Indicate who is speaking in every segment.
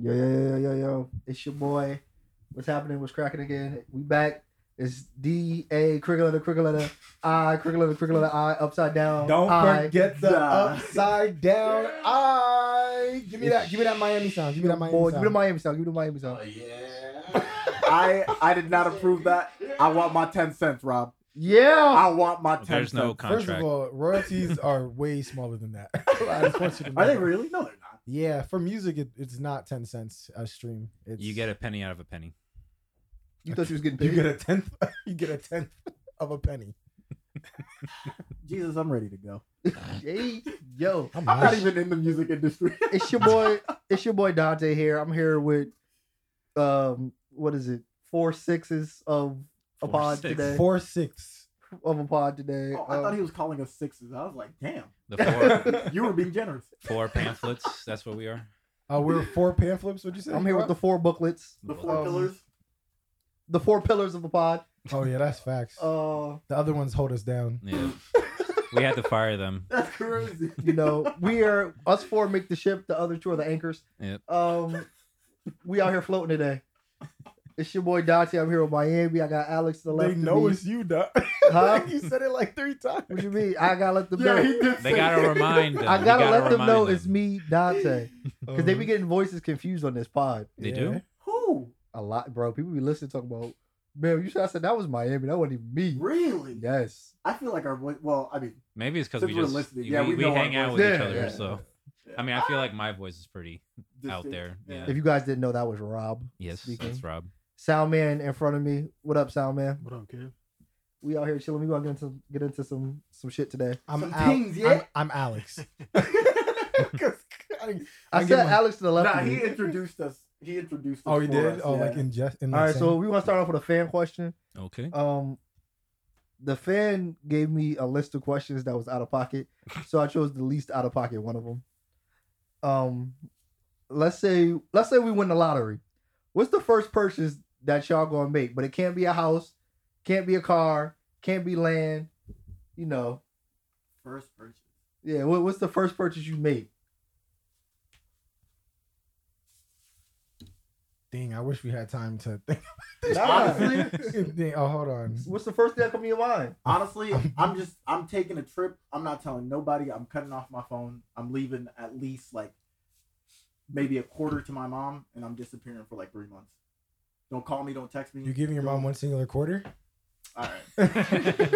Speaker 1: Yo, yo, yo, yo, yo, yo. It's your boy. What's happening? What's cracking again? We back. It's D A crickle letter, crickle letter, I, crickle letter, crickle letter, I, upside down.
Speaker 2: Don't
Speaker 1: I.
Speaker 2: forget the
Speaker 3: Yeah.
Speaker 2: upside down
Speaker 3: Yeah.
Speaker 2: eye. Give me that. Give me that Miami sound. Give me that Miami
Speaker 1: Boy, give
Speaker 2: sound.
Speaker 1: me the Miami sound. Give me the Miami sound.
Speaker 3: yeah. I I did not approve that. I want my ten cents, Rob.
Speaker 1: Yeah.
Speaker 3: I want my ten
Speaker 4: There's no
Speaker 3: cents.
Speaker 2: First
Speaker 4: contract.
Speaker 2: of all, royalties are way smaller than that. I just want you to know
Speaker 3: Are they
Speaker 2: that.
Speaker 3: really? No, they're not.
Speaker 2: Yeah, for music, it, it's not ten cents a stream. It's,
Speaker 4: you get a penny out of a penny.
Speaker 1: You thought she was getting
Speaker 2: you
Speaker 1: paid.
Speaker 2: get a tenth. You get a tenth of a penny.
Speaker 3: Jesus, I'm ready to go.
Speaker 1: Hey, yo.
Speaker 2: I'm,
Speaker 3: I'm not
Speaker 2: high.
Speaker 3: even in the music industry.
Speaker 1: It's your boy. It's your boy Dante here. I'm here with um what is it? Four sixes of a
Speaker 4: Four
Speaker 1: pod
Speaker 4: six.
Speaker 1: today.
Speaker 2: four six.
Speaker 1: Of a pod today.
Speaker 3: Oh, I
Speaker 1: Um,
Speaker 3: thought he was calling us sixes. I was like, damn,
Speaker 4: The four
Speaker 3: you were being generous.
Speaker 4: four pamphlets. That's what we are.
Speaker 2: Uh, we're four pan flips. Would you say?
Speaker 1: I'm here with the four booklets,
Speaker 3: The
Speaker 4: Well,
Speaker 3: four
Speaker 1: Um,
Speaker 3: pillars.
Speaker 1: the four pillars of the pod.
Speaker 2: Oh yeah, that's facts.
Speaker 1: Uh,
Speaker 2: the other ones hold us down.
Speaker 4: Yeah. we had to fire them.
Speaker 3: That's crazy.
Speaker 1: you know, we are us four make the ship. The other two are the anchors.
Speaker 4: Yep.
Speaker 1: Um, we out here floating today. It's your boy Dante. I'm here with Miami. I got Alex to the left.
Speaker 2: They
Speaker 1: of
Speaker 2: know
Speaker 1: me.
Speaker 2: it's you, Doc.
Speaker 1: Huh?
Speaker 2: you said it like three times.
Speaker 1: What you mean? I gotta let them
Speaker 3: yeah,
Speaker 1: know.
Speaker 3: he did.
Speaker 4: They
Speaker 3: say
Speaker 4: gotta
Speaker 3: that.
Speaker 4: remind uh, them.
Speaker 1: I
Speaker 4: You
Speaker 1: gotta, let them
Speaker 4: remind
Speaker 1: know it's me, Dante. Because they
Speaker 2: Um,
Speaker 3: Uh-huh.
Speaker 1: be getting voices confused on this pod.
Speaker 4: They
Speaker 2: yeah.
Speaker 4: do?
Speaker 3: Who?
Speaker 1: A lot, bro. People be listening talking about, man, you should I said that was Miami. That wasn't even me.
Speaker 3: Really?
Speaker 1: Yes.
Speaker 3: I feel like our voice. Well, I mean,
Speaker 4: Maybe it's because
Speaker 3: Since
Speaker 4: we
Speaker 3: we're
Speaker 4: just
Speaker 3: listening,
Speaker 4: we,
Speaker 3: yeah, we
Speaker 4: we
Speaker 3: know
Speaker 4: hang
Speaker 3: our
Speaker 4: out
Speaker 3: voices.
Speaker 4: with
Speaker 1: Yeah,
Speaker 4: each other.
Speaker 1: yeah.
Speaker 4: So I mean, I feel like my voice is pretty. Out
Speaker 3: distinct.
Speaker 4: there, yeah.
Speaker 1: If you guys didn't know, that was Rob.
Speaker 4: Yes,
Speaker 1: Speaking.
Speaker 4: that's Rob.
Speaker 1: Sound man in front of me. What up, sound man?
Speaker 3: What up, kid?
Speaker 1: We out here chilling. We gonna get into get into some some shit today.
Speaker 2: I'm
Speaker 3: Some
Speaker 2: Al-
Speaker 3: things, yeah?
Speaker 2: I'm- I'm, Alex. 'Cause I-
Speaker 1: I
Speaker 2: I
Speaker 1: said
Speaker 2: get my-
Speaker 1: Alex to the left.
Speaker 3: Nah,
Speaker 1: of me.
Speaker 3: he introduced us. He introduced. Us
Speaker 2: oh, you
Speaker 3: for
Speaker 2: did?
Speaker 3: us,
Speaker 2: oh,
Speaker 3: yeah.
Speaker 2: like in just in
Speaker 1: All right,
Speaker 2: that
Speaker 1: so
Speaker 2: same-
Speaker 1: we want to start off with a fan question.
Speaker 3: Oh,
Speaker 4: Okay.
Speaker 1: Um, the fan gave me a list of questions that was out of pocket, so I chose the least out of pocket one of them. Um, let's say let's say we win the lottery. What's the first purchase that y'all gonna make? But it can't be a house, can't be a car, can't be land. You know,
Speaker 3: first purchase.
Speaker 1: yeah. What, what's the first purchase you make?
Speaker 2: Dang, I wish we had time to think.
Speaker 1: Honestly.
Speaker 2: Dang, oh, hold on.
Speaker 1: What's the first thing that come to your mind?
Speaker 3: Honestly, I'm just I'm taking a trip. I'm not telling nobody. I'm cutting off my phone. I'm leaving at least like maybe a quarter to my mom, and I'm disappearing for like three months. Don't call me. Don't text me.
Speaker 2: You giving your mom one singular quarter?
Speaker 3: All right,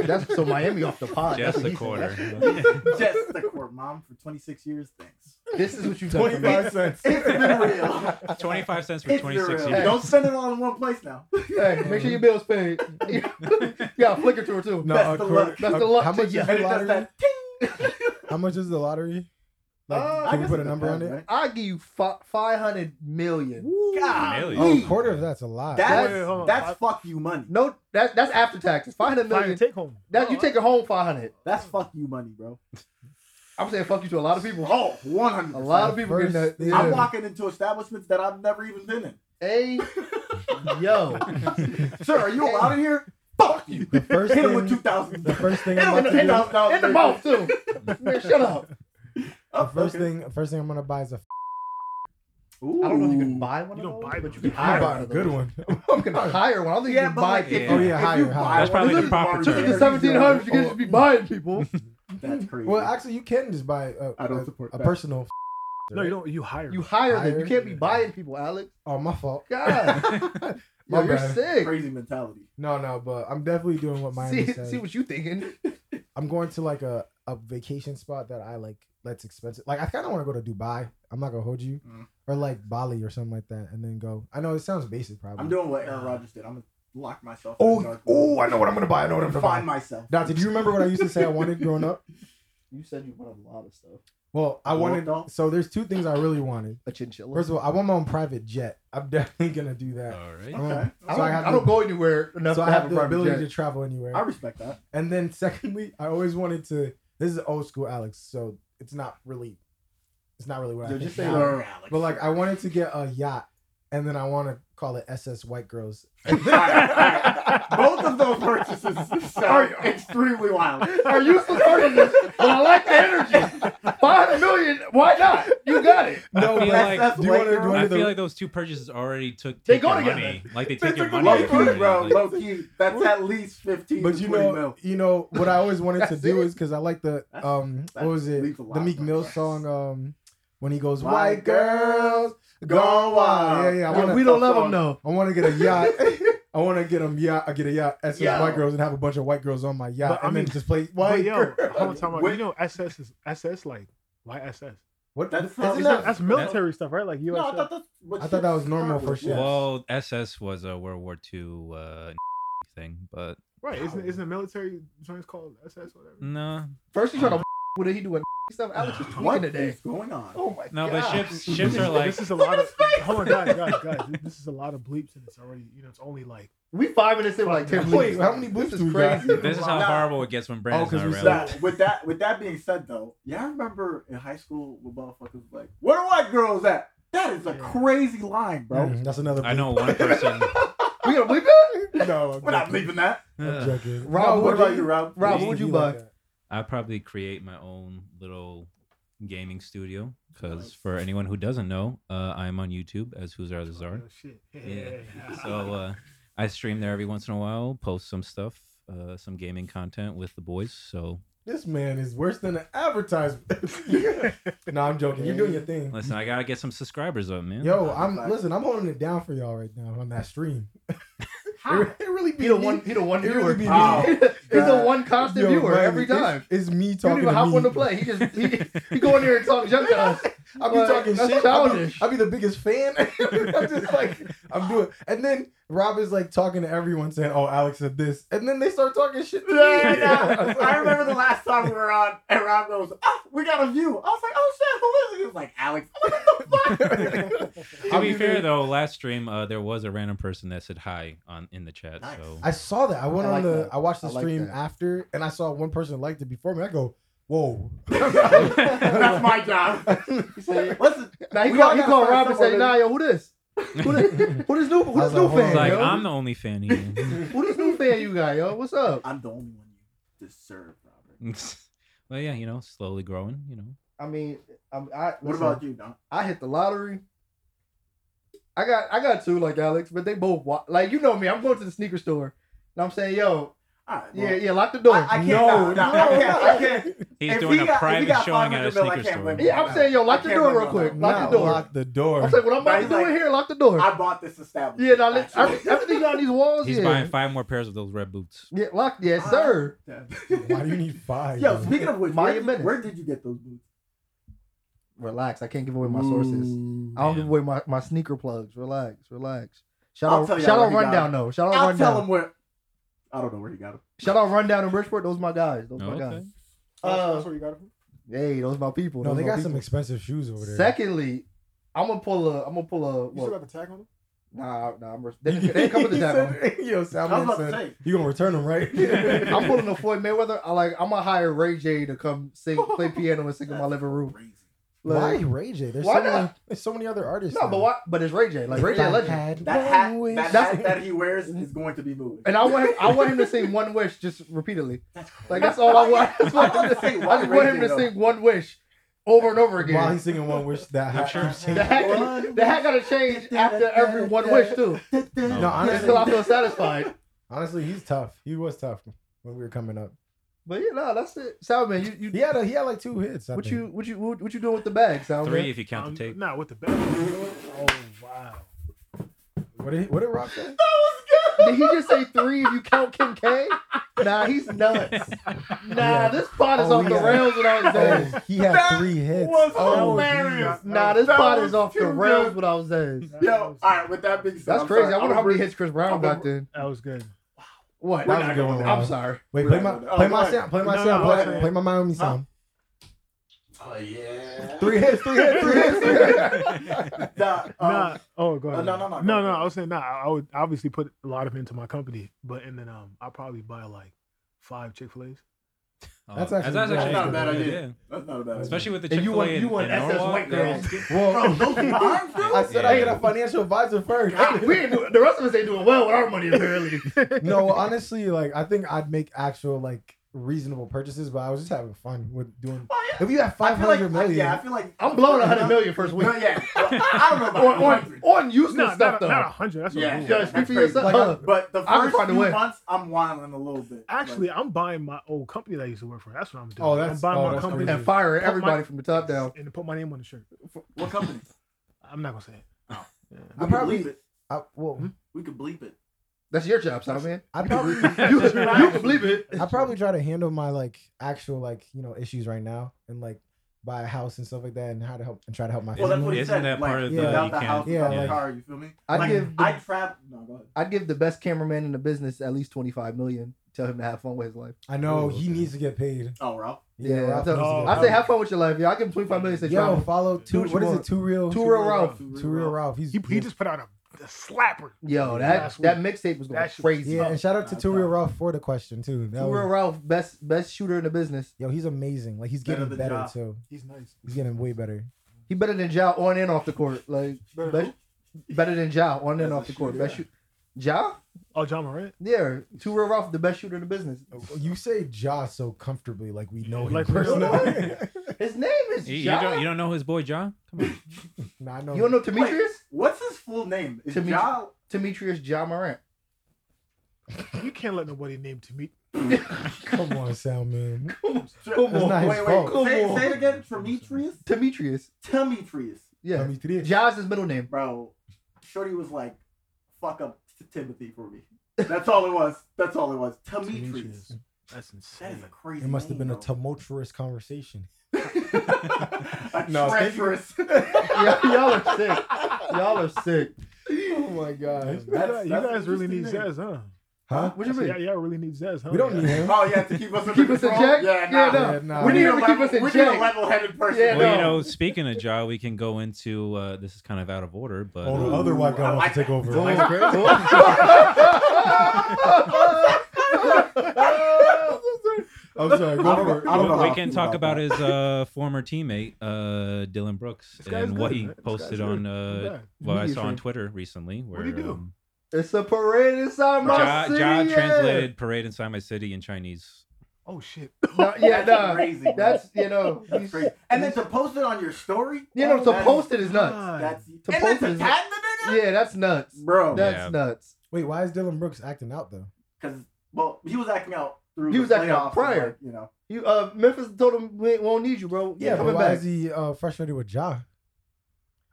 Speaker 1: That's so Miami off the pot.
Speaker 4: Just a quarter.
Speaker 3: just the court, mom, for 26 years. Thanks.
Speaker 1: This is what you done for me.
Speaker 2: Twenty-five cents.
Speaker 3: It's been real.
Speaker 4: Twenty-five cents for
Speaker 3: It's been
Speaker 4: twenty-six
Speaker 3: real.
Speaker 4: years.
Speaker 3: Don't spend it all in one place now.
Speaker 1: Hey, make sure your bill's paid. you got a flicker to her too.
Speaker 2: No,
Speaker 3: Best
Speaker 2: a
Speaker 3: of
Speaker 2: quarter.
Speaker 3: luck.
Speaker 1: Best
Speaker 2: a-
Speaker 1: of luck
Speaker 2: How
Speaker 1: to
Speaker 2: much
Speaker 1: you.
Speaker 2: is
Speaker 3: And
Speaker 2: the
Speaker 3: it does
Speaker 2: lottery?
Speaker 3: that ting.
Speaker 2: How much is the lottery? Like,
Speaker 1: Uh,
Speaker 3: I
Speaker 2: can we
Speaker 3: guess
Speaker 2: put a
Speaker 3: it
Speaker 2: number on it?
Speaker 3: depends,
Speaker 1: I'll give you fi- 500 million.
Speaker 3: right? God,
Speaker 4: Million.
Speaker 2: Oh,
Speaker 3: Wee.
Speaker 2: a quarter of that's a lot.
Speaker 3: That's
Speaker 1: Wait, wait, hold on.
Speaker 3: that's fuck you money.
Speaker 1: No, that, that's after taxes. 500 million.
Speaker 5: take home.
Speaker 1: That, you take it home Oh. 500.
Speaker 3: That's fuck you money, bro.
Speaker 1: I'm saying fuck you to a lot of people.
Speaker 3: Oh, 100.
Speaker 1: A lot of
Speaker 2: The
Speaker 1: people getting that.
Speaker 2: first-
Speaker 1: Yeah.
Speaker 3: I'm walking into establishments that I've never even been in.
Speaker 1: Hey, yo.
Speaker 3: Sir, are you allowed in here? Fuck you.
Speaker 2: the first
Speaker 3: Hit him with
Speaker 2: thing.
Speaker 3: two thousand.
Speaker 2: The first thing
Speaker 3: Hit
Speaker 2: I'm
Speaker 3: him
Speaker 2: about to
Speaker 3: in
Speaker 2: do.
Speaker 3: the,
Speaker 1: In the mouth too. Man, shut up.
Speaker 3: Oh,
Speaker 2: The first thing. First thing I'm gonna buy is a.
Speaker 1: I don't know if you can buy one
Speaker 5: You
Speaker 1: of
Speaker 5: don't
Speaker 1: those,
Speaker 5: buy
Speaker 1: but you can
Speaker 5: them. You
Speaker 1: hire
Speaker 2: buy
Speaker 1: one
Speaker 2: a
Speaker 1: of
Speaker 2: good
Speaker 1: those.
Speaker 2: one.
Speaker 1: You can hire one. I don't think you
Speaker 3: Yeah,
Speaker 1: can
Speaker 3: but
Speaker 1: buy
Speaker 3: like,
Speaker 1: people.
Speaker 3: if
Speaker 2: Oh,
Speaker 3: you,
Speaker 2: yeah,
Speaker 3: if
Speaker 2: higher,
Speaker 3: you
Speaker 2: higher.
Speaker 3: buy
Speaker 4: That's
Speaker 3: one,
Speaker 4: probably the
Speaker 3: this is
Speaker 4: proper
Speaker 3: already
Speaker 4: term.
Speaker 1: Took it
Speaker 3: there.
Speaker 1: to 1700 you can
Speaker 2: Oh.
Speaker 1: just be buying people.
Speaker 3: That's crazy.
Speaker 2: Well, actually, you can just buy a,
Speaker 3: I don't
Speaker 2: a,
Speaker 3: support
Speaker 2: a
Speaker 3: that.
Speaker 2: personal.
Speaker 5: No, you don't. You hire.
Speaker 1: You
Speaker 5: You
Speaker 1: hire them. You
Speaker 2: Hire?
Speaker 1: can't be buying people, Alex.
Speaker 2: Oh, my fault.
Speaker 1: God.
Speaker 2: My
Speaker 1: Yo, you're
Speaker 2: bad.
Speaker 1: sick.
Speaker 3: crazy mentality.
Speaker 2: No, no, but I'm definitely doing what Miami
Speaker 1: See,
Speaker 2: said.
Speaker 1: see what you thinking.
Speaker 2: I'm going to like a, a vacation spot that I like that's expensive. Like I kind of want to go to Dubai. I'm not gonna hold you,
Speaker 3: Mm.
Speaker 2: or like Bali or something like that, and then go. I know it sounds basic, probably.
Speaker 3: I'm doing what Aaron Rodgers did. I'm gonna lock myself. in the
Speaker 2: Oh,
Speaker 3: dark room
Speaker 2: oh, I know what I'm gonna buy. I know what I'm
Speaker 3: and
Speaker 2: gonna
Speaker 3: Find
Speaker 2: buy.
Speaker 3: myself.
Speaker 2: Dante, do you remember what I used to say I wanted growing up?
Speaker 1: You said you want a lot of stuff.
Speaker 2: Well, I
Speaker 3: Well,
Speaker 2: wanted.
Speaker 3: don't.
Speaker 2: So there's two things I really wanted.
Speaker 1: A chinchilla.
Speaker 2: First of all, I want my own private jet. I'm definitely gonna do that.
Speaker 4: All right.
Speaker 2: Um,
Speaker 3: Okay.
Speaker 1: I
Speaker 2: so
Speaker 1: don't,
Speaker 2: I have
Speaker 1: I don't
Speaker 2: the-
Speaker 1: go anywhere enough
Speaker 2: so
Speaker 1: to
Speaker 2: I
Speaker 1: have
Speaker 2: have
Speaker 1: a
Speaker 2: the
Speaker 1: private
Speaker 2: ability
Speaker 1: jet.
Speaker 2: to travel anywhere.
Speaker 3: I respect that.
Speaker 2: And then secondly, I always wanted to. This is old school, Alex. So it's not really, it's not really what I
Speaker 1: Yo,
Speaker 2: think
Speaker 1: just say
Speaker 2: now.
Speaker 1: whatever.
Speaker 3: Sir Alex.
Speaker 2: But like, I wanted to get a yacht, and then I want to call it SS White Girls.
Speaker 3: Both of those purchases
Speaker 1: Are
Speaker 3: sound
Speaker 1: you-
Speaker 3: extremely wild.
Speaker 1: Are you supporting this? But I like the energy. Five hundred million. Why not? You got it.
Speaker 4: No,
Speaker 2: but
Speaker 4: feel
Speaker 2: that's-
Speaker 4: like-
Speaker 2: that's
Speaker 3: Do you
Speaker 2: white
Speaker 3: wanna- do you
Speaker 2: girl.
Speaker 3: wanna
Speaker 4: I feel like those two purchases already took
Speaker 1: They
Speaker 4: take
Speaker 1: go
Speaker 4: your
Speaker 1: together.
Speaker 4: money. Like they
Speaker 3: They
Speaker 4: take your
Speaker 3: took the
Speaker 4: money.
Speaker 3: low
Speaker 4: and your
Speaker 3: key, bro.
Speaker 4: money. Like,
Speaker 3: Low key. That's at least fifteen
Speaker 2: But
Speaker 3: to
Speaker 2: you
Speaker 3: twenty
Speaker 2: know,
Speaker 3: mil.
Speaker 2: you know what I always wanted to
Speaker 1: That's
Speaker 2: do
Speaker 1: it.
Speaker 2: is because I like the
Speaker 3: That's-
Speaker 2: um, what
Speaker 3: that's
Speaker 2: was it?
Speaker 3: leave a
Speaker 2: The
Speaker 3: lot
Speaker 2: Meek
Speaker 3: on
Speaker 2: Mill
Speaker 3: that.
Speaker 2: song um, when he goes,
Speaker 3: White
Speaker 2: "White girls
Speaker 3: Gone
Speaker 2: gone
Speaker 3: wild.
Speaker 2: wild." Yeah, yeah. I
Speaker 3: Yeah,
Speaker 2: want to.
Speaker 1: we don't love them though.
Speaker 2: I want to get a yacht. I want to get them yacht. I get a yacht. SS
Speaker 3: Yeah.
Speaker 2: white girls and have a bunch of white girls on my yacht,
Speaker 5: But, I
Speaker 2: and
Speaker 5: mean-
Speaker 2: then just play
Speaker 5: But
Speaker 2: white
Speaker 5: yo,
Speaker 2: girl.
Speaker 5: I'm talking about,
Speaker 3: Wait.
Speaker 5: you know, SS is SS like why SS?
Speaker 2: What?
Speaker 3: That's
Speaker 2: That's,
Speaker 3: from-
Speaker 2: isn't
Speaker 3: it's
Speaker 2: that,
Speaker 3: not-
Speaker 5: That's military stuff, right? Like
Speaker 3: No, I
Speaker 5: USS.
Speaker 3: thought that's what
Speaker 2: I thought that was normal for
Speaker 3: shit.
Speaker 2: Yes.
Speaker 4: Well, SS was a World War II uh, thing, but
Speaker 5: right? Isn't isn't the military joints called SS? Whatever.
Speaker 4: no,
Speaker 1: First you trying to what did he doing stuff? Alex was tweaking
Speaker 3: What
Speaker 1: today.
Speaker 3: is going on?
Speaker 1: Oh my
Speaker 4: no.
Speaker 1: god.
Speaker 4: But ships ships
Speaker 5: This
Speaker 4: are
Speaker 5: is-
Speaker 4: like
Speaker 5: this is a lot of hold on, guys, guys, guys. This- This is a lot of bleeps, and it's already you know it's only like
Speaker 1: We five minutes in we're like ten
Speaker 2: Wait,
Speaker 1: minutes.
Speaker 2: how many blips
Speaker 1: This
Speaker 2: do
Speaker 1: is
Speaker 2: we got?
Speaker 1: crazy.
Speaker 4: this is how
Speaker 3: Nah.
Speaker 4: horrible it gets when Brandon's
Speaker 2: Oh, 'cause
Speaker 4: not
Speaker 2: we
Speaker 4: around.
Speaker 3: Now, with that with that being said though, yeah, I remember in high school when motherfuckers was like, "Where the white girls at?" That is a
Speaker 5: Yeah.
Speaker 3: crazy line, bro.
Speaker 2: Mm, that's another.
Speaker 4: I know
Speaker 2: bleep.
Speaker 4: one person.
Speaker 1: We gonna bleep that?
Speaker 2: no, I'm
Speaker 3: We're not
Speaker 2: joking.
Speaker 3: leaving that.
Speaker 2: I'm
Speaker 4: Ugh,
Speaker 2: joking.
Speaker 1: Rob,
Speaker 2: No,
Speaker 1: what
Speaker 2: but
Speaker 1: about
Speaker 2: they-
Speaker 1: you,
Speaker 3: Rob?
Speaker 1: Rob,
Speaker 2: they
Speaker 1: what would
Speaker 2: used
Speaker 1: you
Speaker 2: to be
Speaker 1: buy?
Speaker 2: like that.
Speaker 4: I'd probably create my own little gaming studio because
Speaker 3: Nice.
Speaker 4: for anyone who doesn't know, uh, I'm on YouTube as Who's Our Czar.
Speaker 5: oh, shit.
Speaker 4: So uh, I stream there every once in a while, post some stuff, uh, some gaming content with the boys. So
Speaker 2: This man is worse than an advertisement. no, I'm joking. You're doing your thing.
Speaker 4: listen, I gotta get some subscribers up, man.
Speaker 2: Yo, I'm listen. I'm holding it down for y'all right now on that stream. it, it really be
Speaker 1: He the one. He the one
Speaker 2: It
Speaker 1: viewer.
Speaker 2: really be
Speaker 3: Wow.
Speaker 1: He's the
Speaker 3: God.
Speaker 1: one constant
Speaker 2: Yo,
Speaker 1: viewer
Speaker 2: man,
Speaker 1: every
Speaker 2: it's-
Speaker 1: time.
Speaker 2: It's, me
Speaker 1: You don't
Speaker 2: talking.
Speaker 1: even
Speaker 2: to
Speaker 1: hop
Speaker 2: me.
Speaker 1: on the play. He just he, he go in there and talk junk to us.
Speaker 2: I be
Speaker 1: Like,
Speaker 2: talking
Speaker 1: that's
Speaker 2: shit. I be,
Speaker 1: childish.
Speaker 2: I be the biggest fan. I'm just like I'm doing. And then Rob is like talking to everyone saying, "Oh, Alex said this," and then they start talking shit. To me.
Speaker 3: Yeah, yeah. I remember the last time we were on, and Rob goes, "Ah, we got a view." I was like, "Oh shit, who is it?" He was like, "Alex." I'm like, what the fuck?
Speaker 4: to be fair though, last stream uh, there was a random person that said hi on in the chat.
Speaker 3: Nice.
Speaker 4: So
Speaker 2: I saw that. I went
Speaker 1: I
Speaker 2: on
Speaker 1: like
Speaker 2: the.
Speaker 1: that.
Speaker 2: I watched the
Speaker 1: I like
Speaker 2: stream
Speaker 1: that.
Speaker 2: after, and I saw one person liked it before me. I go, "Whoa!"
Speaker 3: That's my job.
Speaker 1: He said,
Speaker 3: Listen,
Speaker 1: now he
Speaker 3: We
Speaker 1: call,
Speaker 3: all
Speaker 1: he
Speaker 3: gotta
Speaker 1: call
Speaker 3: find
Speaker 1: Rob and say,
Speaker 3: someone that-
Speaker 1: Nah, yo, who this? Who this, who this new who
Speaker 2: I
Speaker 1: this new
Speaker 2: was like, hold on.
Speaker 1: fan?
Speaker 4: it's like
Speaker 1: yo?
Speaker 4: I'm the only fan here.
Speaker 1: Who this new fan you got, yo? What's up?
Speaker 3: I'm the only one you deserve, Robert.
Speaker 4: well, yeah, you know, slowly growing. You know,
Speaker 1: I mean, I'm, I
Speaker 3: What about you, Don?
Speaker 1: I hit the lottery. I got I got two like Alex, but they both wa- like you know me. I'm going to the sneaker store. And I'm saying, yo,
Speaker 3: All right, well,
Speaker 1: yeah, yeah, lock the door.
Speaker 3: I can't.
Speaker 2: No,
Speaker 3: No, no, I
Speaker 2: no.
Speaker 3: can't. I can't.
Speaker 4: he's
Speaker 3: If he
Speaker 4: doing a
Speaker 3: got- if he
Speaker 4: private
Speaker 3: got
Speaker 4: showing at a
Speaker 3: 500 mil, I
Speaker 4: sneaker
Speaker 3: can't
Speaker 4: store.
Speaker 3: win.
Speaker 1: yeah, I'm saying, yo, lock the
Speaker 3: I can't
Speaker 1: door real
Speaker 3: remember.
Speaker 1: quick. Lock
Speaker 2: Not
Speaker 1: the door.
Speaker 2: Lock the door.
Speaker 1: I'm saying, what I'm about
Speaker 3: Right,
Speaker 1: to do
Speaker 3: like-
Speaker 1: in here, lock the door.
Speaker 3: I bought this establishment.
Speaker 1: yeah, now let,
Speaker 3: actually.
Speaker 1: every- everything on these walls.
Speaker 4: He's
Speaker 1: yeah.
Speaker 4: buying five more pairs of those red boots.
Speaker 1: Yeah, lock. Yes,
Speaker 3: Ah.
Speaker 1: sir.
Speaker 2: Why do you need five?
Speaker 3: Yo,
Speaker 2: bro?
Speaker 3: speaking of which,
Speaker 1: Maya
Speaker 3: where, did-
Speaker 1: Menace.
Speaker 3: where did you get those boots?
Speaker 1: Relax. I can't give away my sources.
Speaker 2: Mm.
Speaker 1: I don't give away my, my sneaker plugs. Relax, relax. Shout
Speaker 3: I'll tell
Speaker 1: out,
Speaker 3: y'all
Speaker 1: shout
Speaker 3: where
Speaker 1: out
Speaker 3: he got
Speaker 1: rundown
Speaker 3: it.
Speaker 1: though. Shout out
Speaker 3: I'll
Speaker 1: rundown.
Speaker 3: tell him where. I don't know where he got them.
Speaker 1: Shout out rundown in Bridgeport. Those my guys. Those Oh
Speaker 3: Oh,
Speaker 1: my guys.
Speaker 4: Okay.
Speaker 5: That's-
Speaker 1: Uh,
Speaker 5: Oh, that's where you got it from.
Speaker 1: Hey, those my people.
Speaker 2: no,
Speaker 1: Those
Speaker 2: they
Speaker 1: my
Speaker 2: got
Speaker 1: people.
Speaker 2: some expensive shoes over there.
Speaker 1: Secondly, I'm gonna pull a. I'm gonna pull a.
Speaker 5: You still
Speaker 1: Well,
Speaker 5: got the tag on them?
Speaker 1: nah, nah. I'm, res- they, didn't- they didn't come with the
Speaker 2: He
Speaker 1: jack.
Speaker 2: said- Yo,
Speaker 3: I
Speaker 2: Salmon
Speaker 3: was about to
Speaker 2: said,
Speaker 3: say.
Speaker 2: you gonna return them, right?
Speaker 1: on. I'm pulling a Floyd Mayweather. I like. I'm gonna hire Ray J to come sing, play piano, and sing in my living room.
Speaker 3: Crazy.
Speaker 2: Why
Speaker 1: Like,
Speaker 2: Ray J? There's
Speaker 1: Why
Speaker 2: so many.
Speaker 1: not?
Speaker 2: There's so many other artists.
Speaker 1: No, but why? But it's Ray J. Like Ray J. a Legend.
Speaker 3: That hat, that hat that he wears is going to be moving.
Speaker 1: And I want him, I want him to sing one wish just repeatedly.
Speaker 3: That's
Speaker 1: Like that's all I want. I just want him to
Speaker 3: crazy.
Speaker 1: sing. I just want him to sing one wish over and over
Speaker 2: While
Speaker 1: again.
Speaker 2: he's singing One Wish, that
Speaker 4: I'm
Speaker 2: hat.
Speaker 4: sure I'm
Speaker 1: The hat, gotta- the hat gotta change after every one wish too,
Speaker 2: No, honestly,
Speaker 1: until I feel satisfied.
Speaker 2: honestly, he's tough. He was tough when we were coming up.
Speaker 1: But yeah, no, that's it. Salman, you,
Speaker 2: He
Speaker 1: you,
Speaker 2: had a, he had like two hits. I
Speaker 1: what
Speaker 2: think.
Speaker 1: you, what you, what you doing with the bag, Salman?
Speaker 4: Three if you count
Speaker 5: Um,
Speaker 4: the tape.
Speaker 5: Nah, with the belt. Oh wow.
Speaker 2: What did he- what did Rob say?
Speaker 1: Did he just say three if you count Kim K? Nah, he's nuts. Nah,
Speaker 2: Yeah.
Speaker 1: this pot is
Speaker 2: Oh,
Speaker 1: off the
Speaker 2: yeah.
Speaker 1: rails without Zay.
Speaker 2: Oh, he had
Speaker 3: That
Speaker 2: three hits.
Speaker 3: was
Speaker 2: Oh,
Speaker 3: hilarious.
Speaker 5: geez.
Speaker 1: Nah, this
Speaker 3: That
Speaker 1: pot
Speaker 3: was
Speaker 1: is off the
Speaker 3: too
Speaker 1: rails
Speaker 3: good.
Speaker 1: without Zay.
Speaker 5: That
Speaker 3: Yo,
Speaker 5: was-
Speaker 3: all right. With that being said,
Speaker 1: That's
Speaker 3: I'm
Speaker 1: crazy.
Speaker 3: sorry.
Speaker 1: I wonder
Speaker 3: I'm
Speaker 1: how many
Speaker 3: re-
Speaker 1: hits Chris Brown
Speaker 3: I'm
Speaker 1: got
Speaker 3: a-
Speaker 1: then.
Speaker 5: That was good.
Speaker 1: What?
Speaker 2: That was a good one,
Speaker 1: I'm
Speaker 2: Rob.
Speaker 1: sorry.
Speaker 2: Wait,
Speaker 3: We're
Speaker 2: play my
Speaker 3: not gonna-
Speaker 2: play my
Speaker 3: oh, go ahead.
Speaker 2: sound. Play my
Speaker 5: No, no,
Speaker 2: sound.
Speaker 5: go
Speaker 2: play,
Speaker 5: ahead.
Speaker 2: play my Miami sound.
Speaker 3: Oh yeah.
Speaker 2: Three hits. Three hits. Three hits. Three hits.
Speaker 3: Nah, um,
Speaker 5: nah. Oh, go
Speaker 3: uh,
Speaker 5: ahead.
Speaker 3: no, no, no, go
Speaker 5: No, no.
Speaker 3: ahead.
Speaker 5: I was saying, nah. I would obviously put a lot of it into my company, but and then um, I'll probably buy like five Chick Fil A's.
Speaker 4: Oh,
Speaker 2: That's actually-
Speaker 4: that's
Speaker 2: yeah, that's
Speaker 4: actually
Speaker 3: not a bad
Speaker 4: good.
Speaker 3: idea.
Speaker 4: Yeah.
Speaker 3: That's not a bad
Speaker 4: Especially with the
Speaker 1: And
Speaker 4: Chick
Speaker 1: you
Speaker 4: Fil
Speaker 1: want-
Speaker 4: A in
Speaker 1: you want
Speaker 4: in
Speaker 1: SS
Speaker 4: Norwalk,
Speaker 1: white
Speaker 4: yeah.
Speaker 1: girls.
Speaker 2: Well,
Speaker 3: idea. Bro, those lines, dude.
Speaker 2: I said I
Speaker 4: Yeah.
Speaker 2: get a financial advisor first.
Speaker 1: we ain't do, the rest of us ain't doing well with our money apparently.
Speaker 2: no, honestly, like I think I'd make actual like reasonable purchases, but I was just having fun with doing.
Speaker 3: Well, Oh, yeah.
Speaker 2: If you have
Speaker 3: I
Speaker 2: five
Speaker 3: feel like,
Speaker 2: hundred
Speaker 3: I-
Speaker 2: million,
Speaker 3: yeah, I feel like
Speaker 1: I'm blowing a hundred million first week.
Speaker 3: No, yeah, Well, I don't know about
Speaker 1: on, on,
Speaker 3: 100.
Speaker 1: on useless
Speaker 5: No,
Speaker 1: stuff
Speaker 5: not,
Speaker 1: though.
Speaker 5: not a hundred. That's
Speaker 3: Yeah,
Speaker 5: yeah,
Speaker 1: yeah,
Speaker 3: that's
Speaker 1: speak for
Speaker 3: crazy.
Speaker 1: yourself.
Speaker 2: Like, I-
Speaker 3: But the
Speaker 1: I can
Speaker 3: first
Speaker 1: find a
Speaker 3: few
Speaker 1: way.
Speaker 3: months, I'm whining a little bit.
Speaker 5: Actually,
Speaker 3: Like,
Speaker 5: I'm buying my old company that I used to work for. That's what I'm doing.
Speaker 2: Oh, that's-
Speaker 5: I'm buying
Speaker 2: oh,
Speaker 5: my
Speaker 2: that's
Speaker 5: company
Speaker 2: crazy.
Speaker 1: and firing
Speaker 5: Put my-
Speaker 1: everybody from the top down.
Speaker 5: and put my name on the shirt.
Speaker 3: what company?
Speaker 5: I'm not gonna say it.
Speaker 3: We
Speaker 2: I
Speaker 3: could bleep
Speaker 2: probably,
Speaker 3: it. Hmm?
Speaker 2: I, well,
Speaker 3: We could bleep it.
Speaker 1: That's your job, son, man.
Speaker 2: I probably,
Speaker 1: You, you can believe it.
Speaker 2: I probably try to handle my like actual like you know issues right now and like buy a house and stuff like that and how to help and try to help my
Speaker 3: Well, that's
Speaker 2: family.
Speaker 3: what he
Speaker 4: Isn't
Speaker 3: said.
Speaker 4: that
Speaker 3: like,
Speaker 4: part of
Speaker 2: the-
Speaker 3: without
Speaker 2: you
Speaker 3: the
Speaker 4: can't-
Speaker 3: house,
Speaker 2: yeah,
Speaker 3: without the
Speaker 2: like-
Speaker 3: car, you feel me?
Speaker 1: I'd
Speaker 3: like,
Speaker 1: give the-
Speaker 3: I trap. No, go ahead.
Speaker 1: I'd give the best cameraman in the business at least twenty five million. Tell him to have fun with his life.
Speaker 2: I know
Speaker 4: Ooh,
Speaker 2: he
Speaker 4: okay.
Speaker 2: needs to get paid.
Speaker 3: Oh, Ralph.
Speaker 1: Yeah, I,
Speaker 2: Ralph
Speaker 1: tell,
Speaker 2: needs to
Speaker 5: Oh,
Speaker 2: get
Speaker 1: I say
Speaker 2: paid.
Speaker 1: have fun with your life. Yo, I give him twenty five million. Say
Speaker 2: Yo,
Speaker 1: try.
Speaker 2: follow
Speaker 1: Do
Speaker 2: two.
Speaker 1: what you
Speaker 2: What is
Speaker 1: want.
Speaker 2: it? Two real.
Speaker 1: Two Real Ralph.
Speaker 2: Two real Ralph. He's
Speaker 5: He, he just put out a, a slapper.
Speaker 1: Yo, that
Speaker 5: Last
Speaker 1: that mixtape was going
Speaker 5: That shit was
Speaker 1: crazy.
Speaker 2: yeah. And shout out to
Speaker 3: Nah,
Speaker 2: Two Real
Speaker 3: nah.
Speaker 2: Ralph for the question too. That
Speaker 1: Two Real
Speaker 2: was,
Speaker 1: Ralph, best best shooter in the business.
Speaker 2: yo, he's amazing. Like he's
Speaker 3: Better
Speaker 2: getting
Speaker 3: than
Speaker 2: better
Speaker 3: Ja.
Speaker 2: too.
Speaker 5: He's nice.
Speaker 2: He's getting way better.
Speaker 1: He better than Ja on and off the court. Like
Speaker 3: Better
Speaker 1: better, better than Ja on
Speaker 3: As
Speaker 1: and
Speaker 3: a
Speaker 1: off the court.
Speaker 3: shooter,
Speaker 1: Best shoot. Ja?
Speaker 5: Oh, John Morant.
Speaker 1: Yeah, Two Real Ralph, the best shooter in the business.
Speaker 2: You say Ja so comfortably, like we know him
Speaker 5: Like we know
Speaker 2: personally.
Speaker 1: His name is
Speaker 4: You, you
Speaker 1: Ja.
Speaker 4: don't, you don't know his boy John? Come on.
Speaker 2: nah, I know.
Speaker 1: You don't know Demetrius?
Speaker 3: What's his full name? Is
Speaker 1: Timmy-
Speaker 3: Ja?
Speaker 1: Demetrius Ja Morant.
Speaker 5: You can't let nobody name to me.
Speaker 2: Come on, sound man.
Speaker 1: Come
Speaker 2: That's
Speaker 1: on.
Speaker 2: not his
Speaker 3: Wait, wait.
Speaker 2: fault.
Speaker 1: Come
Speaker 3: Say,
Speaker 1: on.
Speaker 3: say it again. Demetrius.
Speaker 1: Demetrius.
Speaker 3: Demetrius,
Speaker 1: Yeah.
Speaker 2: Demetrius.
Speaker 1: Ja's his middle name.
Speaker 3: bro. Shorty was like, "Fuck up T- Timothy for me." That's all it was. That's all it was. Demetrius.
Speaker 5: Demetrius. That's
Speaker 3: That is a
Speaker 5: insane.
Speaker 3: crazy.
Speaker 2: It must have
Speaker 3: name,
Speaker 2: been a
Speaker 3: bro.
Speaker 2: tumultuous conversation.
Speaker 3: a
Speaker 2: No, I was
Speaker 3: treacherous.
Speaker 1: Yeah, y'all are sick. Y'all are sick.
Speaker 2: Oh my gosh.
Speaker 5: You
Speaker 3: That's-
Speaker 5: guys- you
Speaker 3: that's an
Speaker 5: guys really need
Speaker 3: interesting name.
Speaker 5: Zez, huh?
Speaker 2: Huh?
Speaker 1: What you
Speaker 5: I said,
Speaker 1: mean?
Speaker 5: Y'all, y'all really need Zez, huh?
Speaker 2: We don't need him.
Speaker 3: oh yeah, to keep us under
Speaker 1: Keep us in
Speaker 3: control?
Speaker 1: check?
Speaker 3: Yeah,
Speaker 1: Yeah,
Speaker 3: nah.
Speaker 1: no.
Speaker 2: Yeah, nah.
Speaker 1: We need
Speaker 3: a
Speaker 1: him to keep
Speaker 3: level-
Speaker 1: us in
Speaker 3: we need
Speaker 1: check.
Speaker 3: a level-headed person.
Speaker 1: Yeah,
Speaker 4: Well,
Speaker 1: no.
Speaker 4: you know, speaking of Ja, we can go into uh, this is kind of out of order, but
Speaker 2: Oh, the
Speaker 4: uh,
Speaker 2: other white
Speaker 3: I
Speaker 2: guy wants
Speaker 3: like
Speaker 2: to take
Speaker 3: that.
Speaker 2: over.
Speaker 1: Oh,
Speaker 2: Like, I'm sorry. Go
Speaker 3: I don't
Speaker 2: for it.
Speaker 3: know- I don't know
Speaker 4: we
Speaker 3: how I
Speaker 4: can
Speaker 3: feel
Speaker 4: talk
Speaker 3: about
Speaker 4: about his uh, former teammate uh, Dylan Brooks
Speaker 5: This guy's
Speaker 4: and what
Speaker 5: good,
Speaker 4: he
Speaker 5: man. This guy's
Speaker 4: posted
Speaker 5: good.
Speaker 4: on
Speaker 5: Not
Speaker 4: uh,
Speaker 5: bad.
Speaker 4: what I
Speaker 1: Media
Speaker 4: saw on
Speaker 1: train.
Speaker 4: Twitter recently. Where,
Speaker 5: do you do?
Speaker 4: Um,
Speaker 1: It's a parade inside my
Speaker 4: Ja,
Speaker 1: city.
Speaker 4: ja
Speaker 1: yeah.
Speaker 4: translated "Parade Inside My City" in Chinese.
Speaker 5: Oh shit.
Speaker 1: No, yeah,
Speaker 3: That's
Speaker 1: nah.
Speaker 3: crazy, bro.
Speaker 1: That's you know,
Speaker 3: That's crazy. And then to post it on your story?
Speaker 1: you know, to
Speaker 3: Oh, that is-
Speaker 1: post it is nuts.
Speaker 5: God.
Speaker 3: That's
Speaker 1: To
Speaker 3: and
Speaker 1: post
Speaker 3: then
Speaker 1: is-
Speaker 3: to tag the nigga?
Speaker 1: Yeah, that's nuts.
Speaker 3: Bro.
Speaker 1: That's
Speaker 4: Yeah.
Speaker 1: nuts.
Speaker 2: Wait, why is Dylan Brooks acting out though?
Speaker 3: Because, well, he was acting out through
Speaker 1: He
Speaker 3: the
Speaker 1: was acting out
Speaker 3: playoffs,
Speaker 1: prior.
Speaker 3: like, you know.
Speaker 1: You uh, Memphis told him we ain't- won't need you, bro.
Speaker 2: Yeah,
Speaker 1: Yeah,
Speaker 2: but
Speaker 1: coming
Speaker 2: why
Speaker 1: back.
Speaker 2: is he uh, frustrated with Ja?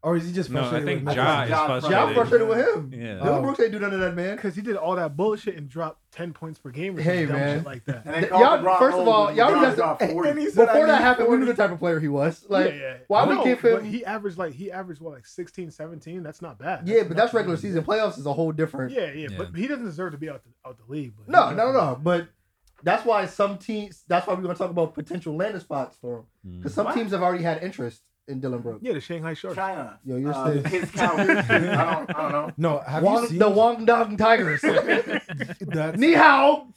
Speaker 2: Or is he just
Speaker 4: No, I
Speaker 2: frustrated
Speaker 4: think
Speaker 2: with
Speaker 4: Ja
Speaker 3: Ja
Speaker 4: is
Speaker 3: Ja
Speaker 1: Ja
Speaker 4: frustrated.
Speaker 3: frustrated.
Speaker 1: frustrated with him.
Speaker 4: Yeah.
Speaker 1: Dylan
Speaker 2: Oh.
Speaker 1: Brooks ain't do none of that, man.
Speaker 5: Because he did all that bullshit and dropped 10 points per game or some
Speaker 1: Hey,
Speaker 5: dumb
Speaker 1: man.
Speaker 5: shit like that.
Speaker 3: And they
Speaker 1: Th-
Speaker 3: called
Speaker 1: y'all-
Speaker 3: LeBron
Speaker 1: first of
Speaker 3: old
Speaker 1: all,
Speaker 3: and
Speaker 1: y'all
Speaker 3: LeBron
Speaker 1: just-
Speaker 3: dropped 40.
Speaker 1: Before that happened, we knew the type of player he was. Like,
Speaker 5: yeah, yeah.
Speaker 1: why we
Speaker 5: No,
Speaker 1: give him-
Speaker 5: but He averaged like he averaged what like 16, 17. That's not bad.
Speaker 1: yeah, but that's
Speaker 5: nothing.
Speaker 1: regular season. Playoffs is a whole different.
Speaker 5: Yeah, yeah,
Speaker 4: Yeah.
Speaker 5: But he doesn't deserve to be out the out the league. But
Speaker 1: No, no, no. But that's why some teams. That's why we're gonna talk about potential landing spots for him
Speaker 4: Mm.
Speaker 1: because some
Speaker 3: What?
Speaker 1: teams have already had interest in Dylan Brooks.
Speaker 5: Yeah, the Shanghai Sharks.
Speaker 3: China.
Speaker 1: Yo, you're
Speaker 3: uh,
Speaker 1: sick.
Speaker 3: His Cowboys. I don't, I don't know.
Speaker 2: No, have
Speaker 1: Wong-
Speaker 2: you seen
Speaker 1: the Wong Dong Tigers.
Speaker 2: that's,
Speaker 1: Ni hao.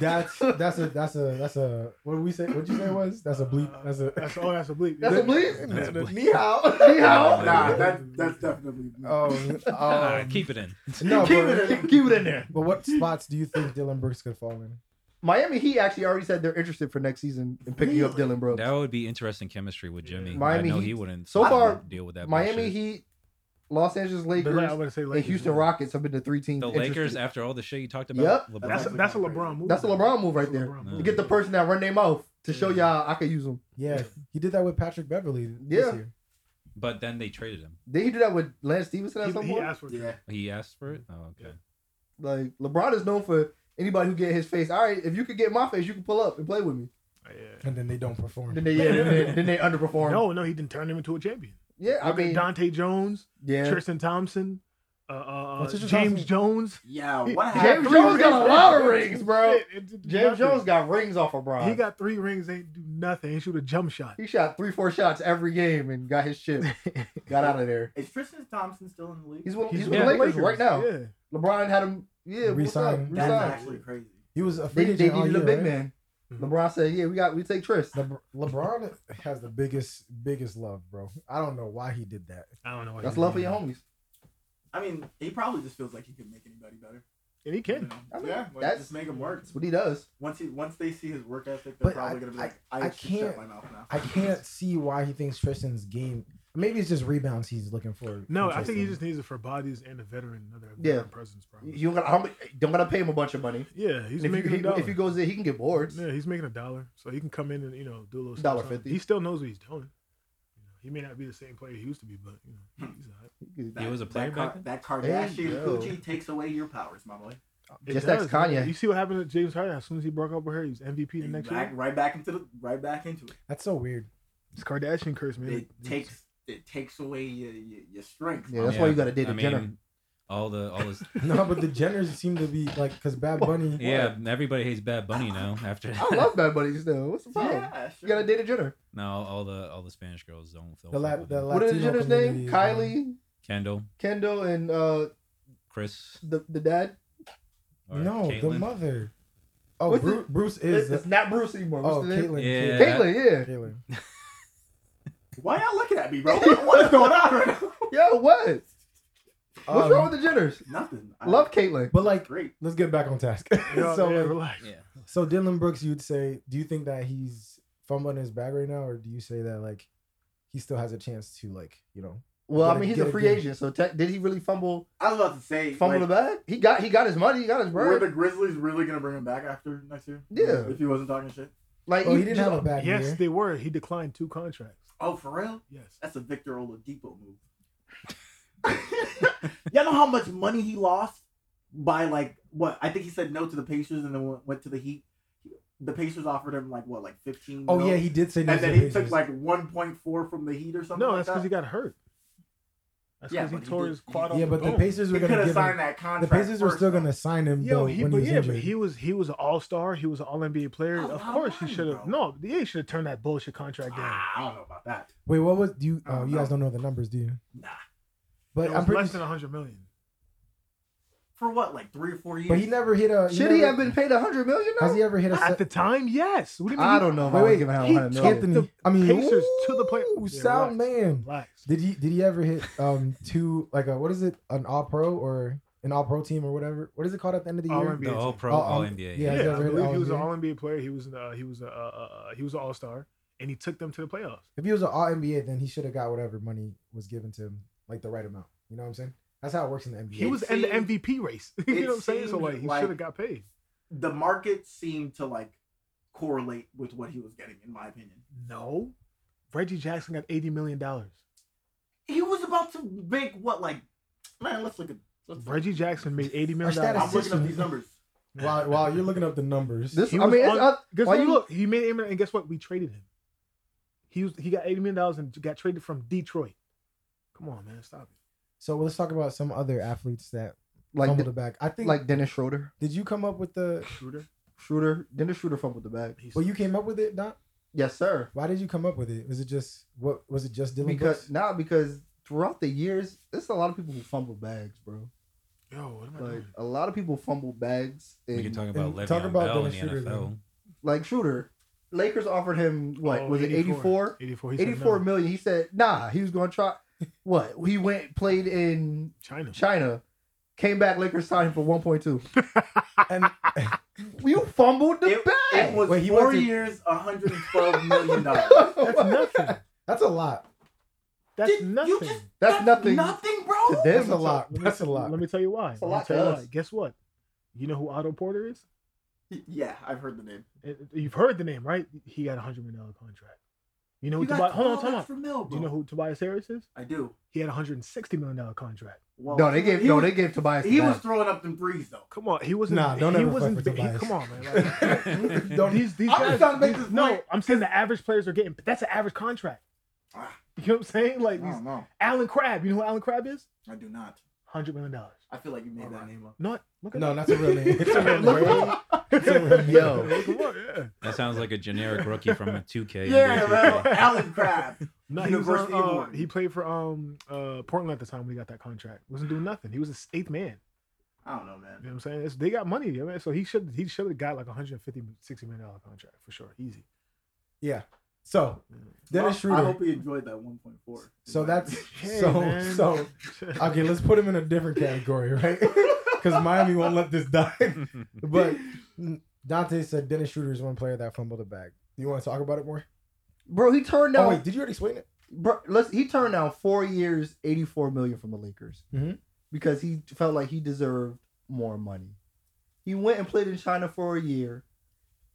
Speaker 2: that's that's a that's a that's a what did we say? What did you say it was? That's a bleep.
Speaker 5: Uh,
Speaker 2: That's a
Speaker 5: That's oh, that's a bleep.
Speaker 1: That's a bleep.
Speaker 4: That's bleep.
Speaker 2: Ni hao.
Speaker 1: Ni hao.
Speaker 3: Nah, that, that's definitely.
Speaker 2: Oh,
Speaker 4: Ah,
Speaker 2: um,
Speaker 4: keep it in.
Speaker 2: no,
Speaker 1: Keep
Speaker 2: but,
Speaker 1: it, in, keep it in there.
Speaker 2: but what spots do you think Dylan Brooks could fall in?
Speaker 1: Miami Heat actually already said they're interested for next season in picking up Dylan Brooks.
Speaker 4: That would be interesting chemistry with Jimmy.
Speaker 1: Miami
Speaker 4: I know
Speaker 1: Heat-
Speaker 4: he wouldn't.
Speaker 1: so
Speaker 4: I
Speaker 1: far,
Speaker 4: wouldn't deal with that.
Speaker 1: Miami
Speaker 4: bullshit.
Speaker 1: Heat, Los Angeles
Speaker 5: But
Speaker 1: Lakers,
Speaker 5: like, I would say
Speaker 1: and
Speaker 5: Lakers.
Speaker 1: Houston
Speaker 5: yeah.
Speaker 1: Rockets have been the three teams.
Speaker 4: the
Speaker 1: interested.
Speaker 4: Lakers, after all the shit you talked
Speaker 1: Yep.
Speaker 4: about, LeBron-
Speaker 5: That's a, that's a LeBron move.
Speaker 1: That's a LeBron move right
Speaker 5: That's a
Speaker 1: there.
Speaker 5: LeBron
Speaker 4: No.
Speaker 5: move.
Speaker 1: To get the person that run their mouth to show
Speaker 5: Yeah.
Speaker 1: y'all I could use them.
Speaker 2: Yeah, he did that with Patrick Beverly this
Speaker 1: Yeah.
Speaker 2: year.
Speaker 4: but then they traded him.
Speaker 1: Did he do that with Lance Stevenson at
Speaker 5: He,
Speaker 1: some
Speaker 5: he
Speaker 1: point?
Speaker 5: asked for
Speaker 3: Yeah.
Speaker 5: it.
Speaker 4: He asked for it. Oh, okay.
Speaker 1: Like LeBron is known for anybody who get his face. All right, if you could get my face, you can pull up and play with me.
Speaker 5: Oh, Yeah.
Speaker 2: And then they don't perform.
Speaker 1: Then they yeah, then they, then they underperform.
Speaker 5: No, no, he didn't turn him into a champion.
Speaker 1: yeah, I
Speaker 5: Look at
Speaker 1: mean,
Speaker 5: Dante Jones,
Speaker 1: yeah.
Speaker 5: Tristan Thompson, uh, uh,
Speaker 2: What's Tristan
Speaker 5: James
Speaker 2: Thompson?
Speaker 5: Jones.
Speaker 3: Yeah, what happened?
Speaker 1: James Jones got a lot of rings, bro.
Speaker 5: It- it did
Speaker 1: James
Speaker 5: nothing.
Speaker 1: Jones got rings off of Bron.
Speaker 5: He got three rings, ain't do nothing. Ain't shoot a jump shot.
Speaker 1: He shot three, four shots every game and got his shit. got out of there.
Speaker 3: Is Tristan Thompson still in the league?
Speaker 1: He's with, he's
Speaker 5: He's
Speaker 1: with
Speaker 4: yeah,
Speaker 1: the Lakers, right now.
Speaker 5: Yeah.
Speaker 1: LeBron had him. Yeah, what's up?
Speaker 2: Resign.
Speaker 3: That's
Speaker 1: Resign.
Speaker 3: actually crazy.
Speaker 2: He was a
Speaker 1: They,
Speaker 2: free
Speaker 1: they
Speaker 2: agent oh, all
Speaker 1: needed a
Speaker 2: year,
Speaker 1: big
Speaker 2: right?
Speaker 1: man. LeBron said, "Yeah, we got we take Tris."
Speaker 2: Lebr- LeBron has the biggest, biggest love, bro. I don't know why he did that.
Speaker 5: I don't know. What
Speaker 1: That's
Speaker 5: he
Speaker 1: love for
Speaker 5: did.
Speaker 1: your homies.
Speaker 3: I mean, he probably just feels like he can make anybody better.
Speaker 5: And he
Speaker 3: you
Speaker 5: can.
Speaker 3: know?
Speaker 1: I mean,
Speaker 3: yeah, like,
Speaker 1: that's-
Speaker 3: just make him work.
Speaker 1: That's what he does.
Speaker 3: Once he once they see his work ethic,
Speaker 2: But
Speaker 3: they're probably
Speaker 2: I-
Speaker 3: gonna be like, I,
Speaker 2: I
Speaker 3: should shut
Speaker 2: can't-
Speaker 3: my mouth now.
Speaker 2: I can't see why he thinks Tristan's game. Maybe it's just rebounds he's looking for.
Speaker 5: No,
Speaker 2: for
Speaker 5: I think he
Speaker 2: Tristan.
Speaker 5: just needs it for bodies and a veteran, another
Speaker 1: Yeah.
Speaker 5: veteran presence, probably.
Speaker 1: You don't gotta, how mu- don't gotta pay him a bunch of money.
Speaker 5: yeah, he's
Speaker 1: if,
Speaker 5: making
Speaker 1: you,
Speaker 5: a
Speaker 1: he,
Speaker 5: dollar.
Speaker 1: if he goes there, he can get boards.
Speaker 5: yeah, he's making a dollar, so he can come in and you know do a little
Speaker 1: Dollar
Speaker 5: something.
Speaker 1: fifty.
Speaker 5: He still knows what he's doing. You know, he may not be the same player he used to be, but you
Speaker 1: Hmm.
Speaker 5: know, he's all right.
Speaker 1: He can-
Speaker 4: He was a player
Speaker 3: that,
Speaker 4: back
Speaker 3: Kar-
Speaker 4: then?
Speaker 3: that
Speaker 1: There you
Speaker 3: Kardashian
Speaker 1: go.
Speaker 3: coochie takes away your powers, my boy.
Speaker 5: It
Speaker 1: Just ask
Speaker 5: does, man.
Speaker 1: Kanye.
Speaker 5: You see what happened to James Harden as soon as he broke up with her, he was MVP the
Speaker 3: And
Speaker 5: next
Speaker 3: back,
Speaker 5: year.
Speaker 3: right back into the right back into it.
Speaker 2: That's so weird.
Speaker 5: It's Kardashian curse, man.
Speaker 3: It takes it takes away your your, your strength.
Speaker 1: Yeah,
Speaker 3: my
Speaker 1: that's
Speaker 3: boy.
Speaker 1: why you gotta date
Speaker 4: I
Speaker 1: a Jenner.
Speaker 4: mean, all the all his
Speaker 2: No, but the Jenners seem to be like because Bad Bunny.
Speaker 4: yeah. Everybody hates Bad Bunny now. After
Speaker 1: I
Speaker 4: that,
Speaker 1: love Bad Bunny still. What's the problem?
Speaker 3: Yeah,
Speaker 1: You
Speaker 3: sure.
Speaker 1: gotta date a Jenner.
Speaker 4: now all the all the Spanish girls don't.
Speaker 2: The
Speaker 4: don't fuck
Speaker 2: la-
Speaker 4: with
Speaker 2: the
Speaker 4: him.
Speaker 2: la-
Speaker 1: What is
Speaker 2: Latino
Speaker 1: Jenner's name?
Speaker 2: community,
Speaker 1: Kylie,
Speaker 4: Kendall,
Speaker 1: Kendall, and uh
Speaker 4: Chris,
Speaker 1: the the dad.
Speaker 4: or
Speaker 2: no, the
Speaker 4: Caitlyn.
Speaker 2: mother. Oh,
Speaker 1: What's
Speaker 2: Bru- Bruce
Speaker 1: It's,
Speaker 2: is.
Speaker 1: it's not Bruce anymore.
Speaker 2: oh,
Speaker 1: What's the name?
Speaker 2: Caitlyn.
Speaker 4: Yeah.
Speaker 1: Caitlyn. Yeah.
Speaker 2: Caitlyn.
Speaker 3: Why y'all looking at me, bro? What, what is going on right now?
Speaker 1: Yo, what? What's
Speaker 2: Um,
Speaker 1: wrong with the Jenners?
Speaker 3: Nothing. I-
Speaker 1: Love Caitlyn.
Speaker 2: But like,
Speaker 3: Great.
Speaker 2: let's get back on task.
Speaker 5: Yeah,
Speaker 2: so,
Speaker 5: yeah,
Speaker 2: like,
Speaker 5: relax.
Speaker 4: Yeah.
Speaker 2: so Dylan Brooks, you'd say, do you think that he's fumbling his bag right now, or do you say that like he still has a chance to like you know?
Speaker 1: Well,
Speaker 2: Get
Speaker 1: I
Speaker 2: a-
Speaker 1: mean, he's
Speaker 2: get
Speaker 1: a
Speaker 2: a
Speaker 1: free
Speaker 2: game.
Speaker 1: agent, so te- did he really fumble
Speaker 3: I was about to say.
Speaker 1: fumble
Speaker 3: like,
Speaker 1: the bag? He got he got his money. He got his
Speaker 3: Were the
Speaker 1: bread.
Speaker 3: Grizzlies really gonna bring him back after next year?
Speaker 1: Yeah.
Speaker 3: If he wasn't talking shit.
Speaker 1: Like
Speaker 2: Oh, he didn't have a bad
Speaker 5: Yes,
Speaker 2: year.
Speaker 5: they were. He declined two contracts.
Speaker 3: Oh, for real?
Speaker 5: Yes.
Speaker 3: That's a Victor Oladipo move. Y'all know how much money he lost by like what? I think he said no to the Pacers and then went, went to the Heat. The Pacers offered him like what, like fifteen?
Speaker 2: Oh
Speaker 3: mil?
Speaker 2: yeah, he did say. no
Speaker 3: and
Speaker 2: to
Speaker 3: then
Speaker 2: the
Speaker 3: he took
Speaker 2: Pacers.
Speaker 3: like one point four from the Heat or something.
Speaker 5: No,
Speaker 3: like
Speaker 5: that's because he
Speaker 3: that.
Speaker 5: got hurt. That's
Speaker 3: Yeah,
Speaker 5: because
Speaker 3: but
Speaker 5: he
Speaker 3: he
Speaker 5: tore
Speaker 3: did-
Speaker 5: his quad off.
Speaker 2: Yeah,
Speaker 5: the
Speaker 2: but the
Speaker 5: bone.
Speaker 2: Pacers were
Speaker 3: He
Speaker 2: gonna
Speaker 3: could have
Speaker 2: give him.
Speaker 3: signed that
Speaker 2: The
Speaker 3: contract.
Speaker 2: Pacers were
Speaker 3: first,
Speaker 2: still
Speaker 3: though.
Speaker 2: gonna sign him
Speaker 5: Yo,
Speaker 2: though
Speaker 5: he,
Speaker 2: when
Speaker 5: but
Speaker 2: he was
Speaker 5: yeah,
Speaker 2: injured.
Speaker 5: but he was he was an all star. He was an all NBA player.
Speaker 3: A
Speaker 5: of
Speaker 3: lot of
Speaker 5: course, he
Speaker 3: money,
Speaker 5: should have.
Speaker 3: bro.
Speaker 5: No, yeah, he should have turned that bullshit contract down.
Speaker 3: Ah, I don't know about that.
Speaker 2: Wait, what was do you?
Speaker 3: I
Speaker 2: Oh,
Speaker 3: don't
Speaker 2: you guys
Speaker 3: know.
Speaker 2: don't know the numbers, do you?
Speaker 3: Nah.
Speaker 5: It
Speaker 2: But I'm
Speaker 5: was
Speaker 2: pretty.
Speaker 5: less than hundred million.
Speaker 3: For what, like three or four years?
Speaker 2: But he never hit a.
Speaker 1: Should
Speaker 2: never,
Speaker 1: he have been paid a hundred million?
Speaker 2: Has
Speaker 1: Now?
Speaker 2: he ever hit a?
Speaker 5: At
Speaker 2: se-
Speaker 5: the time, yes. What do you mean?
Speaker 1: I
Speaker 5: he-
Speaker 1: don't know. If
Speaker 2: Wait,
Speaker 1: I was
Speaker 2: wait,
Speaker 1: giving him
Speaker 5: he
Speaker 1: 100 million.
Speaker 2: Anthony.
Speaker 5: the
Speaker 2: I mean,
Speaker 5: Pacers to the play-
Speaker 2: ooh,
Speaker 5: Yeah,
Speaker 2: sound
Speaker 5: relax.
Speaker 2: man.
Speaker 5: Relax.
Speaker 2: Did he? Did he ever hit um two like a what is it an All Pro or an All Pro team or whatever? What is it called at the end of the
Speaker 5: All
Speaker 2: year?
Speaker 5: NBA.
Speaker 4: The all pro,
Speaker 2: Oh,
Speaker 4: all
Speaker 2: um,
Speaker 4: NBA.
Speaker 2: yeah,
Speaker 5: Yeah,
Speaker 2: he's
Speaker 5: I
Speaker 2: ever hit
Speaker 5: believe he was an
Speaker 2: All-NBA.
Speaker 5: all NBA player. He was an, uh, he was a, uh, uh, uh, he was an all star, and he took them to the playoffs.
Speaker 2: If he was an All NBA, then he should have got whatever money was given to him, like the right amount. You know what I'm saying? That's how it works in the NBA.
Speaker 5: He
Speaker 3: It
Speaker 5: was in the
Speaker 3: seemed-
Speaker 5: MVP race. you
Speaker 3: it
Speaker 5: know what I'm saying? So
Speaker 3: seemed
Speaker 5: like, he
Speaker 3: like-
Speaker 5: should have got paid.
Speaker 3: the market seemed to like correlate with what he was getting, in my opinion.
Speaker 5: No, Reggie Jackson got eighty million dollars.
Speaker 3: He was about to make what, like, man, let's look at. Let's look.
Speaker 5: Reggie Jackson made eighty million
Speaker 2: Our
Speaker 5: dollars.
Speaker 2: status
Speaker 3: I'm looking up these numbers.
Speaker 2: while, while you're looking up the numbers,
Speaker 1: This, I
Speaker 5: He
Speaker 1: mean,
Speaker 5: was
Speaker 1: it's,
Speaker 5: on-
Speaker 1: uh,
Speaker 5: Guess
Speaker 1: Why
Speaker 5: what?
Speaker 1: you-
Speaker 5: Look, he made eight million, and guess what? We traded him. He was he got eighty million dollars and got traded from Detroit. Come on, man, stop it.
Speaker 2: so let's talk about some other athletes that
Speaker 1: like
Speaker 2: fumbled the back. I think.
Speaker 1: like Dennis Schroeder.
Speaker 2: did you come up with the?
Speaker 5: Shooter.
Speaker 1: Schroeder, Dennis Schroeder fumbled the bag.
Speaker 5: He's
Speaker 2: Well, you came up with it, Don.
Speaker 1: Yes, sir.
Speaker 2: Why did you come up with it? Was it just what? Was it just Dylan?
Speaker 1: Because
Speaker 2: Brooks?
Speaker 1: now, because throughout the years, there's a lot of people who fumble bags, bro.
Speaker 5: yo. What am I
Speaker 1: Like
Speaker 5: doing?
Speaker 1: a lot of people fumble bags.
Speaker 4: We can
Speaker 1: And,
Speaker 4: talk about
Speaker 2: and
Speaker 4: Le'Veon
Speaker 2: talk about
Speaker 4: Bell in
Speaker 2: Dennis
Speaker 4: the
Speaker 2: Schroeder,
Speaker 4: NFL.
Speaker 2: then.
Speaker 1: like Schroeder, Lakers offered him what
Speaker 5: Oh,
Speaker 1: was it 84?
Speaker 5: 84. He said
Speaker 1: 84
Speaker 5: no.
Speaker 1: million. He said nah. He was gonna try. What he went played in
Speaker 5: China.
Speaker 1: China, came back Lakers signed him for 1.2.
Speaker 2: and
Speaker 1: You fumbled the
Speaker 3: It,
Speaker 1: bag.
Speaker 3: it was
Speaker 2: Wait, he
Speaker 3: four
Speaker 2: went to-
Speaker 3: years, 112 million dollars.
Speaker 5: That's nothing.
Speaker 2: that's a lot.
Speaker 5: That's
Speaker 3: Did you
Speaker 5: nothing.
Speaker 3: just-
Speaker 1: That's nothing.
Speaker 3: Nothing, bro.
Speaker 1: To
Speaker 2: That's
Speaker 1: them.
Speaker 2: a lot.
Speaker 5: Let me-
Speaker 2: That's a lot.
Speaker 5: Let me tell you why.
Speaker 1: a
Speaker 5: Let me
Speaker 1: lot
Speaker 5: tell
Speaker 1: to
Speaker 5: you
Speaker 1: us.
Speaker 5: why. Guess what? You know who Otto Porter is?
Speaker 3: Yeah, I've heard the name.
Speaker 5: It- You've heard the name, right? He got a hundred million dollar contract. You know who
Speaker 3: You got
Speaker 5: Tobias? Hold on,
Speaker 3: all
Speaker 5: time
Speaker 3: that
Speaker 5: out.
Speaker 3: for Mil,
Speaker 5: Do you know
Speaker 3: bro.
Speaker 5: who Tobias Harris is?
Speaker 3: I do.
Speaker 5: He had a hundred and sixty million dollar contract.
Speaker 3: Well,
Speaker 1: no, they
Speaker 3: he-
Speaker 1: gave
Speaker 3: he
Speaker 1: no,
Speaker 3: was-
Speaker 1: they gave Tobias. the
Speaker 3: He
Speaker 1: bag.
Speaker 3: was throwing up them threes though.
Speaker 5: Come on, he wasn't.
Speaker 2: Nah, don't
Speaker 5: he
Speaker 2: ever fuck
Speaker 5: wasn't.
Speaker 2: with
Speaker 5: big- he-
Speaker 2: Tobias.
Speaker 5: come on, man. like-
Speaker 2: Don't-
Speaker 5: these these
Speaker 3: I'm
Speaker 5: guys.
Speaker 3: just trying to make
Speaker 5: these-
Speaker 3: this
Speaker 5: no,
Speaker 3: point.
Speaker 5: I'm saying the average players are getting, but that's an average contract.
Speaker 3: Ah.
Speaker 5: You know what I'm saying? Like
Speaker 3: No,
Speaker 5: these,
Speaker 3: no,
Speaker 5: Alan Crabb. You know who Alan Crabb is?
Speaker 3: I do not.
Speaker 5: Hundred million dollars.
Speaker 3: I feel like you made that name up.
Speaker 5: Not look at
Speaker 2: no, that's a real name. It's a real
Speaker 5: Look
Speaker 2: name. It's a real name.
Speaker 1: Yo.
Speaker 5: Come on, yeah.
Speaker 4: That sounds like a generic rookie from a 2K.
Speaker 3: Yeah,
Speaker 4: NBA
Speaker 3: bro.
Speaker 4: 2K.
Speaker 3: Alan Crabb.
Speaker 5: No, he, was
Speaker 3: University
Speaker 5: on,
Speaker 3: of
Speaker 5: uh,
Speaker 3: Oregon.
Speaker 5: he played for um uh Portland at the time when he got that contract. Wasn't doing nothing. He was his eighth man.
Speaker 3: I don't know,
Speaker 5: You know
Speaker 3: man.
Speaker 5: what I'm saying? It's, they got money, yeah, man. So he should he should have got like 150 60 million dollar contract for sure, easy.
Speaker 2: Yeah. So
Speaker 3: Well,
Speaker 2: Dennis
Speaker 3: I
Speaker 2: Schroeder.
Speaker 3: hope he enjoyed that 1.4.
Speaker 2: So that's
Speaker 5: Hey,
Speaker 2: so
Speaker 5: man.
Speaker 2: so. Okay, let's put him in a different category, right? Because Miami won't let this die. But Dante said Dennis Schroeder is one player that fumbled the bag. You want to talk about it more?
Speaker 1: Bro, he turned
Speaker 2: Oh
Speaker 1: down.
Speaker 2: wait, did you already explain it?
Speaker 1: bro, let's. He turned down four years, eighty-four million from the Lakers
Speaker 2: Mhm.
Speaker 1: because he felt like he deserved more money. He went and played in China for a year.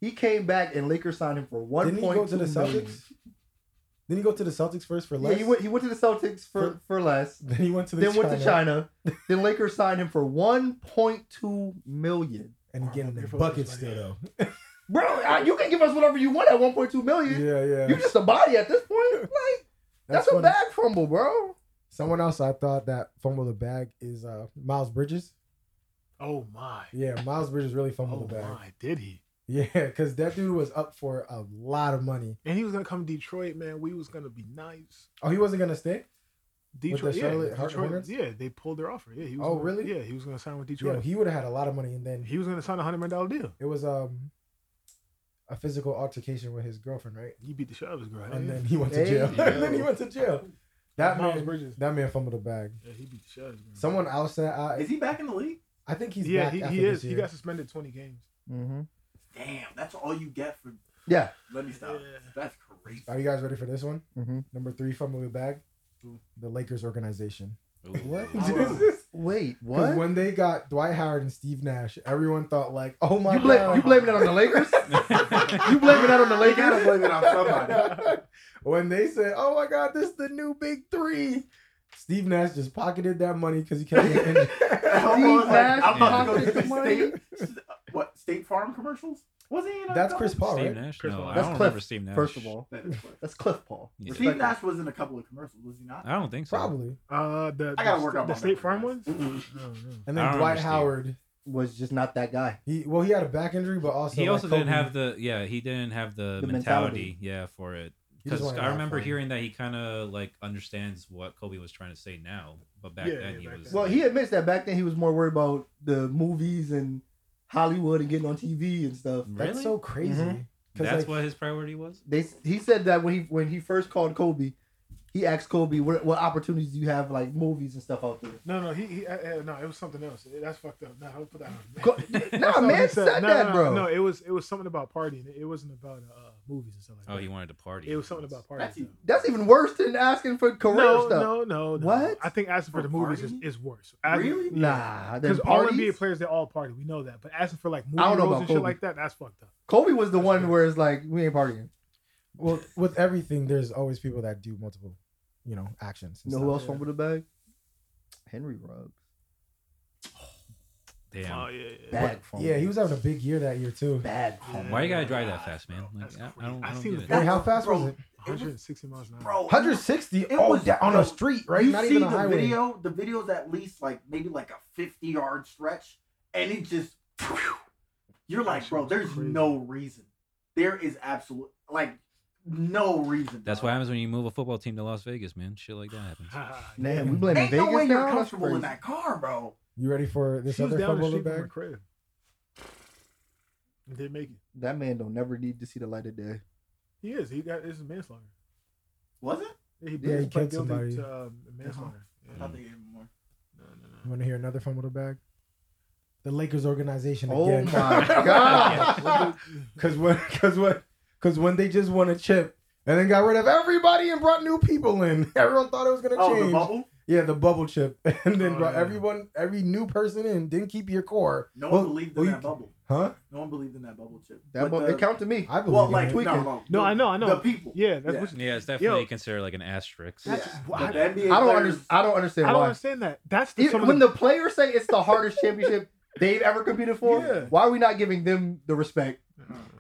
Speaker 1: He came back and Lakers signed him for one
Speaker 2: Didn't he go to the
Speaker 1: million.
Speaker 2: Celtics? Didn't he go to the Celtics first for less?
Speaker 1: Yeah, he went. He went to the Celtics for
Speaker 2: For-
Speaker 1: for less.
Speaker 2: Then he went to the
Speaker 1: then went to China. then Lakers signed him for one point two million.
Speaker 2: and getting the
Speaker 5: Beautiful
Speaker 2: bucket
Speaker 5: place,
Speaker 2: still though.
Speaker 1: Bro, I- you can give us whatever you want at one point two
Speaker 2: Yeah,
Speaker 5: Oh,
Speaker 1: million.
Speaker 2: yeah.
Speaker 1: You just a body at this point. Like that's, a
Speaker 2: funny.
Speaker 1: bag fumble, bro.
Speaker 2: Someone else I thought that fumbled the bag is uh Miles Bridges.
Speaker 5: Oh my.
Speaker 2: Yeah, Miles Bridges really
Speaker 5: Oh
Speaker 2: fumbled the bag.
Speaker 5: my, did he?
Speaker 2: Yeah, because that dude was up for a lot of money.
Speaker 5: And he was gonna come to Detroit, man. We was gonna be nice.
Speaker 2: Oh, he wasn't gonna stay. the
Speaker 5: Detroit, yeah,
Speaker 2: Charlotte Har-
Speaker 5: Detroit
Speaker 2: Hornets?
Speaker 5: yeah, they pulled their offer. Yeah, he was
Speaker 2: Oh,
Speaker 5: gonna-
Speaker 2: really?
Speaker 5: Yeah, he was gonna sign with
Speaker 2: Yo,
Speaker 5: Detroit.
Speaker 2: he would have had a lot of money, and then
Speaker 5: he, was gonna sign a hundred million dollar deal.
Speaker 2: it was um a physical altercation with his girlfriend, right?
Speaker 5: He beat the shit out of his girl.
Speaker 2: And
Speaker 5: yeah.
Speaker 2: then he went to
Speaker 1: Hey,
Speaker 2: jail.
Speaker 4: yo.
Speaker 2: and then he went to jail. That
Speaker 5: Miles
Speaker 2: man,
Speaker 5: Bridges. Hmm.
Speaker 2: that man fumbled the bag.
Speaker 5: Yeah, he beat the shit out of his girl.
Speaker 2: Someone else said, I,
Speaker 3: Is he back in the league?
Speaker 2: I think he's
Speaker 5: yeah,
Speaker 2: back
Speaker 5: he,
Speaker 2: after
Speaker 5: he
Speaker 2: this
Speaker 5: is. He
Speaker 2: year.
Speaker 5: got suspended twenty games.
Speaker 1: Mm-hmm.
Speaker 3: Damn, that's all you get for.
Speaker 1: Yeah.
Speaker 3: Let me stop.
Speaker 5: Yeah.
Speaker 3: That's crazy.
Speaker 2: Are you guys ready for this one?
Speaker 1: Mm-hmm.
Speaker 2: Number three, fumble the bag. The Lakers organization.
Speaker 4: What?
Speaker 2: Because
Speaker 1: Wait, what?
Speaker 2: when they got Dwight Howard and Steve Nash, everyone thought like, "Oh my
Speaker 1: You blame
Speaker 2: god!"
Speaker 1: you blaming that on the Lakers? you blaming that on the
Speaker 3: They gotta
Speaker 1: Lakers?
Speaker 3: blame it on somebody.
Speaker 2: when they said, "Oh my God, this is the new big three. Steve Nash just pocketed that money because he kept getting injured.
Speaker 3: Elmo's like,
Speaker 1: Nash
Speaker 3: I'm about to go
Speaker 1: pocketed
Speaker 3: to
Speaker 1: the money.
Speaker 3: the state. What State Farm commercials? Was he? In a
Speaker 2: That's
Speaker 3: couple?
Speaker 2: Chris Paul,
Speaker 4: Steve
Speaker 2: right?
Speaker 4: Nash?
Speaker 5: Chris
Speaker 4: No,
Speaker 5: Paul.
Speaker 4: I
Speaker 1: That's
Speaker 4: don't
Speaker 1: Cliff,
Speaker 4: remember Steve Nash.
Speaker 1: First of all,
Speaker 3: That is Chris.
Speaker 1: that's Cliff Paul.
Speaker 4: Yeah.
Speaker 1: Respect
Speaker 3: Steve
Speaker 1: him.
Speaker 3: Nash was in a couple of commercials, was he not?
Speaker 4: I don't think so.
Speaker 2: Probably.
Speaker 5: Uh, the
Speaker 3: I gotta
Speaker 5: the,
Speaker 3: work out
Speaker 5: the
Speaker 3: my
Speaker 5: State Farm Oh,
Speaker 3: memory, Mm-hmm.
Speaker 5: one.
Speaker 3: guys.
Speaker 2: And
Speaker 4: I
Speaker 2: then
Speaker 4: don't
Speaker 2: Dwight
Speaker 4: understand.
Speaker 2: Howard,
Speaker 1: was just not that guy.
Speaker 2: he well, he had a back injury, but also
Speaker 4: He
Speaker 2: like,
Speaker 4: also didn't
Speaker 2: Kobe,
Speaker 4: have the yeah. He didn't have the,
Speaker 1: The mentality.
Speaker 4: mentality, yeah for it.
Speaker 2: he just
Speaker 4: Because
Speaker 2: wanted to
Speaker 4: I
Speaker 2: have
Speaker 4: remember
Speaker 2: fun.
Speaker 4: hearing that he kind of like understands what Kobe was trying to say now, but back
Speaker 5: Yeah,
Speaker 4: then
Speaker 5: yeah,
Speaker 4: he
Speaker 5: back
Speaker 4: was.
Speaker 5: then.
Speaker 1: Well, he admits that back then he was more worried about the movies and Hollywood and getting on TV and stuff.
Speaker 4: really. Mm-hmm.
Speaker 2: That's so crazy.
Speaker 1: Mhm.
Speaker 2: 'Cause,
Speaker 4: That's
Speaker 2: like,
Speaker 4: what his priority was.
Speaker 1: They he said that when he when he first called Kobe, he asked Kobe what what opportunities do you have like movies and stuff out there.
Speaker 5: No, no, he, he uh, uh, no, it was something else. That's fucked up. No, don't put that on.
Speaker 1: Go-
Speaker 5: That's
Speaker 1: nah,
Speaker 5: not what he
Speaker 1: man said that,
Speaker 5: no,
Speaker 1: bro.
Speaker 5: No, it was it was something about partying. It wasn't about uh, movies and stuff like
Speaker 4: Oh,
Speaker 5: that.
Speaker 4: he wanted to party.
Speaker 5: It was something about partying.
Speaker 3: That's
Speaker 5: though.
Speaker 3: even-
Speaker 1: That's even worse than asking for career
Speaker 5: No,
Speaker 1: stuff.
Speaker 5: no, no, no.
Speaker 1: What?
Speaker 5: I think asking for the
Speaker 3: For
Speaker 5: movies is,
Speaker 3: partying?
Speaker 5: is worse.
Speaker 3: Really?
Speaker 1: Nah, then
Speaker 5: Because all
Speaker 1: parties?
Speaker 5: NBA players, they all party. We know that. But asking for like movie
Speaker 1: don't
Speaker 5: roles
Speaker 1: know about
Speaker 5: and shit
Speaker 1: Kobe.
Speaker 5: like that, that's fucked up.
Speaker 1: Kobe was the one where it's like we ain't partying.
Speaker 2: Well, with everything, there's always people that do multiple, you know, actions. and
Speaker 1: You know who
Speaker 2: stuff.
Speaker 1: else fumbled the bag? Henry Ruggs.
Speaker 4: Damn.
Speaker 5: Oh yeah, yeah.
Speaker 1: Bag fumble.
Speaker 2: Yeah, he was having a big year that year too.
Speaker 1: bag
Speaker 5: Yeah.
Speaker 1: fumble.
Speaker 4: Why you gotta
Speaker 5: my
Speaker 4: drive that
Speaker 5: God,
Speaker 4: fast, man?
Speaker 5: bro.
Speaker 4: Like,
Speaker 5: That's
Speaker 4: I, I
Speaker 5: crazy.
Speaker 4: don't, I
Speaker 5: I
Speaker 4: don't get
Speaker 5: seen the
Speaker 4: it.
Speaker 2: Wait,
Speaker 3: That's-
Speaker 2: how fast
Speaker 3: bro,
Speaker 2: was it?
Speaker 3: It was-
Speaker 5: 160 miles an hour.
Speaker 3: Bro,
Speaker 2: 160
Speaker 3: It
Speaker 2: oh,
Speaker 3: was-
Speaker 2: da- on
Speaker 3: bro,
Speaker 2: a street, right?
Speaker 3: You
Speaker 2: Not
Speaker 3: see
Speaker 2: even a
Speaker 3: the
Speaker 2: highway.
Speaker 3: video? The video's at least like maybe like a 50 yard stretch, and it just. You're like,
Speaker 5: shit
Speaker 3: bro,
Speaker 5: was
Speaker 3: there's
Speaker 5: crazy.
Speaker 3: no reason. There is absolute, like, no reason.
Speaker 4: That's what
Speaker 3: dog.
Speaker 4: happens when you move a football team to Las Vegas, man. Shit like that happens.
Speaker 1: Man, we blaming
Speaker 3: Ain't
Speaker 1: Vegas
Speaker 3: no way
Speaker 1: now.
Speaker 3: you're
Speaker 1: That's
Speaker 3: comfortable in
Speaker 1: crazy.
Speaker 3: that car, bro.
Speaker 2: You ready for this
Speaker 5: She was
Speaker 2: other
Speaker 5: down the
Speaker 2: fumble the
Speaker 5: street from her
Speaker 2: bag?
Speaker 5: crib. And Didn't make it.
Speaker 1: That man don't never need to see the light of day.
Speaker 5: He is. He got. It's manslaughter.
Speaker 3: Was it?
Speaker 5: He,
Speaker 2: Yeah, he
Speaker 5: pled
Speaker 2: killed somebody.
Speaker 5: guilty To, um, manslaughter.
Speaker 3: I
Speaker 5: Yeah.
Speaker 3: thought they gave him more.
Speaker 5: No, no, no.
Speaker 2: You want to hear another fumble the bag? The Lakers organization
Speaker 1: Oh
Speaker 2: again.
Speaker 1: my god!
Speaker 5: What
Speaker 2: Because when, because when, because when they just won a chip and then got rid of everybody and brought new people in, everyone thought it was gonna
Speaker 3: Oh,
Speaker 2: change.
Speaker 3: the bubble?
Speaker 2: Yeah, the bubble chip, and then
Speaker 5: Oh,
Speaker 2: brought
Speaker 5: yeah.
Speaker 2: everyone, every new person in. Didn't keep your core,
Speaker 3: No
Speaker 2: Well,
Speaker 3: one believed
Speaker 2: well,
Speaker 3: in
Speaker 2: you-
Speaker 3: that bubble.
Speaker 2: huh?
Speaker 3: No one believed in that bubble chip.
Speaker 1: That
Speaker 3: But
Speaker 1: bu-
Speaker 3: the-
Speaker 1: it count to me.
Speaker 2: I believe.
Speaker 3: Well,
Speaker 2: in
Speaker 3: like,
Speaker 2: it.
Speaker 1: tweaking.
Speaker 3: no, no,
Speaker 5: No, I know, I know.
Speaker 3: The people.
Speaker 5: the- yeah, that's
Speaker 3: Yeah.
Speaker 5: what.
Speaker 4: Yeah, it's definitely
Speaker 5: Yo.
Speaker 4: considered like an asterisk.
Speaker 5: That's
Speaker 3: Yeah.
Speaker 5: just
Speaker 3: The
Speaker 5: why.
Speaker 3: NBA
Speaker 1: I don't
Speaker 3: players-
Speaker 1: understand. I don't understand
Speaker 5: I don't
Speaker 1: why.
Speaker 5: understand that. That's the,
Speaker 1: Even
Speaker 5: some of
Speaker 1: when
Speaker 5: the,
Speaker 1: the players say it's the hardest championship they've ever competed for,
Speaker 5: Yeah.
Speaker 1: why are we not giving them the respect?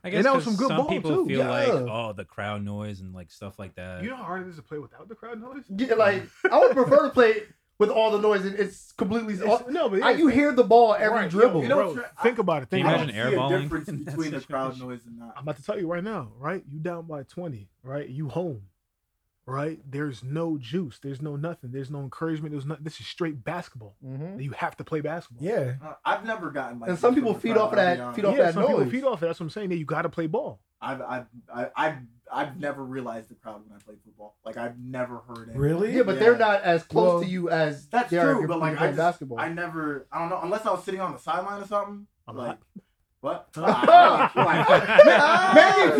Speaker 4: I
Speaker 5: And that was
Speaker 4: 'cause
Speaker 5: some good
Speaker 4: some
Speaker 5: ball,
Speaker 4: people
Speaker 5: too.
Speaker 4: feel like,
Speaker 1: Yeah.
Speaker 4: oh, the crowd noise and like stuff like that.
Speaker 5: You know how hard it is to play without the crowd noise.
Speaker 1: Yeah, like I would prefer to play with all the noise and it's completely.
Speaker 5: It's- no, but
Speaker 1: I-
Speaker 5: yeah,
Speaker 1: you hear the ball every
Speaker 5: Right, yo,
Speaker 1: dribble.
Speaker 5: You
Speaker 3: You
Speaker 5: know,
Speaker 3: know,
Speaker 5: bro,
Speaker 3: tra-
Speaker 5: think about it. Think
Speaker 4: Can you
Speaker 5: about
Speaker 4: imagine
Speaker 5: it.
Speaker 3: I don't see a
Speaker 4: airballing
Speaker 3: difference
Speaker 4: in that
Speaker 3: between the crowd
Speaker 4: situation?
Speaker 3: noise and not.
Speaker 5: I'm about to tell you right now, right? You down by 20, right? You home. right? There's no juice. There's no nothing. There's no encouragement. There's not. This is straight basketball.
Speaker 1: Mm-hmm.
Speaker 5: You have to play basketball.
Speaker 2: Yeah.
Speaker 3: Uh, I've never gotten like.
Speaker 1: And some
Speaker 3: this
Speaker 1: people
Speaker 3: from a
Speaker 1: feed
Speaker 3: crowd,
Speaker 1: off of
Speaker 3: I'll be
Speaker 1: that-
Speaker 3: honest.
Speaker 1: feed off
Speaker 5: yeah,
Speaker 1: that
Speaker 5: some people
Speaker 1: noise.
Speaker 5: feed off it. That's what I'm saying. That you got to play ball.
Speaker 3: I've I've I- I've I've never realized the crowd when I played football. Like I've never heard it.
Speaker 2: Really?
Speaker 1: Yeah, but they're
Speaker 3: Yeah.
Speaker 1: not as close
Speaker 2: Well,
Speaker 1: to you as
Speaker 3: That's
Speaker 1: they are
Speaker 3: true,
Speaker 1: if
Speaker 3: but
Speaker 1: you're
Speaker 3: like I
Speaker 1: playing
Speaker 3: just,
Speaker 1: basketball.
Speaker 3: I never. I don't know. Unless I was sitting on the sideline or something.
Speaker 5: I'm
Speaker 3: like
Speaker 5: hot.
Speaker 3: what?
Speaker 1: Maybe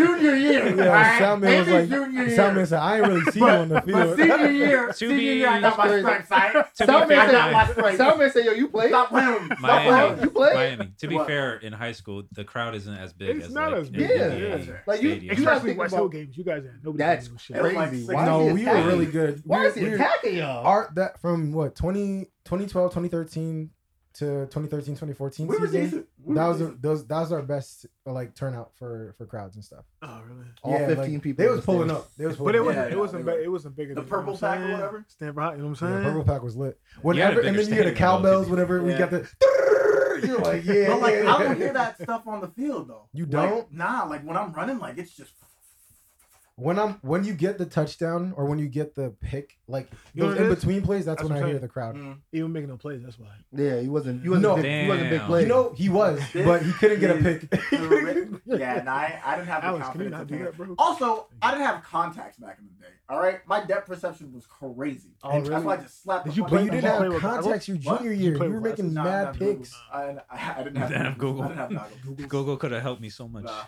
Speaker 1: junior year.
Speaker 2: Yeah,
Speaker 1: alright?
Speaker 2: Salman was
Speaker 1: Maybe
Speaker 2: like-
Speaker 1: junior year.
Speaker 2: Salman said, I ain't really seen you on the
Speaker 3: but
Speaker 2: field.
Speaker 3: senior year,
Speaker 4: To
Speaker 3: senior
Speaker 4: be-
Speaker 3: year, I got
Speaker 1: that's crazy.
Speaker 3: my stripes. I
Speaker 4: To be
Speaker 3: I
Speaker 1: Salman
Speaker 4: fair,
Speaker 3: got my
Speaker 1: said,
Speaker 3: stripes.
Speaker 1: Salman said, "Yo, you play?
Speaker 3: Stop playing. Stop
Speaker 4: Miami.
Speaker 3: playing.
Speaker 1: You play?
Speaker 4: Miami. To be
Speaker 3: What?
Speaker 4: fair, in high school, the crowd isn't as big
Speaker 5: It's
Speaker 4: as
Speaker 5: not
Speaker 4: like,
Speaker 5: as
Speaker 4: in
Speaker 1: big.
Speaker 4: the
Speaker 1: Yeah.
Speaker 4: NBA
Speaker 3: Yeah.
Speaker 1: Like you, you
Speaker 4: stadium.
Speaker 1: gotta
Speaker 5: Especially
Speaker 1: think
Speaker 5: West Hill
Speaker 1: about
Speaker 5: games. You guys had nobody.
Speaker 1: That's
Speaker 5: gave no shit.
Speaker 3: It was like
Speaker 1: crazy.
Speaker 3: six-
Speaker 1: Why
Speaker 2: no,
Speaker 1: is he
Speaker 2: we were
Speaker 1: attacking?
Speaker 2: really good.
Speaker 1: Why
Speaker 2: we,
Speaker 1: is he
Speaker 2: we were-
Speaker 1: attacking y'all?
Speaker 2: our that from what 20, 2012 2013 to 2013 2014
Speaker 3: We were
Speaker 2: season,
Speaker 3: decent. We
Speaker 2: that
Speaker 3: were
Speaker 2: was
Speaker 3: decent.
Speaker 2: those that was our best like turnout for for crowds and stuff
Speaker 5: Oh really?
Speaker 1: All 15 people
Speaker 2: they
Speaker 1: in the
Speaker 2: was pulling
Speaker 1: stands.
Speaker 2: up they was
Speaker 5: But
Speaker 2: pulling
Speaker 5: it
Speaker 2: up.
Speaker 5: wasn't.
Speaker 3: Yeah,
Speaker 5: it
Speaker 3: no,
Speaker 5: wasn't.
Speaker 3: they
Speaker 5: big
Speaker 3: were-
Speaker 5: it wasn't bigger.
Speaker 3: The
Speaker 5: than- you know
Speaker 3: purple
Speaker 5: what I'm
Speaker 3: pack or
Speaker 5: saying?
Speaker 3: whatever?
Speaker 5: Stand behind. You know what
Speaker 2: Yeah,
Speaker 5: I'm saying?
Speaker 2: purple pack was lit
Speaker 4: had a
Speaker 2: whenever and
Speaker 4: bigger
Speaker 2: then you hear the
Speaker 4: stadium though,
Speaker 2: cowbells
Speaker 4: too.
Speaker 2: whenever we
Speaker 3: Yeah.
Speaker 2: got the you're like yeah
Speaker 3: But like
Speaker 2: yeah.
Speaker 3: I don't hear that stuff on the field though.
Speaker 2: You
Speaker 3: Like,
Speaker 2: don't?
Speaker 3: nah, like when I'm running, like it's just
Speaker 2: when I'm when you get the touchdown or when you get the pick like
Speaker 5: You know
Speaker 2: those
Speaker 5: what it
Speaker 2: in
Speaker 5: is?
Speaker 2: between plays that's,
Speaker 5: That's
Speaker 2: when
Speaker 5: what
Speaker 2: I
Speaker 5: I'm
Speaker 2: hear
Speaker 5: saying.
Speaker 2: the crowd
Speaker 3: Mm.
Speaker 5: Even making no plays. That's why.
Speaker 1: Yeah, he wasn't. He wasn't.
Speaker 2: No.
Speaker 1: big, he wasn't a big
Speaker 4: Damn.
Speaker 1: play.
Speaker 2: you know he was but he couldn't get a pick
Speaker 3: yeah, and I, I didn't have the
Speaker 5: Alex, can you
Speaker 3: confidence.
Speaker 5: not
Speaker 3: in
Speaker 5: do
Speaker 3: doing
Speaker 5: that,
Speaker 3: it.
Speaker 5: bro?
Speaker 3: Also, I didn't have contacts back in the day. All right, my depth perception was crazy.
Speaker 2: Oh,
Speaker 3: That's why I
Speaker 2: really?
Speaker 3: just slapped.
Speaker 5: Did
Speaker 3: the
Speaker 5: you
Speaker 3: fuck
Speaker 2: but
Speaker 5: play-
Speaker 2: you
Speaker 3: out of
Speaker 2: didn't
Speaker 3: the ball.
Speaker 2: have
Speaker 5: play with-
Speaker 2: contacts your
Speaker 3: What?
Speaker 2: junior
Speaker 5: You
Speaker 2: year
Speaker 5: play
Speaker 2: you were
Speaker 5: with
Speaker 2: making
Speaker 5: glasses?
Speaker 3: Nah, I
Speaker 2: mad
Speaker 3: didn't have
Speaker 2: picks
Speaker 3: Google. I, I, I didn't have,
Speaker 4: Didn't have Google.
Speaker 3: I didn't have Google.
Speaker 4: Google could have helped me so much.
Speaker 3: Nah.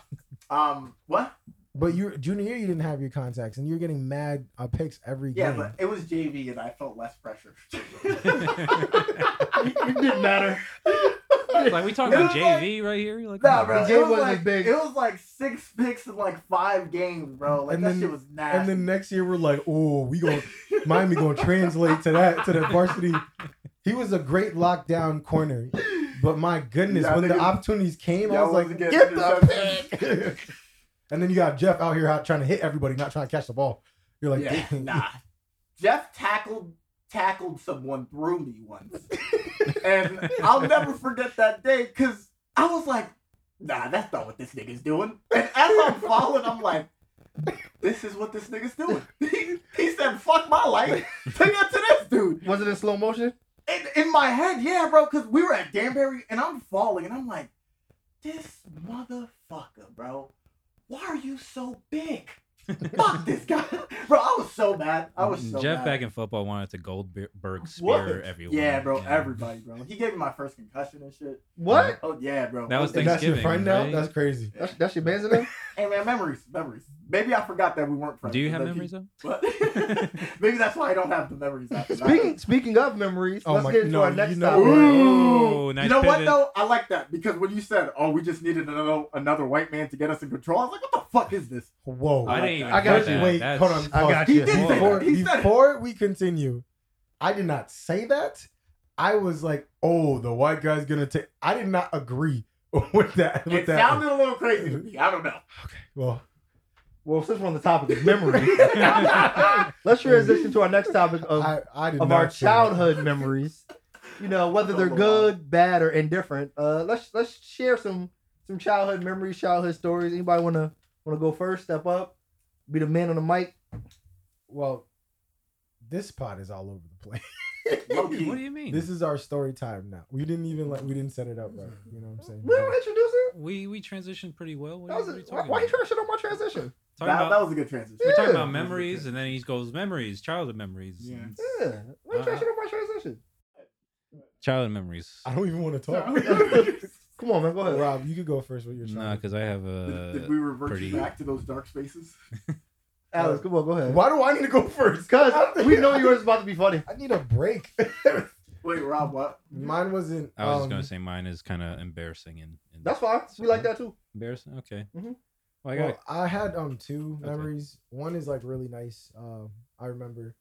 Speaker 3: Um, what?
Speaker 2: But your junior year, you didn't have your contacts, and you were getting mad uh, picks every
Speaker 3: Yeah,
Speaker 2: game.
Speaker 3: but it was JV, and I felt less pressure.
Speaker 5: It didn't matter.
Speaker 4: like we talking about
Speaker 3: It was
Speaker 4: JV right here. Like,
Speaker 3: Nah,
Speaker 4: come
Speaker 3: bro.
Speaker 4: on.
Speaker 1: The game
Speaker 3: It was,
Speaker 1: wasn't
Speaker 3: like,
Speaker 1: big.
Speaker 3: it was like six picks in like five games, bro. Like
Speaker 2: And
Speaker 3: that
Speaker 2: then-
Speaker 3: shit was nasty.
Speaker 2: and then next year, we're like, oh, we going Miami going to translate to that to the varsity. He was a great lockdown corner, but my goodness,
Speaker 3: Yeah, I
Speaker 2: when the
Speaker 3: think it-
Speaker 2: opportunities came, I
Speaker 3: Y'all
Speaker 2: was like,
Speaker 3: wasn't getting
Speaker 2: get the
Speaker 3: interceptions."
Speaker 2: pick. and then you got Jeff out here out trying to hit everybody, not trying to catch the ball. You're like,
Speaker 3: yeah,
Speaker 2: "Dang."
Speaker 3: nah. Jeff tackled tackled someone through me once, and I'll never forget that day because I was like, "Nah, that's not what this nigga's doing." And as I'm falling, I'm like, "This is what this nigga's doing." He, he said, "Fuck my life, take that to this dude."
Speaker 1: Was it in slow motion?
Speaker 3: in, in my head, yeah, bro, because we were at Danbury and I'm falling and I'm like, this motherfucker, bro, why are you so big? Fuck this guy, bro. I was so bad. I was so
Speaker 4: Jeff
Speaker 3: bad.
Speaker 4: back in football wanted to Goldberg spear
Speaker 3: What?
Speaker 4: everyone.
Speaker 3: Yeah, bro,
Speaker 4: Yeah.
Speaker 3: everybody, bro. He gave me my first concussion and shit.
Speaker 1: What?
Speaker 3: Oh yeah, bro.
Speaker 4: That was
Speaker 2: And that's your
Speaker 4: Thanksgiving,
Speaker 2: friend
Speaker 4: right?
Speaker 2: now? That's crazy.
Speaker 1: That's that's your man's name.
Speaker 3: Hey man, memories, memories. Maybe I forgot that we weren't friends.
Speaker 4: Do you have
Speaker 3: Like,
Speaker 4: memories of?
Speaker 3: What? Maybe that's why I don't have the memories. after that.
Speaker 1: Speaking speaking of memories,
Speaker 2: Oh
Speaker 1: let's
Speaker 2: my-
Speaker 1: get into
Speaker 2: no,
Speaker 1: our next
Speaker 2: you know
Speaker 1: topic.
Speaker 2: what?
Speaker 4: Ooh, nice
Speaker 3: you know what
Speaker 4: pivot.
Speaker 3: though? I like that because when you said, "Oh, we just needed another another white man to get us in control," I was like, "What the fuck is this?"
Speaker 2: Whoa.
Speaker 4: I didn't even.
Speaker 1: I got
Speaker 4: get
Speaker 1: you.
Speaker 4: that.
Speaker 2: Wait,
Speaker 4: That's-
Speaker 2: hold on.
Speaker 1: I
Speaker 2: pause.
Speaker 1: got
Speaker 3: He
Speaker 1: you.
Speaker 3: did say that.
Speaker 2: before,
Speaker 3: He said it.
Speaker 2: before we continue, I did not say that. I was like, "Oh, the white guy's gonna take." I did not agree with that. With
Speaker 3: it
Speaker 2: that.
Speaker 3: sounded a little crazy to me. I don't know.
Speaker 2: well,
Speaker 1: Well, since we're on the topic of memories, let's transition to our next topic of
Speaker 2: I, I did
Speaker 1: of
Speaker 2: not
Speaker 1: our
Speaker 2: say that.
Speaker 1: childhood memories. You know, whether they're good, bad, or indifferent. Uh, let's let's share some some childhood memories, childhood stories. Anybody wanna wanna go first? Step up, be the man on the mic.
Speaker 2: Well, this pot is all over the place.
Speaker 3: Low key.
Speaker 4: What do you mean?
Speaker 2: This is our story time now. We didn't even like. We didn't set it up right. You know what I'm saying?
Speaker 1: We don't introduce her.
Speaker 4: we we transitioned pretty well. What
Speaker 1: That
Speaker 4: are you,
Speaker 1: was
Speaker 4: what
Speaker 1: a, why,
Speaker 4: are you talking
Speaker 1: why you
Speaker 4: about?
Speaker 1: trying to shit on my transition?
Speaker 3: that,
Speaker 4: Talking about-
Speaker 3: that was a good transition.
Speaker 4: we're talking
Speaker 1: Yeah.
Speaker 4: about memories, and then he goes memories, childhood memories,
Speaker 3: Yeah.
Speaker 4: and-
Speaker 1: Yeah, why you trying to shit on my transition?
Speaker 4: childhood memories.
Speaker 2: I don't even want to talk.
Speaker 1: Come on, man, go ahead.
Speaker 2: Rob, you could go first with your
Speaker 4: Nah,
Speaker 2: childhood.
Speaker 4: because I have
Speaker 3: did,
Speaker 4: a.
Speaker 3: did we revert
Speaker 4: Uh, pretty-
Speaker 3: you back to those dark spaces?
Speaker 1: Alex, come on, go ahead.
Speaker 2: Why do I need to go first?
Speaker 1: Because we know yours is about to be funny.
Speaker 2: I need a break.
Speaker 3: Wait, Rob, what?
Speaker 2: Mine wasn't.
Speaker 4: I was just
Speaker 2: um,
Speaker 4: gonna say mine is kind of embarrassing and, and
Speaker 1: That's fine. We like that too.
Speaker 4: embarrassing. Okay.
Speaker 3: Mm-hmm.
Speaker 1: Mhm.
Speaker 4: Well, I got
Speaker 2: Well, I had um two
Speaker 4: Okay.
Speaker 2: memories. One is like really nice. Um, I remember.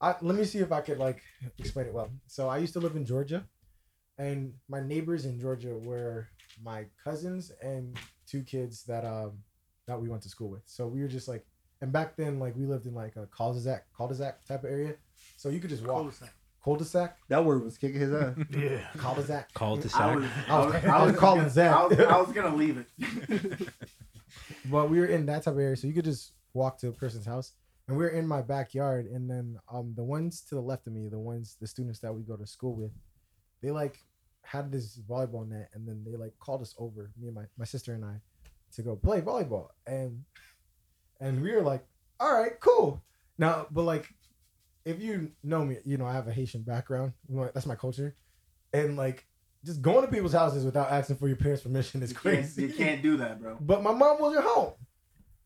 Speaker 2: I let me see if I could like explain it well. So I used to live in Georgia, and my neighbors in Georgia were my cousins and two kids that um that we went to school with. So we were just like, and back then like we lived in like a cul-de-sac cul-de-sac type of area, so you could just walk
Speaker 5: Cul-de-sac.
Speaker 2: cul-de-sac
Speaker 1: That word was kicking his ass.
Speaker 5: Yeah.
Speaker 2: cul-de-sac.
Speaker 4: called to
Speaker 3: I
Speaker 4: sack.
Speaker 3: was,
Speaker 2: I
Speaker 3: I
Speaker 2: was-
Speaker 3: was,
Speaker 2: I was calling
Speaker 3: gonna,
Speaker 2: Zach.
Speaker 3: I was, I was gonna leave it.
Speaker 2: But we were in that type of area, so you could just walk to a person's house. and we were in my backyard and then um the ones to the left of me the ones the students that we go to school with they like had this volleyball net and then they like called us over me and my, my sister and i to go play volleyball and and we were like all right cool now but like if you know me you know i have a haitian background you know, that's my culture and like just going to people's houses without asking for your parents permission is
Speaker 3: You can't-
Speaker 2: crazy
Speaker 3: You can't do that, bro.
Speaker 2: but my mom wasn't home.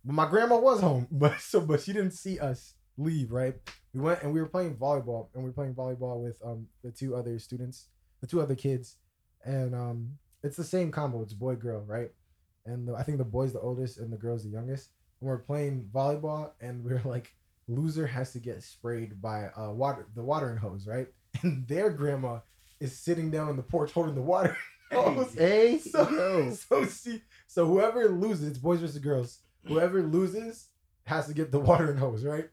Speaker 2: But my grandma was home. But so but she didn't see us leave, right? We went and we were playing volleyball and we were playing volleyball with um the two other students, the two other kids. And um it's the same combo, it's boy girl, right? And the, I think the boy's the oldest and the girl's the youngest. And we're playing volleyball and we're like loser has to get sprayed by uh water the watering hose, right? And their grandma is sitting down on the porch holding the water hose.
Speaker 3: Hey,
Speaker 1: Hey,
Speaker 2: So-
Speaker 1: yo.
Speaker 2: So she, so whoever loses, it's boys versus girls. Whoever loses has to get the watering hose, right?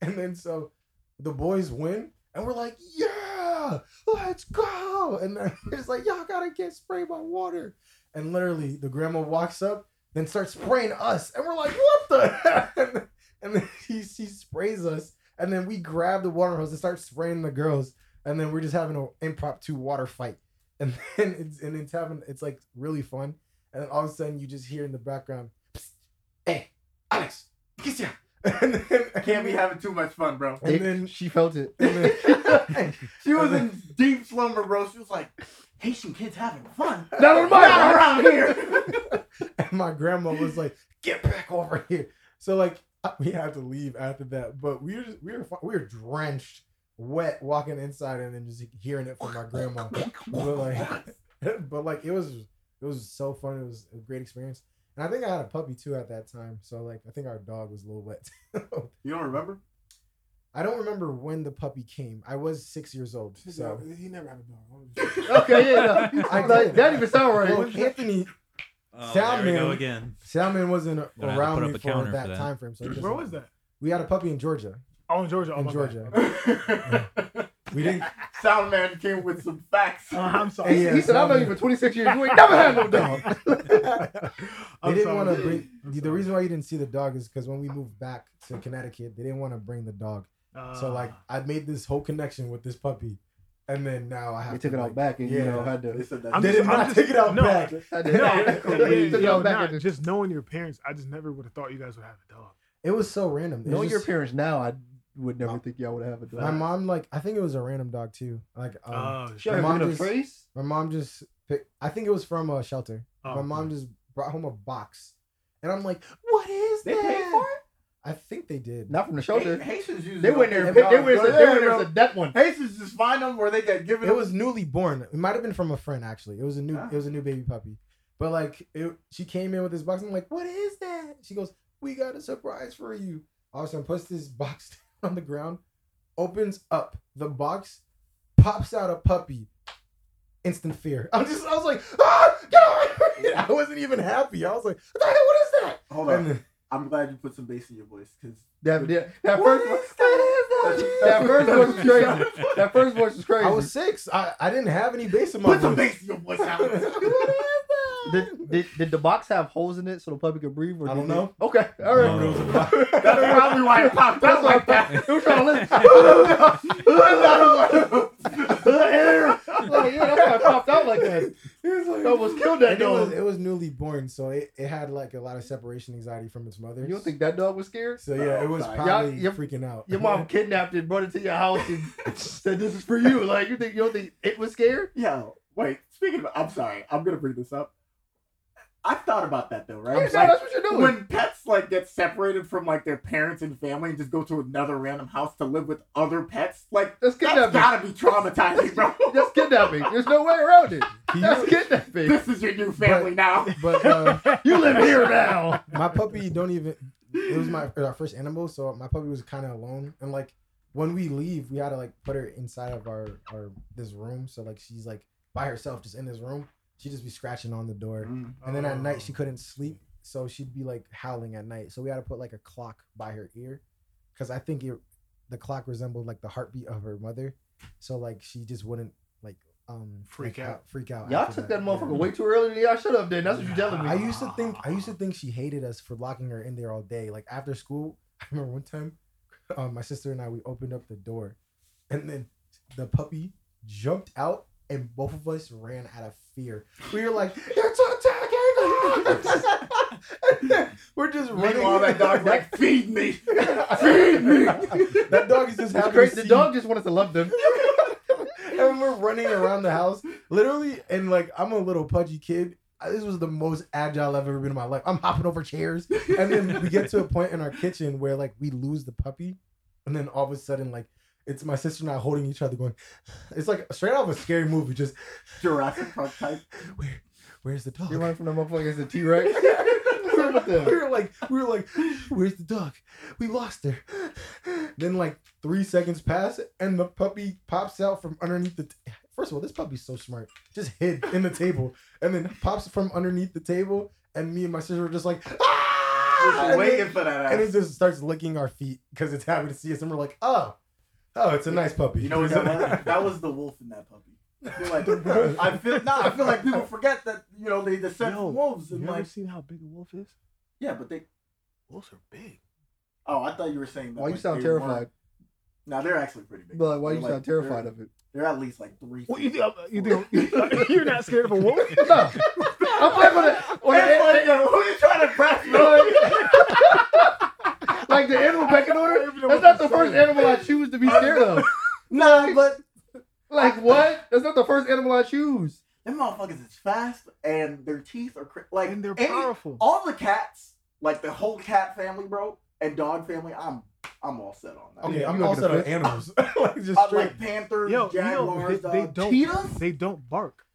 Speaker 2: And then so the boys win, and we're like, yeah, let's go. And then we're just like, y'all gotta get sprayed by water. And literally, the grandma walks up, then starts spraying us, and we're like, what the? heck? And then- And then she, she sprays us, and then we grab the water hose and start spraying the girls, and then we're just having an impromptu water fight and then it's and it's having it's like really fun. And then all of a sudden you just hear in the background, "Psst, hey, Alex, kiss ya. And then
Speaker 3: can't be having too much fun, bro.
Speaker 2: and
Speaker 1: It-
Speaker 2: then
Speaker 1: she felt it.
Speaker 2: and then,
Speaker 3: She was in deep slumber, bro. She was like, Haitian kids having fun.
Speaker 1: Not on my watch.
Speaker 3: Not around here.
Speaker 2: and my grandma was like, "Get back over here!" So like I- we had to leave after that, but we were just, we were fu- we were drenched, wet, walking inside, and then just hearing it from my grandma. but like, but like it was it was so fun. It was a great experience, and I think I had a puppy too at that time. So like I think our dog was a little wet.
Speaker 3: You don't remember?
Speaker 2: I don't remember when the puppy came. I was six years old, so.
Speaker 5: He never had a dog.
Speaker 1: Okay, yeah. No.
Speaker 2: I
Speaker 1: Like,
Speaker 2: did.
Speaker 1: that even sound
Speaker 2: Well,
Speaker 1: right.
Speaker 2: Anthony
Speaker 4: Oh,
Speaker 2: Sound
Speaker 4: there we go
Speaker 2: man.
Speaker 4: again.
Speaker 2: Salmon wasn't
Speaker 4: Gonna have to
Speaker 2: around
Speaker 4: put
Speaker 2: me
Speaker 4: up a
Speaker 2: for that,
Speaker 4: counter for that.
Speaker 2: time frame. So it
Speaker 5: Where
Speaker 2: doesn't-
Speaker 5: was that?
Speaker 2: We had a puppy in Georgia.
Speaker 5: Oh, in Georgia. Oh,
Speaker 2: In
Speaker 5: my bad.
Speaker 2: Georgia. We didn't.
Speaker 3: Sound man came with some facts.
Speaker 5: Uh, I'm sorry.
Speaker 2: Hey, yeah.
Speaker 1: he said, "I know you for 26 years. You ain't never had no dog."
Speaker 2: they
Speaker 5: I'm
Speaker 2: didn't
Speaker 5: sorry.
Speaker 2: want to bring.
Speaker 5: I'm
Speaker 2: The
Speaker 5: sorry.
Speaker 2: reason why you didn't see the dog is because when we moved back to Connecticut, they didn't want to bring the dog.
Speaker 5: Uh, Ah.
Speaker 2: so like, I made this whole connection with this puppy, and then now I have.
Speaker 1: We
Speaker 2: to,
Speaker 1: took it
Speaker 2: like,
Speaker 1: out back and you
Speaker 2: Yeah.
Speaker 1: know had
Speaker 3: They
Speaker 1: to.
Speaker 3: said
Speaker 2: They
Speaker 5: I'm
Speaker 3: that.
Speaker 2: did
Speaker 5: just-
Speaker 2: not
Speaker 5: just-
Speaker 2: take it out
Speaker 5: no.
Speaker 2: back.
Speaker 1: had to-
Speaker 5: no,
Speaker 1: we took it
Speaker 5: yo,
Speaker 1: out back
Speaker 5: not,
Speaker 1: and-
Speaker 5: just knowing your parents, I just never would have thought you guys would have a dog.
Speaker 2: It was so random. It was
Speaker 1: Knowing your
Speaker 2: just-
Speaker 1: parents now, I would never think y'all would have a dog.
Speaker 2: My mom like I think it was a random dog too. Like um,
Speaker 5: Oh,
Speaker 1: She
Speaker 5: shit.
Speaker 1: had
Speaker 2: my mom
Speaker 1: a
Speaker 2: just-
Speaker 1: face.
Speaker 2: my mom just picked, I think it was from a shelter.
Speaker 5: Oh,
Speaker 2: my mom
Speaker 5: okay.
Speaker 2: just brought home a box, and I'm like, what is
Speaker 3: They
Speaker 2: that?
Speaker 3: paid for it?
Speaker 2: I think they did.
Speaker 1: Not from the shoulder.
Speaker 3: Haitians usually.
Speaker 1: They went there.
Speaker 2: Hey,
Speaker 1: and picked- They
Speaker 2: dog,
Speaker 1: went
Speaker 2: go
Speaker 1: there. They went
Speaker 2: ahead,
Speaker 1: there.
Speaker 2: bro.
Speaker 1: was a death one.
Speaker 3: Haitians just find them where they get given
Speaker 2: it was newly born. It might have been from a friend actually. It was a new
Speaker 3: Ah.
Speaker 2: it was a new baby puppy. But like it, she came in with this box. I'm like, what is that? She goes, we got a surprise for you. All of a sudden, puts this box on the ground, opens up the box, pops out a puppy. Instant fear. I'm just. I was like, ah, get away! I wasn't even happy. I was like, what the hell? What is
Speaker 3: Hold
Speaker 2: that?
Speaker 3: on.
Speaker 2: And then-
Speaker 3: I'm glad you put some bass in your voice because
Speaker 1: That, that, that
Speaker 2: What
Speaker 1: first,
Speaker 2: is that? What is
Speaker 1: that first voice was crazy. That first voice was crazy.
Speaker 2: I was six. I, I didn't have any bass in my
Speaker 3: put some
Speaker 2: voice.
Speaker 3: bass in your voice, Alex.
Speaker 2: What is that?
Speaker 1: Did, did, did the box have holes in it so the puppy could breathe? Or
Speaker 2: I
Speaker 1: did
Speaker 2: don't
Speaker 1: it-
Speaker 2: know.
Speaker 1: Okay, all right.
Speaker 4: No.
Speaker 3: That's probably why it popped
Speaker 1: That's
Speaker 3: out
Speaker 1: why I thought
Speaker 3: like
Speaker 1: it
Speaker 3: that.
Speaker 1: was trying to listen.
Speaker 3: That's
Speaker 1: like, yeah, that's why it popped out like that.
Speaker 2: It
Speaker 1: Almost killed that
Speaker 2: And it was
Speaker 1: dog.
Speaker 2: it was newly born, so it, it had like a lot of separation anxiety from its mother.
Speaker 1: You don't think that dog was scared?
Speaker 2: so? Yeah, it was
Speaker 3: Y'all-
Speaker 2: probably
Speaker 1: your-
Speaker 2: freaking out.
Speaker 1: Your mom kidnapped it, brought it to your house, and said, "This is for you." Like you think you don't think it was scared?
Speaker 3: Yo, wait. Speaking of, I'm sorry. I'm gonna bring this up. I thought about that though,
Speaker 1: You
Speaker 3: right?
Speaker 1: know,
Speaker 3: Like,
Speaker 1: that's what you're doing.
Speaker 3: when pets like get separated from like their parents and family and just go to another random house to live with other pets, like
Speaker 1: That's
Speaker 3: that's
Speaker 1: kidnapping.
Speaker 3: gotta be traumatizing, bro.
Speaker 1: That's kidnapping. There's no way around it.
Speaker 2: He-
Speaker 1: That's kidnapping.
Speaker 3: this is your new family now.
Speaker 2: but uh,
Speaker 1: You live here now.
Speaker 2: my puppy don't even. It was my our first animal, so my puppy was kind of alone. And like when we leave, we had to like put her inside of our our this room. So like she's like by herself, just in this room. She'd just be scratching on the door,
Speaker 3: Mm.
Speaker 2: and then at
Speaker 5: Oh.
Speaker 2: night she couldn't sleep, so she'd be like howling at night. So we had to put like a clock by her ear, because I think it the clock resembled like the heartbeat of her mother. So like she just wouldn't like um
Speaker 5: Freak
Speaker 2: like,
Speaker 5: out.
Speaker 2: freak out.
Speaker 1: Y'all
Speaker 2: after
Speaker 1: took that motherfucker
Speaker 2: yeah.
Speaker 1: way too early than y'all should have. Then that's what you're telling me.
Speaker 2: I used to think I used to think she hated us for locking her in there all day. Like after school, I remember one time um, my sister and I, we opened up the door, and then the puppy jumped out, and both of us ran out of fear. We were like, "They're attacking us!" we're just running.
Speaker 3: Meanwhile, that dog's like, feed me, feed me.
Speaker 2: that dog is just
Speaker 1: It's
Speaker 2: happy.
Speaker 1: great.
Speaker 2: to
Speaker 1: The
Speaker 2: see-
Speaker 1: dog just wanted to love them.
Speaker 2: and we're running around the house, literally. And like, I'm a little pudgy kid. I- This was the most agile I've ever been in my life. I'm hopping over chairs, and then we get to a point in our kitchen where like we lose the puppy, and then all of a sudden like it's my sister and I holding each other, going, it's like straight off a scary movie. Just
Speaker 3: Jurassic Park type.
Speaker 2: where, where's the dog?
Speaker 1: You running from the motherfuckers, the T Rex. What's up with
Speaker 2: we
Speaker 1: them?
Speaker 2: were like, we were like, where's the dog? We lost her. Then like three seconds pass, and the puppy pops out from underneath the. T- First of all, this puppy's so smart. Just hid in the table, and then pops from underneath the table, and me and my sister were just like, ah!
Speaker 3: Just
Speaker 2: And
Speaker 3: waiting
Speaker 2: then-
Speaker 3: for that
Speaker 2: and it
Speaker 3: ass.
Speaker 2: just starts licking our feet because it's happy to see us, and we're like, oh, oh, it's a nice puppy.
Speaker 3: You know what that was? That was the wolf in that puppy. I feel like I feel nah, I feel like people forget that you know they descend
Speaker 5: Yo,
Speaker 3: from wolves
Speaker 5: You
Speaker 3: and
Speaker 5: ever
Speaker 3: like
Speaker 5: seen how big a wolf is?
Speaker 3: yeah, but they.
Speaker 5: Wolves are big.
Speaker 3: Oh, I thought you were saying that.
Speaker 1: Why you
Speaker 3: like,
Speaker 1: sound
Speaker 3: they weren't-
Speaker 1: terrified?
Speaker 3: Nah, they're actually pretty big.
Speaker 1: But why you
Speaker 3: They're, like,
Speaker 1: sound terrified
Speaker 3: They're,
Speaker 1: of it?
Speaker 3: they're at least like three.
Speaker 5: What
Speaker 3: feet.
Speaker 5: you do? You do? You're not scared of a wolf?
Speaker 1: No, I'm like on the, on the
Speaker 3: It's like, yo, who you trying to grasp?
Speaker 1: like the animal pecking order.
Speaker 2: Even
Speaker 1: That's
Speaker 2: with
Speaker 1: not
Speaker 2: the
Speaker 1: the first
Speaker 2: same.
Speaker 1: animal I choose to be scared of.
Speaker 3: Nah, but
Speaker 1: Like what? That's not the first animal I choose.
Speaker 3: them motherfuckers is fast and their teeth are cr- like
Speaker 5: And they're
Speaker 3: any-
Speaker 5: powerful.
Speaker 3: All the cats, like the whole cat family, bro, and dog family. I'm I'm all set on that.
Speaker 2: Okay,
Speaker 1: You
Speaker 2: I'm
Speaker 1: gonna
Speaker 2: all
Speaker 1: get
Speaker 2: set on
Speaker 1: offended?
Speaker 2: animals. like just
Speaker 3: Uh,
Speaker 2: Oh, straight.
Speaker 3: like panthers,
Speaker 5: Yo, you know, they,
Speaker 3: jaguars,
Speaker 5: they
Speaker 3: dog,
Speaker 5: don't.
Speaker 3: cheetahs.
Speaker 5: They don't bark.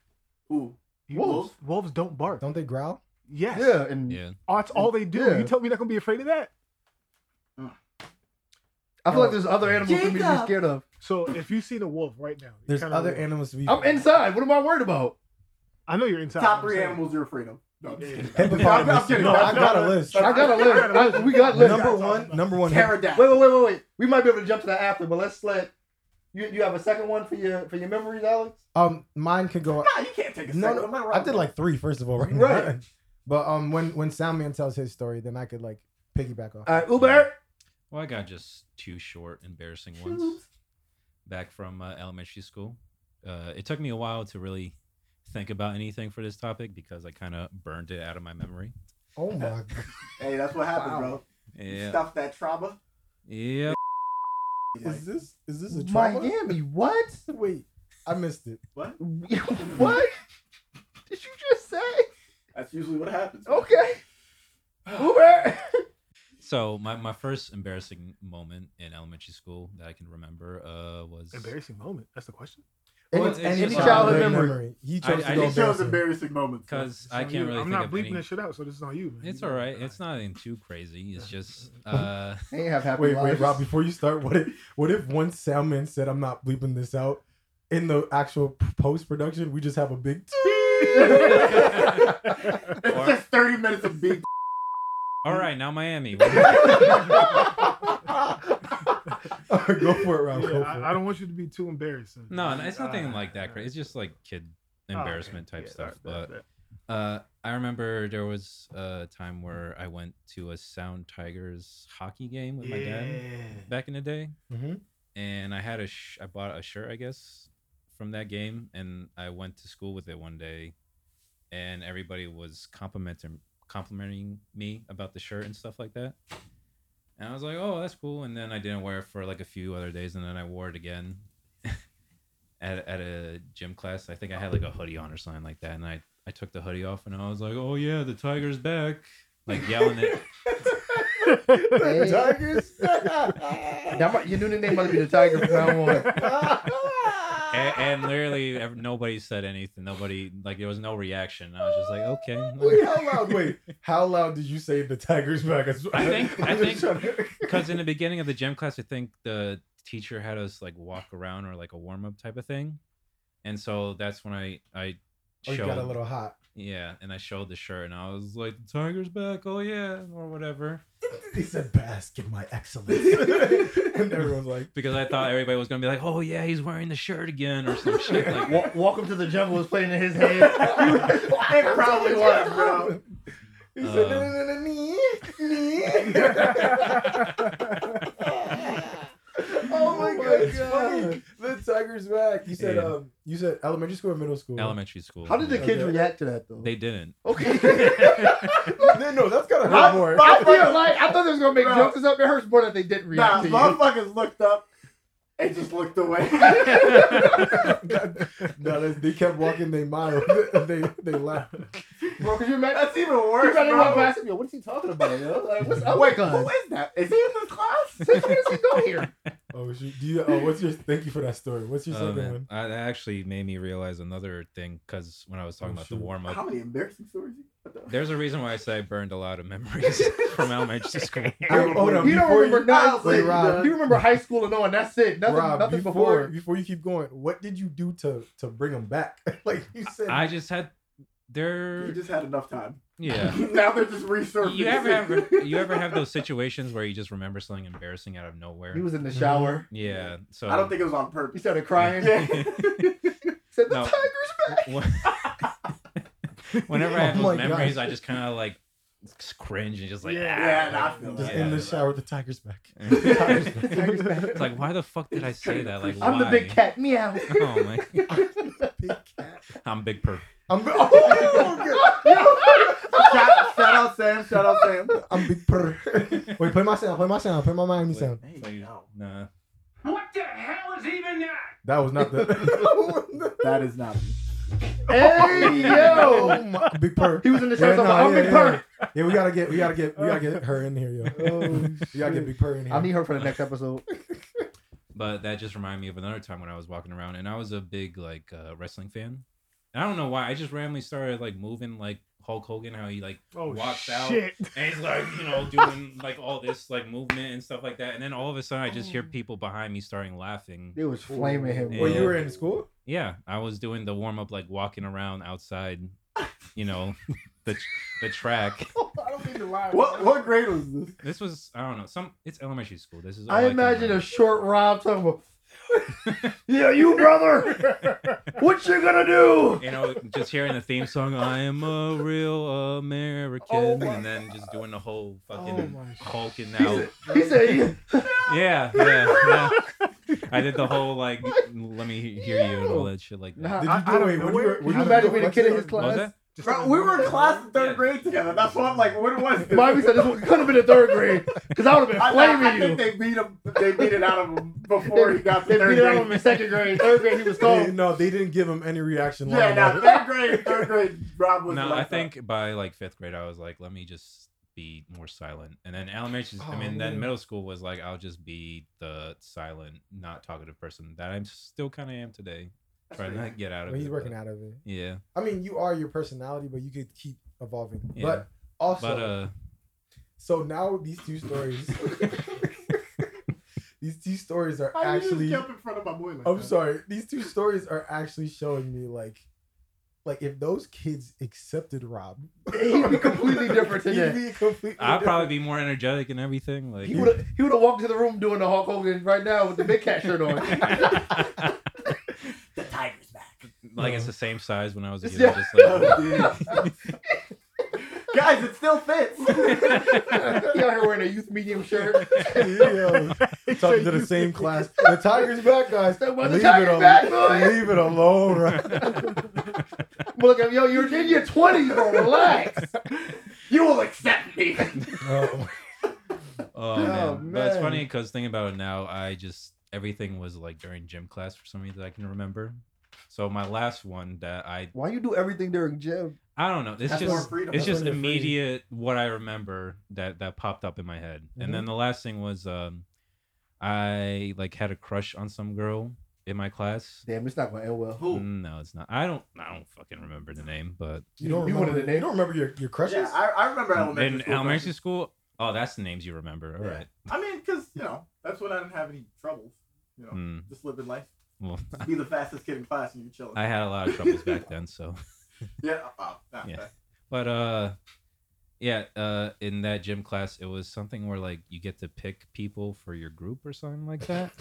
Speaker 3: Ooh,
Speaker 5: You-
Speaker 3: Wolves?
Speaker 5: Wolves don't bark.
Speaker 2: Don't they growl?
Speaker 5: Yes.
Speaker 1: Yeah, and
Speaker 4: Yeah.
Speaker 5: Oh, that's all they do.
Speaker 1: Yeah.
Speaker 5: You tell me you're not gonna be afraid of that.
Speaker 1: I feel like there's other animals for me to be
Speaker 3: Jacob.
Speaker 1: scared of.
Speaker 5: So if you've seen a wolf right now, you're
Speaker 2: There's
Speaker 5: kinda
Speaker 2: other
Speaker 5: like-
Speaker 2: animals to be.
Speaker 1: I'm inside. What am I worried about?
Speaker 5: I know you're inside.
Speaker 3: top
Speaker 5: I'm
Speaker 3: three
Speaker 5: saying.
Speaker 3: animals you're afraid of. No, I'm just
Speaker 5: Yeah.
Speaker 3: kidding.
Speaker 2: Hippopotamus.
Speaker 3: I'm kidding.
Speaker 2: No, I got a list.
Speaker 1: I got a list. I- we got lists.
Speaker 2: Number one, number one.
Speaker 1: Wait,
Speaker 3: Pterodactyl.
Speaker 1: wait, wait, wait, wait. We might be able to jump to that after, but let's let you. You have a second one for your for your memories, Alex.
Speaker 2: Um, mine could go.
Speaker 3: Nah, you can't take a
Speaker 2: No,
Speaker 3: second.
Speaker 2: no,
Speaker 3: I'm not
Speaker 2: I
Speaker 3: wrong.
Speaker 2: did like three first of all, right?
Speaker 1: Right.
Speaker 2: Now. But um, when when Soundman tells his story, then I could like piggyback off.
Speaker 1: All right, Uber.
Speaker 4: Well, I got just two short, embarrassing ones back from uh, elementary school. Uh, it took me a while to really think about anything for this topic because I kind of burned it out of my memory.
Speaker 2: oh my! God.
Speaker 3: Hey, that's what happened, bro. You
Speaker 4: Yeah.
Speaker 3: Stuff that trauma.
Speaker 4: Yeah.
Speaker 3: Like,
Speaker 2: Is this is this a trauma?
Speaker 1: Miami. What?
Speaker 2: Wait, I missed it.
Speaker 3: what?
Speaker 1: what? Did you just say?
Speaker 3: That's usually what happens.
Speaker 1: Okay. Uber.
Speaker 4: So my, my first embarrassing moment in elementary school that I can remember uh, was
Speaker 5: Embarrassing moment. That's the question.
Speaker 4: Well,
Speaker 1: Any,
Speaker 4: it's
Speaker 1: any
Speaker 4: just-
Speaker 1: childhood
Speaker 4: Childhood
Speaker 1: memory.
Speaker 2: He
Speaker 4: I-
Speaker 2: chose
Speaker 4: I
Speaker 2: to go
Speaker 3: It
Speaker 4: just
Speaker 3: shows
Speaker 2: embarrassing.
Speaker 3: embarrassing moments.
Speaker 4: because
Speaker 5: It's
Speaker 4: I
Speaker 5: on
Speaker 4: can't
Speaker 5: you.
Speaker 4: really
Speaker 5: I'm
Speaker 4: think
Speaker 5: not
Speaker 4: of
Speaker 5: bleeping
Speaker 4: any.
Speaker 5: that shit out, so this is on you. Man.
Speaker 4: It's
Speaker 5: You
Speaker 4: all
Speaker 5: know,
Speaker 4: right. It's not in too crazy. It's just uh,
Speaker 1: They ain't have happy
Speaker 2: Wait, wait,
Speaker 1: lives.
Speaker 2: Rob. Before you start, what if what if once Soundman said, "I'm not bleeping this out," in the actual post production, we just have a big.
Speaker 3: It's just 30 minutes of big.
Speaker 4: all right now Miami.
Speaker 2: go for it, Rob.
Speaker 5: Yeah,
Speaker 2: go for
Speaker 5: I, I don't want you to be too embarrassed. son.
Speaker 4: No, no, it's nothing
Speaker 5: Ah.
Speaker 4: like that crazy. It's just like kid
Speaker 5: Ah, okay.
Speaker 4: embarrassment type
Speaker 5: Yeah,
Speaker 4: stuff.
Speaker 5: that's- that's
Speaker 4: But
Speaker 5: that.
Speaker 4: Uh, I remember there was a time where I went to a Sound Tigers hockey game with my dad back in the day,
Speaker 2: it. Mhm.
Speaker 4: and I had a sh- I bought a shirt I guess from that game, and I went to school with it one day, and everybody was complimenting complimenting me about the shirt and stuff like that, and I was like, oh, that's cool, and then I didn't wear it for like a few other days, and then I wore it again. At, at a gym class, I think I had like a hoodie on or something like that, and I I took the hoodie off and I was like, "Oh yeah, the tiger's back!" Like yelling it.
Speaker 1: Hey.
Speaker 2: Tigers.
Speaker 1: That might- your new name must be the Tiger from now on.
Speaker 4: and, and literally, ev- nobody said anything. Nobody like there was no reaction. I was just like,
Speaker 2: Wait,
Speaker 4: "Okay."
Speaker 2: how loud? Wait, how loud did you say the Tigers back?
Speaker 4: I think- I
Speaker 2: I'm just
Speaker 4: think-
Speaker 2: trying to-
Speaker 4: Because in the beginning of the gym class, I think the teacher had us like walk around or like a warm up type of thing, and so that's when I I
Speaker 2: Oh, you got a
Speaker 4: showed
Speaker 2: little hot.
Speaker 4: yeah, and I showed the shirt and I was like, "The tiger's back!" Oh yeah, or whatever.
Speaker 2: He said, "Bask in my excellence," and everyone's like,
Speaker 4: Because I thought everybody was gonna be like, "Oh yeah, he's wearing the shirt again" or some shit like that.
Speaker 1: Wa- Welcome to the jungle is playing in his head. Oh
Speaker 3: it probably was, bro.
Speaker 2: He said,
Speaker 4: Um.
Speaker 2: "No, no, no, no, nee, nee." it's funny.
Speaker 1: Oh God.
Speaker 2: The tiger's back. You said
Speaker 4: Yeah.
Speaker 2: um, you said elementary school or middle school?
Speaker 4: Elementary school.
Speaker 1: How did the
Speaker 4: yeah.
Speaker 1: kids
Speaker 2: Okay.
Speaker 1: react to that though?
Speaker 4: They didn't.
Speaker 1: okay.
Speaker 2: No, no, that's gotta hurt
Speaker 1: I,
Speaker 2: more.
Speaker 1: I feel like I thought they was gonna make
Speaker 3: Bro.
Speaker 1: jokes or something. It hurts more that they didn't
Speaker 3: Nah,
Speaker 1: react to you.
Speaker 3: motherfuckers looked up and just looked away.
Speaker 2: no, they, they kept walking they mile. they they laughed.
Speaker 1: Bro, cause you met
Speaker 3: That's even
Speaker 1: you
Speaker 3: worse.
Speaker 1: met anyone
Speaker 3: Bro.
Speaker 1: past me. What is he talking about, yo? Like, what's up
Speaker 3: Wait,
Speaker 1: with
Speaker 3: who
Speaker 1: us?
Speaker 3: is that? Is he in this class?
Speaker 1: Since when does he go here?
Speaker 2: Oh, shoot. do you? Oh, what's your? Thank you for that story. What's your
Speaker 4: Oh,
Speaker 2: second
Speaker 4: man.
Speaker 2: one?
Speaker 4: I, that actually made me realize another thing because when I was talking
Speaker 2: Oh,
Speaker 4: about
Speaker 2: shoot.
Speaker 4: the warm
Speaker 3: How
Speaker 4: up,
Speaker 3: many embarrassing stories? you got, though?
Speaker 4: there's a reason why I say I burned a lot of memories from elementary school.
Speaker 2: Wait, hold on,
Speaker 1: you don't
Speaker 2: before
Speaker 1: remember
Speaker 2: you-
Speaker 1: nothing.
Speaker 2: Wait, Rob.
Speaker 1: you remember high school and all, and that's it. Nothing,
Speaker 2: Rob,
Speaker 1: nothing
Speaker 2: before,
Speaker 1: before.
Speaker 2: before you keep going, what did you do to to bring them back? like you said,
Speaker 4: I just had
Speaker 3: You
Speaker 4: there.
Speaker 3: just had enough time.
Speaker 4: Yeah.
Speaker 3: now they're just resurfacing.
Speaker 4: You ever have you ever have those situations where you just remember something embarrassing out of nowhere?
Speaker 1: He was in the shower.
Speaker 4: yeah. So
Speaker 3: I don't think it was on
Speaker 1: He
Speaker 3: purpose.
Speaker 1: started crying.
Speaker 3: Yeah.
Speaker 1: Said the
Speaker 4: No.
Speaker 1: tiger's back.
Speaker 4: When- Whenever I have
Speaker 2: Oh
Speaker 4: those
Speaker 2: my
Speaker 4: memories,
Speaker 2: gosh.
Speaker 4: I just kind of like s- cringe and just like
Speaker 3: Yeah,
Speaker 4: "Ah."
Speaker 3: nah, I feel
Speaker 2: just
Speaker 4: yeah.
Speaker 2: in the shower with the tiger's back.
Speaker 4: Yeah.
Speaker 1: Tiger's back.
Speaker 4: It's like, why the fuck did I say that? Like,
Speaker 1: I'm the
Speaker 4: why?
Speaker 1: big cat. Meow.
Speaker 4: Oh my! I'm big perp.
Speaker 2: I'm, oh,
Speaker 3: shout, shout out Sam. Shout out Sam.
Speaker 2: good. I'm big purr. Wait, play my sound. Play my sound. Play my Miami sound.
Speaker 3: There you
Speaker 4: Please.
Speaker 3: go.
Speaker 4: Nah.
Speaker 2: That was not the.
Speaker 3: That is not.
Speaker 1: hey
Speaker 2: Oh
Speaker 1: yo.
Speaker 2: my, big purr.
Speaker 1: He was in the shower.
Speaker 2: Yeah,
Speaker 1: talking
Speaker 2: nah,
Speaker 1: about, I'm
Speaker 2: yeah,
Speaker 1: big
Speaker 2: yeah.
Speaker 1: purr.
Speaker 2: Yeah, we gotta get, we gotta get, we gotta get her in here, yo. we gotta get
Speaker 1: shit.
Speaker 2: big purr in here.
Speaker 1: I need her for the next episode.
Speaker 4: But that just reminded me of another time when I was walking around, and I was a big like uh, wrestling fan. And I don't know why. I just randomly started like moving like Hulk Hogan, how he like
Speaker 5: Oh
Speaker 4: Walks out.
Speaker 5: shit!
Speaker 4: and he's like you know doing like all this like movement and stuff like that. And then all of a sudden, I just hear people behind me starting laughing.
Speaker 1: They was flaming him.
Speaker 2: Well,
Speaker 1: bro.
Speaker 2: you were in school.
Speaker 4: Yeah, I was doing the warm up like walking around outside, you know, the the track.
Speaker 5: I don't mean to lie.
Speaker 3: What what grade was this?
Speaker 4: This was I don't know some. It's elementary school. This is all
Speaker 1: I
Speaker 4: can
Speaker 1: imagine a
Speaker 4: remember.
Speaker 1: short Rob talking about. yeah, you brother. what you gonna do?
Speaker 4: you know, just hearing the theme song, I am a real American,
Speaker 1: Oh my
Speaker 4: and then just doing the whole
Speaker 5: Oh
Speaker 4: fucking
Speaker 5: my
Speaker 4: hulking
Speaker 1: He
Speaker 4: out.
Speaker 1: said. He said yeah.
Speaker 4: Yeah, yeah, yeah. I did the whole like, let me hear you and all that shit like that.
Speaker 1: Nah,
Speaker 2: Did you
Speaker 5: I-
Speaker 2: do
Speaker 5: I don't
Speaker 2: it?
Speaker 5: know.
Speaker 2: Were
Speaker 5: Where-
Speaker 2: were
Speaker 1: Can you
Speaker 2: in
Speaker 1: imagine being a kid in his
Speaker 2: Flexi-
Speaker 4: What was
Speaker 1: class?
Speaker 4: that?
Speaker 3: Bro, we were in class in third grade together. That's why I'm like, what was this?
Speaker 1: Bobby said this one could have been a third grade because I would have
Speaker 3: I,
Speaker 1: been
Speaker 3: I, I
Speaker 1: flaming you.
Speaker 3: think they beat him. They beat it out of him before he got
Speaker 1: They
Speaker 3: to
Speaker 1: beat
Speaker 3: third
Speaker 1: it out of him
Speaker 3: grade.
Speaker 1: in second grade. Third grade, he was
Speaker 2: Yeah,
Speaker 1: called.
Speaker 2: no, they didn't give him any reaction.
Speaker 3: Yeah,
Speaker 2: line about
Speaker 3: now
Speaker 2: it.
Speaker 3: third grade, third grade, Rob was.
Speaker 4: No,
Speaker 3: like
Speaker 4: I
Speaker 3: that.
Speaker 4: think by like fifth grade, I was like, let me just be more silent. And then elementary, I
Speaker 2: Oh,
Speaker 4: mean,
Speaker 2: man.
Speaker 4: then middle school was like, I'll just be the silent, not talkative person that I'm still kind of am today,
Speaker 3: That's
Speaker 4: trying
Speaker 3: pretty-
Speaker 4: to get out of
Speaker 2: Well, he's
Speaker 4: it,
Speaker 2: working
Speaker 4: but-
Speaker 2: out of it.
Speaker 4: Yeah,
Speaker 2: I mean, you are your personality, but you could keep evolving.
Speaker 4: Yeah.
Speaker 2: But also,
Speaker 4: but uh,
Speaker 2: so now these two stories, these two stories are
Speaker 3: I actually
Speaker 2: actually.
Speaker 3: jump in front of my boy. Like
Speaker 2: I'm
Speaker 3: that.
Speaker 2: sorry. These two stories are actually showing me like, like if those kids accepted Rob,
Speaker 1: He'd be completely different
Speaker 2: He'd
Speaker 1: today.
Speaker 2: be completely
Speaker 4: I'll
Speaker 2: different.
Speaker 4: probably be more energetic and everything. Like,
Speaker 1: He would have he would have walked into the room doing the Hulk Hogan right now with the big cat shirt on.
Speaker 3: The tiger's back.
Speaker 4: like it's the same size when I was a kid.
Speaker 1: Yeah.
Speaker 4: Just like,
Speaker 3: Guys, it still fits.
Speaker 1: he out here wearing a youth medium shirt.
Speaker 2: Yeah. Talking to the same class. The tiger's back, guys.
Speaker 1: Talking about the
Speaker 2: Leave
Speaker 1: tiger's
Speaker 2: it alone.
Speaker 1: back, boy.
Speaker 2: Leave it alone, right?
Speaker 1: Look at him, yo, you're in your twenties, bro. Relax.
Speaker 3: you will accept me.
Speaker 2: No.
Speaker 4: oh man. but it's
Speaker 2: man.
Speaker 4: funny because thinking about it now, I just everything was like during gym class for some reason that I can remember. So my last one that I
Speaker 1: Why you do everything during gym?
Speaker 4: I don't know. It's
Speaker 3: That's more
Speaker 4: just
Speaker 3: freedom.
Speaker 4: it's
Speaker 2: That's
Speaker 4: just
Speaker 2: when you're free.
Speaker 4: immediate what I remember that that popped up in my head. And then the last thing was um I like had a crush on some girl in my class.
Speaker 1: Damn, it's not gonna end well.
Speaker 3: Who?
Speaker 4: No, it's not. I don't I don't fucking remember the name, but
Speaker 2: You don't
Speaker 1: You wanted
Speaker 2: remember
Speaker 1: to name-
Speaker 2: You don't remember your, your crushes?
Speaker 3: Yeah, I, I remember elementary
Speaker 4: in
Speaker 3: school.
Speaker 4: elementary school, oh, that's the names you remember. All
Speaker 3: Yeah.
Speaker 4: right.
Speaker 3: I mean, because you know that's when I didn't have any troubles. You know,
Speaker 4: Hmm.
Speaker 3: just living life.
Speaker 4: Well,
Speaker 3: Just be the fastest kid in class and you're chilling.
Speaker 4: I had a lot of troubles back then, so
Speaker 3: yeah. Oh, nah,
Speaker 4: Yeah. But uh yeah, uh in that gym class it was something where like you get to pick people for your group or something like that.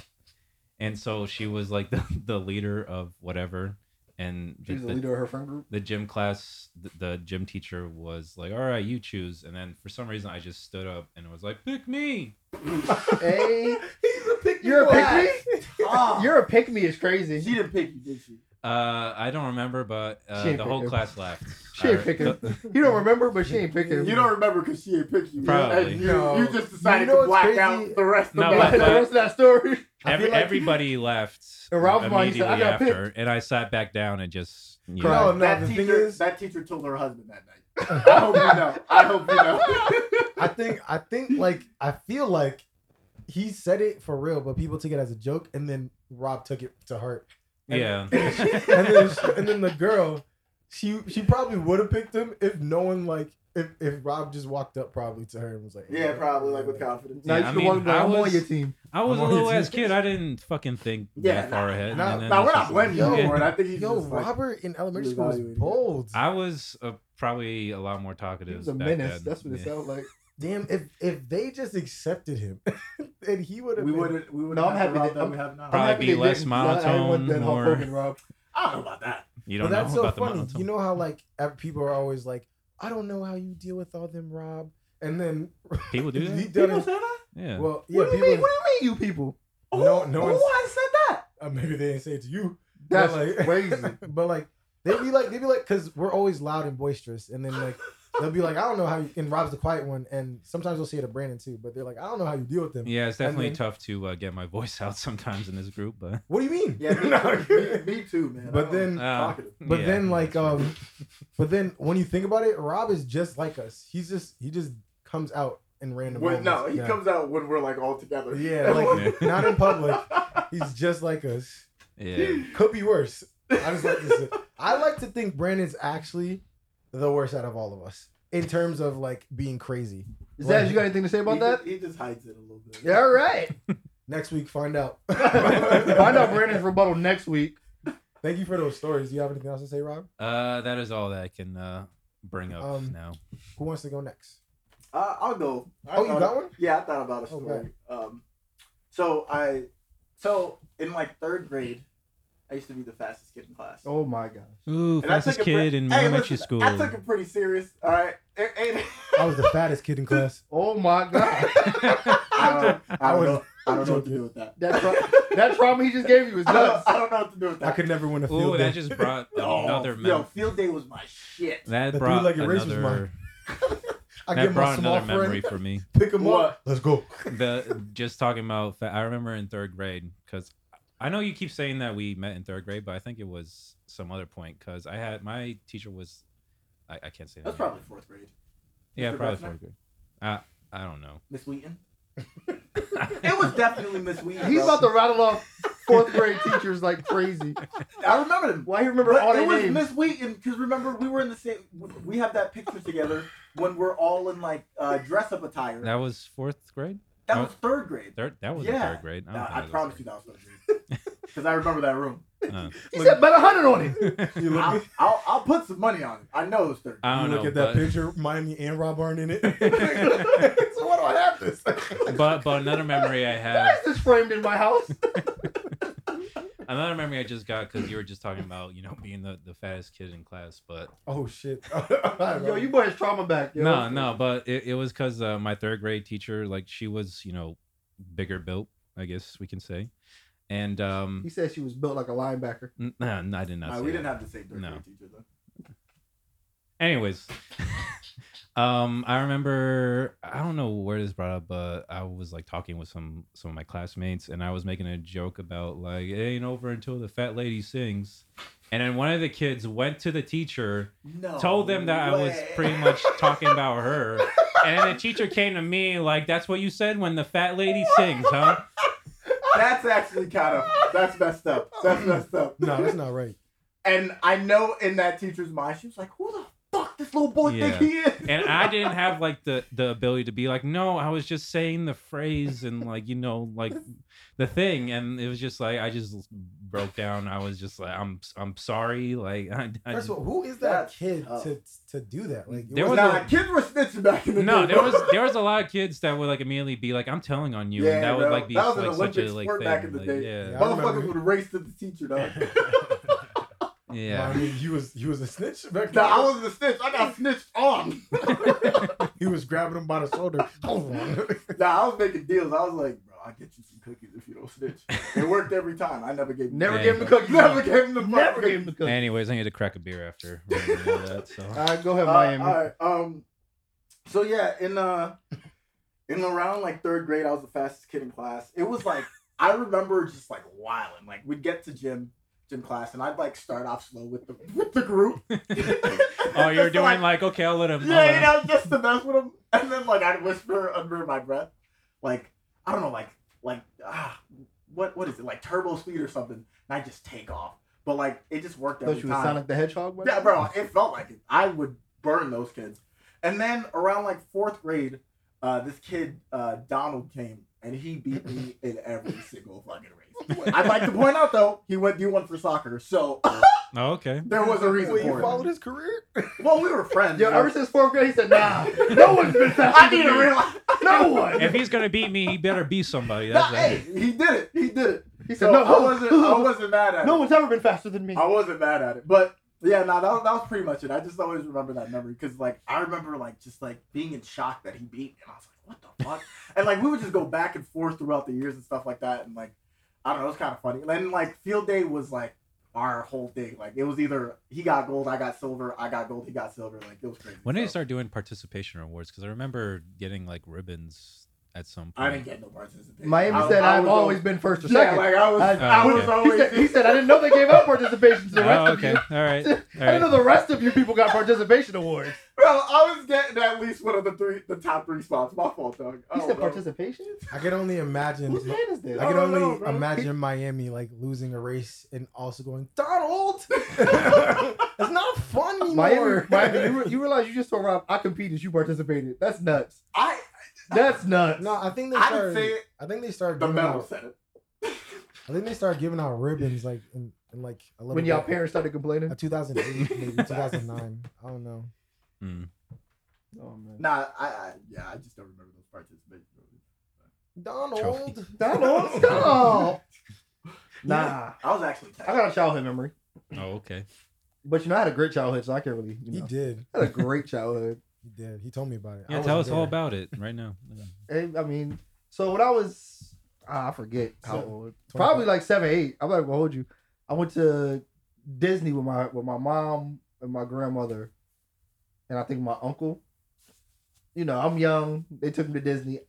Speaker 4: And so she was like the, the leader of whatever and
Speaker 1: She
Speaker 4: the,
Speaker 1: was the
Speaker 4: the-
Speaker 1: leader of her friend group.
Speaker 4: the gym class, the, the gym teacher was like, "All right, you choose." And then for some reason, I just stood up and was like, "Pick me!"
Speaker 1: hey,
Speaker 2: He's a pick
Speaker 1: You're a
Speaker 2: boy.
Speaker 1: pick
Speaker 3: Ah,
Speaker 1: you're a pick me is crazy.
Speaker 3: she didn't pick you, did she?
Speaker 4: Uh, I don't remember, but
Speaker 1: She
Speaker 4: uh,
Speaker 1: ain't
Speaker 4: the whole
Speaker 1: pick him.
Speaker 4: class laughed.
Speaker 1: She
Speaker 4: I-
Speaker 1: ain't pick him.
Speaker 4: the-
Speaker 1: You don't remember, but she ain't pick him.
Speaker 3: You don't remember because she didn't pick you.
Speaker 4: Probably.
Speaker 3: And you,
Speaker 2: No.
Speaker 3: you just decided
Speaker 2: You know what's
Speaker 3: to black
Speaker 2: crazy?
Speaker 3: out the rest
Speaker 4: No,
Speaker 3: of
Speaker 1: remember
Speaker 4: but-
Speaker 3: the
Speaker 1: the rest of that story.
Speaker 2: I
Speaker 4: Every,
Speaker 2: feel like-
Speaker 4: everybody left
Speaker 1: And Ralph Martin
Speaker 4: immediately
Speaker 1: said, "I got
Speaker 4: after, and I sat back down and just you
Speaker 2: No,
Speaker 4: know,
Speaker 2: no,
Speaker 3: that
Speaker 2: the thing
Speaker 3: teacher,
Speaker 2: is-
Speaker 3: that teacher told her husband that night. I hope you know. I hope you know.
Speaker 2: I think I think like I feel like he said it for real, but people took it as a joke, and then Rob took it to heart. Oh, And-
Speaker 4: yeah.
Speaker 2: and then and then the girl, she she probably would have picked him if no one like if if Rob just walked up probably to her and was like
Speaker 3: yeah, probably like with confidence.
Speaker 1: Now
Speaker 4: Yeah,
Speaker 1: you
Speaker 4: I
Speaker 1: should
Speaker 4: mean,
Speaker 1: walk
Speaker 4: I
Speaker 1: down. I'm on
Speaker 4: was-
Speaker 1: your team.
Speaker 4: I was
Speaker 2: I'm
Speaker 4: a
Speaker 2: on
Speaker 4: little
Speaker 2: his-
Speaker 4: ass kid. I didn't fucking think
Speaker 3: Yeah,
Speaker 4: that far
Speaker 3: nah,
Speaker 4: ahead.
Speaker 2: nah,
Speaker 4: and then
Speaker 3: nah,
Speaker 4: it's
Speaker 3: we're not
Speaker 4: just like-
Speaker 3: blaming you
Speaker 2: Yo,
Speaker 3: for it. I think he's
Speaker 2: Yo,
Speaker 3: just like-
Speaker 2: Robert in elementary school was
Speaker 3: reevaluating it.
Speaker 2: bold.
Speaker 4: I was uh, probably a lot more
Speaker 1: He
Speaker 4: talkative.
Speaker 1: was a
Speaker 4: back
Speaker 1: menace.
Speaker 4: then.
Speaker 1: That's what it
Speaker 4: Yeah.
Speaker 1: sounds like.
Speaker 2: Damn, if if they just accepted him, and he would have.
Speaker 3: we would we would
Speaker 1: No, I'm happy that-
Speaker 3: that we
Speaker 1: I'm-
Speaker 3: have now.
Speaker 1: I'm
Speaker 4: Probably
Speaker 1: happy
Speaker 4: be
Speaker 1: they
Speaker 4: less
Speaker 1: didn't, 'cause I- I didn't want that
Speaker 4: monotone,
Speaker 1: Hulk
Speaker 4: more-
Speaker 1: Hogan, Rob.
Speaker 3: I don't know about that.
Speaker 4: You
Speaker 2: But
Speaker 4: don't
Speaker 2: that's
Speaker 4: know
Speaker 2: so
Speaker 4: about the
Speaker 2: funny.
Speaker 4: monotone.
Speaker 2: You know how like ev- people are always like, I don't know how you deal with all them, Rob. And then
Speaker 4: people do
Speaker 2: he
Speaker 4: that.
Speaker 2: done
Speaker 3: People
Speaker 2: it-
Speaker 3: say that?
Speaker 4: Yeah.
Speaker 2: Well, yeah,
Speaker 1: What do you
Speaker 2: people.
Speaker 1: mean? What do you mean, you people?
Speaker 2: No-
Speaker 3: Who-
Speaker 2: no
Speaker 3: Who
Speaker 2: one's-
Speaker 3: has said that?
Speaker 2: Uh, maybe they didn't say it to you.
Speaker 1: That's
Speaker 2: but like,
Speaker 1: crazy.
Speaker 2: but like they'd be like they'd be like because we're always loud and boisterous, and then like they'll be like, I don't know how. you And Rob's the quiet one, and sometimes we'll say it to Brandon too. But they're like, I don't know how you deal with them.
Speaker 4: Yeah, it's definitely
Speaker 2: then-
Speaker 4: tough to uh, get my voice out sometimes in this group, but
Speaker 2: What do you mean?
Speaker 3: Yeah, me,
Speaker 2: No,
Speaker 3: too, me, me too, man.
Speaker 2: But
Speaker 3: I don't-
Speaker 2: then-
Speaker 4: Uh,
Speaker 3: talkative.
Speaker 2: But
Speaker 4: yeah,
Speaker 2: then
Speaker 4: yeah,
Speaker 2: like
Speaker 4: sure.
Speaker 2: um but then when you think about it, Rob is just like us. He's just he just comes out in random
Speaker 3: when, no,
Speaker 2: moments.
Speaker 3: he
Speaker 2: yeah.
Speaker 3: comes out when we're like all together.
Speaker 2: Yeah, like not in public. He's just like us.
Speaker 4: yeah,
Speaker 2: Could be worse. I just like to say- I like to think Brandon's actually the worst out of all of us in terms of like being crazy.
Speaker 1: Zaz, you got anything to say
Speaker 3: he
Speaker 1: about that?
Speaker 3: Just, he just hides it a little bit.
Speaker 1: Yeah, all right.
Speaker 2: Next week find out.
Speaker 1: Find out Brandon's rebuttal next week.
Speaker 2: Thank you for those stories. Do you have anything else to say, Rob?
Speaker 4: uh, that is all that I can uh, bring up
Speaker 2: Um,
Speaker 4: now.
Speaker 2: Who wants to go next?
Speaker 3: Uh, I'll go. I
Speaker 2: Oh, you
Speaker 3: thought-
Speaker 2: got one?
Speaker 3: Yeah, I thought about a
Speaker 2: Oh,
Speaker 3: story. Um, so I, so in like third grade, I used to be the fastest kid in class.
Speaker 1: Oh my gosh.
Speaker 4: Ooh,
Speaker 3: And I
Speaker 4: fastest
Speaker 3: took it pre-
Speaker 4: kid in
Speaker 3: Hey,
Speaker 4: elementary
Speaker 3: listen,
Speaker 4: school.
Speaker 3: I took it pretty serious. All right, It ain't-
Speaker 2: I was the fattest kid in class.
Speaker 1: Oh my god.
Speaker 3: I don't, I don't
Speaker 2: was-
Speaker 3: know. I don't know what to do with that.
Speaker 1: That tra- that trauma he just gave you is
Speaker 3: I don't,
Speaker 1: nuts.
Speaker 3: I don't know what to do with that.
Speaker 2: I could never win a field
Speaker 4: Ooh,
Speaker 2: day.
Speaker 4: that just brought
Speaker 3: Oh,
Speaker 4: another
Speaker 3: yo,
Speaker 4: mem-
Speaker 3: field day was my shit.
Speaker 4: that
Speaker 2: The
Speaker 4: brought
Speaker 2: three-legged race was
Speaker 4: another
Speaker 2: mine. I
Speaker 4: that
Speaker 2: get my
Speaker 4: brought
Speaker 2: small
Speaker 4: another
Speaker 2: friend,
Speaker 4: memory for me.
Speaker 2: pick him
Speaker 3: What?
Speaker 2: up. Let's go.
Speaker 4: The just talking about. fa- I remember in third grade because I know you keep saying that we met in third grade, but I think it was some other point because I had my teacher was. I, I can't say
Speaker 3: That's
Speaker 4: that.
Speaker 3: probably fourth grade.
Speaker 4: Yeah,
Speaker 3: Mr.
Speaker 4: probably
Speaker 3: Bethner?
Speaker 4: fourth grade. I I don't know.
Speaker 3: Miss Wheaton. it was definitely Miss Wheaton.
Speaker 1: He's
Speaker 3: bro.
Speaker 1: about to rattle off fourth grade teachers like crazy.
Speaker 3: I remember them.
Speaker 1: Why he remember all
Speaker 3: But
Speaker 1: their
Speaker 3: it was
Speaker 1: names?
Speaker 3: Miss Wheaton because remember we were in the same. We have that picture together when we're all in like uh, dress up attire.
Speaker 4: That was fourth grade.
Speaker 3: that
Speaker 4: no.
Speaker 3: was third grade.
Speaker 4: Third. That was
Speaker 3: Yeah.
Speaker 4: third grade.
Speaker 3: Nah, I,
Speaker 4: think that
Speaker 3: promise
Speaker 4: was
Speaker 3: you that was third grade because I remember that room.
Speaker 4: third. Uh,
Speaker 1: he said bet a hundred on it.
Speaker 2: You look,
Speaker 3: I'll,
Speaker 2: at-
Speaker 3: I'll, I'll put some money on it. I know it was third. grade.
Speaker 4: I
Speaker 2: you look
Speaker 4: don't know.
Speaker 2: at that
Speaker 4: but-
Speaker 2: picture. Miami and Rob aren't in it. so what do I have this?
Speaker 4: but but another memory I
Speaker 1: Why
Speaker 4: have,
Speaker 1: is this framed in my house?
Speaker 4: another memory I just got because you were just talking about you know being the, the fattest kid in class, but
Speaker 2: oh shit.
Speaker 1: Yo, you brought his trauma back. Yo.
Speaker 4: no no, but it, it was because uh, my third grade teacher like she was you know bigger built I guess we can say, and um
Speaker 1: He said she was built like a linebacker.
Speaker 4: n- no, no, I did not.
Speaker 3: Nah,
Speaker 4: say
Speaker 3: we didn't
Speaker 4: that.
Speaker 3: have the same third
Speaker 4: No.
Speaker 3: grade teacher though.
Speaker 4: Anyways, um, I remember I don't know where this brought up, but I was like talking with some some of my classmates, and I was making a joke about like it ain't over until the fat lady sings, and then one of the kids went to the teacher,
Speaker 3: No.
Speaker 4: told them that I was
Speaker 3: way.
Speaker 4: pretty much talking about her, and then the teacher came to me like, "That's what you said when the fat lady sings, huh?"
Speaker 3: That's actually kind of that's messed up. That's messed up.
Speaker 2: no, that's not right.
Speaker 3: And I know in that teacher's mind, she was like, "Who the fuck this little boy
Speaker 4: Yeah.
Speaker 3: think he is?"
Speaker 4: and I didn't have like the the ability to be like, no, I was just saying the phrase and like you know like the thing, and it was just like I just broke down. I was just like, I'm I'm sorry, like I, I
Speaker 2: First of all, who is that
Speaker 3: That's
Speaker 2: kid
Speaker 3: tough.
Speaker 2: to to do that? Like, it
Speaker 4: There
Speaker 2: wasn't-
Speaker 4: was
Speaker 3: nah,
Speaker 4: a-
Speaker 3: kids were snitching back in the
Speaker 4: no,
Speaker 3: day.
Speaker 4: there was there was a lot of kids that would like immediately be like, I'm telling on you,
Speaker 3: Yeah,
Speaker 4: and that would
Speaker 3: bro.
Speaker 4: like be
Speaker 3: That was an
Speaker 4: like such a
Speaker 3: Olympic
Speaker 4: like
Speaker 3: sport
Speaker 4: thing.
Speaker 3: back in the
Speaker 4: like,
Speaker 3: day.
Speaker 4: Yeah.
Speaker 2: I remember.
Speaker 3: motherfuckers would race to the teacher though.
Speaker 2: I
Speaker 4: Yeah.
Speaker 2: mean, he was he was a snitch back
Speaker 3: No,
Speaker 2: then.
Speaker 3: I wasn't a snitch. I got snitched on.
Speaker 2: he was grabbing him by the shoulder.
Speaker 3: nah, I was making deals. I was like, bro, I'll get you some cookies if you don't snitch. It worked every time. I never gave him
Speaker 1: Never
Speaker 4: Yeah.
Speaker 1: gave him the cookies.
Speaker 3: Never gave him the
Speaker 1: Never gave him the cookies.
Speaker 4: Anyways, I need to crack a beer after. remembering all that, so.
Speaker 1: All right, go ahead,
Speaker 3: Uh,
Speaker 1: Miami.
Speaker 3: all right, um, so yeah, in uh, in around like third grade, I was the fastest kid in class. It was like I remember just like wilding. Like we'd get to gym gym class, and I'd like start off slow with the with the group.
Speaker 4: Oh, you're
Speaker 3: Just,
Speaker 4: doing like, okay, I'll let him. I'll let
Speaker 3: yeah, you
Speaker 4: him.
Speaker 3: know, just to mess with him, and then like I'd whisper under my breath, like I don't know, like like ah, what what is it like turbo speed or something, and I just take off. But like it just worked every
Speaker 1: Thought you was
Speaker 3: time.
Speaker 1: Sonic the Hedgehog.
Speaker 3: Yeah, bro, it felt like it. I would burn those kids. And then around like fourth grade, uh, this kid uh, Donald came and he beat me in every single fucking race. I'd like to point out though, he went D one for soccer, so
Speaker 4: Oh, okay.
Speaker 3: there was a reason
Speaker 2: Wait, you
Speaker 3: for
Speaker 2: followed
Speaker 3: it.
Speaker 2: his career?
Speaker 3: Well, we were friends.
Speaker 1: Yo,
Speaker 3: you know?
Speaker 1: ever since fourth grade, he said, "Nah, no one's been faster
Speaker 3: I need
Speaker 1: than
Speaker 3: to
Speaker 1: me.
Speaker 3: realize.
Speaker 1: No one."
Speaker 4: If he's gonna beat me, he better be somebody.
Speaker 3: Nah,
Speaker 4: That's
Speaker 3: hey, he did it. He did it.
Speaker 1: He said,
Speaker 3: So
Speaker 1: "No,
Speaker 3: I wasn't. I wasn't mad at
Speaker 1: no
Speaker 3: it.
Speaker 1: one's ever been faster than me."
Speaker 3: I wasn't mad at it, but yeah, no, that was, that was pretty much it. I just always remember that memory because like I remember like just like being in shock that he beat me, and I was like, what the fuck? and like we would just go back and forth throughout the years and stuff like that, and like I don't know, it was kind of funny. And then like field day was like our whole thing. Like it was either he got gold, I got silver, I got gold, he got silver. Like it was crazy.
Speaker 4: When did you
Speaker 3: So,
Speaker 4: start doing participation rewards? Because I remember getting like ribbons at some
Speaker 3: I didn't
Speaker 4: point.
Speaker 3: get no participation.
Speaker 1: Miami
Speaker 3: I-
Speaker 1: said,
Speaker 3: I
Speaker 1: "I've
Speaker 3: was
Speaker 1: always been first or
Speaker 3: Yeah,
Speaker 1: second.
Speaker 3: like I was,
Speaker 1: I-
Speaker 3: I
Speaker 4: Oh,
Speaker 3: was
Speaker 4: okay.
Speaker 1: He
Speaker 3: always.
Speaker 1: said, he said, "I didn't know they gave out participation to the rest
Speaker 4: Oh,
Speaker 1: of you.
Speaker 4: okay. All right.
Speaker 1: I
Speaker 4: All
Speaker 1: didn't know
Speaker 4: right.
Speaker 1: the rest of you people got participation awards."
Speaker 3: Bro, I was getting at least one of the three, the top three spots. My fault, dog. Oh, I
Speaker 1: He
Speaker 3: don't
Speaker 1: said
Speaker 3: know.
Speaker 1: participation.
Speaker 2: I can only imagine.
Speaker 1: Whose man is this?
Speaker 2: I can
Speaker 3: don't
Speaker 2: only
Speaker 3: know, bro.
Speaker 2: imagine Miami like losing a race and also going Donald. it's not fun anymore.
Speaker 1: Miami, Miami you, re- you realize you just told Rob I competed, you participated. That's nuts.
Speaker 3: I
Speaker 1: That's nuts.
Speaker 2: no, I think they
Speaker 3: I didn't
Speaker 2: started.
Speaker 3: say it.
Speaker 2: I think they started
Speaker 3: The
Speaker 2: giving
Speaker 3: medal
Speaker 2: out.
Speaker 3: said it.
Speaker 2: I think they started giving out ribbons like in, in like a little
Speaker 1: when y'all
Speaker 2: bit-
Speaker 1: parents started complaining.
Speaker 2: Uh, 2008, maybe 2009. I don't know.
Speaker 4: Hmm.
Speaker 1: Oh man.
Speaker 3: Nah, I, I yeah, I just don't remember those participation trophies.
Speaker 2: Donald.
Speaker 1: Donald, stop. Nah.
Speaker 3: I was actually
Speaker 1: I got a childhood memory.
Speaker 4: Oh, okay.
Speaker 1: But you know I had a great childhood, so I can't really you
Speaker 2: He
Speaker 1: know.
Speaker 2: did.
Speaker 1: I had a great childhood.
Speaker 2: He did. He told me about it. I
Speaker 4: Yeah,
Speaker 2: wasn't
Speaker 4: tell us all
Speaker 2: there.
Speaker 4: about it right now.
Speaker 1: And, I mean, so when I was ah, I forget how
Speaker 2: Seven.
Speaker 1: old.
Speaker 2: 25.
Speaker 1: Probably like seven, eight. I'm not gonna hold you. I went to Disney with my with my mom and my grandmother and I think my uncle. You know, I'm young. They took me to Disney.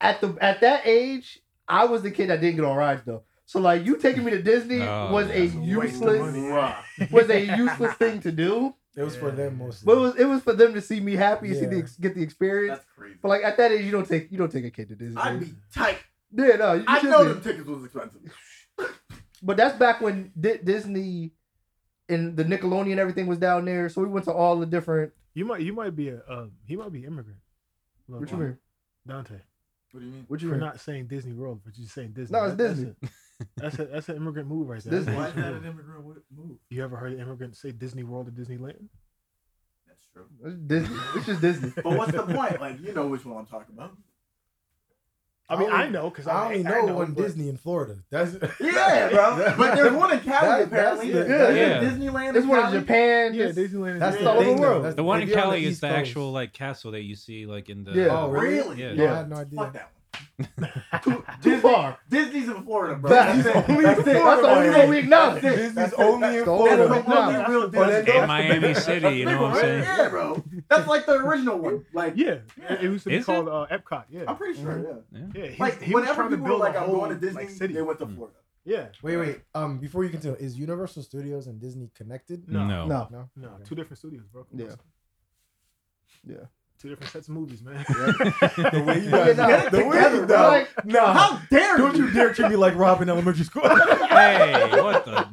Speaker 1: At the at that age, I was the kid that didn't get on rides though. So like you taking me to Disney
Speaker 4: Oh,
Speaker 1: was a
Speaker 4: that's a
Speaker 2: waste of
Speaker 1: useless
Speaker 2: money.
Speaker 1: was a useless thing to do.
Speaker 2: It was for them mostly.
Speaker 1: But it was it was for them to see me happy and see the
Speaker 2: Yeah.
Speaker 1: ex- get the experience.
Speaker 3: That's crazy.
Speaker 1: But like at that age, you don't take you don't take a kid to Disney.
Speaker 3: I'd be tight.
Speaker 1: yeah, no, you
Speaker 3: I
Speaker 1: should
Speaker 3: know
Speaker 1: be.
Speaker 3: them tickets was expensive.
Speaker 1: But that's back when Di- Disney and the Nickelodeon and everything was down there. So we went to all the different.
Speaker 5: You might you might be a um, he might be immigrant. Lil
Speaker 1: What you
Speaker 5: Jon.
Speaker 1: mean?
Speaker 5: Dante?
Speaker 3: What do you mean?
Speaker 1: What you
Speaker 5: You're
Speaker 1: mean?
Speaker 5: not saying Disney World, but you're saying Disney.
Speaker 1: No, it's
Speaker 5: That-
Speaker 1: Disney.
Speaker 5: That's, a, that's a that's an immigrant move right there.
Speaker 1: Disney.
Speaker 5: That's
Speaker 1: Why
Speaker 5: a Disney move.
Speaker 3: immigrant wo- move?
Speaker 5: You ever heard immigrants say Disney World or Disneyland?
Speaker 3: That's true.
Speaker 1: It's Disney. It's just Disney.
Speaker 3: But what's the point? Like you know which one I'm talking about.
Speaker 5: I mean, I
Speaker 2: only-
Speaker 5: know because
Speaker 2: I
Speaker 5: I
Speaker 2: only
Speaker 5: I
Speaker 2: know one
Speaker 5: but-
Speaker 2: Disney in Florida. That's
Speaker 3: Yeah, bro. But there's one in Cali
Speaker 2: That-
Speaker 3: apparently.
Speaker 2: that's
Speaker 1: the-
Speaker 3: There's
Speaker 4: Yeah.
Speaker 3: a Disneyland.
Speaker 1: It's one in
Speaker 3: Cali.
Speaker 1: Japan.
Speaker 5: Yeah,
Speaker 1: it's-
Speaker 5: Disneyland. is
Speaker 2: That's
Speaker 1: It's
Speaker 5: Disney.
Speaker 1: all over
Speaker 2: the thing.
Speaker 1: the
Speaker 2: though.
Speaker 1: world.
Speaker 2: That's-
Speaker 4: The one in
Speaker 2: if you're on
Speaker 4: Cali is
Speaker 2: East
Speaker 4: the
Speaker 2: Coast-
Speaker 4: actual like castle that you see like in the.
Speaker 1: Yeah.
Speaker 2: Oh, really?
Speaker 3: Really?
Speaker 4: Yeah.
Speaker 2: No, I had no
Speaker 3: Fuck
Speaker 2: idea.
Speaker 3: that
Speaker 1: too, too
Speaker 3: Disney-
Speaker 1: far.
Speaker 3: one. Disney's in Florida, bro.
Speaker 1: That's,
Speaker 3: it.
Speaker 1: only
Speaker 3: That's it.
Speaker 1: that's the only one we acknowledge.
Speaker 3: That's it.
Speaker 2: Disney's
Speaker 3: That's it.
Speaker 2: only
Speaker 3: That's
Speaker 2: in
Speaker 3: the only-
Speaker 1: Florida.
Speaker 3: That's the only
Speaker 1: Nah.
Speaker 3: real
Speaker 2: Orlando-
Speaker 3: Disney.
Speaker 4: In Miami City, you know what I'm saying?
Speaker 3: Yeah, bro. That's like the original one. Like,
Speaker 5: Yeah, it- it used to be
Speaker 4: Is it?
Speaker 5: called uh, Epcot. Yeah,
Speaker 3: I'm pretty sure. Yeah.
Speaker 5: yeah. He,
Speaker 3: Like,
Speaker 5: was- he was
Speaker 3: whenever
Speaker 5: trying to
Speaker 3: people
Speaker 5: build
Speaker 3: were like,
Speaker 5: a
Speaker 3: "I'm
Speaker 5: whole,
Speaker 3: going to Disney,"
Speaker 5: like, city.
Speaker 3: they went to
Speaker 4: Mm.
Speaker 3: Florida.
Speaker 5: yeah,
Speaker 2: Wait, wait. Um, before you continue, is Universal Studios and Disney connected?
Speaker 5: No.
Speaker 4: No.
Speaker 1: No.
Speaker 2: No.
Speaker 5: no,
Speaker 2: Okay.
Speaker 5: two different studios, bro. Come
Speaker 1: Yeah.
Speaker 5: on.
Speaker 1: Yeah.
Speaker 5: two different sets of movies, man.
Speaker 2: The way
Speaker 1: Yeah,
Speaker 2: you guys,
Speaker 1: nah,
Speaker 2: the way
Speaker 1: together,
Speaker 2: you
Speaker 1: bro.
Speaker 2: guys,
Speaker 1: Like,
Speaker 2: nah.
Speaker 3: How dare
Speaker 2: Don't you dare treat me like Rob in elementary school.
Speaker 4: hey, what the?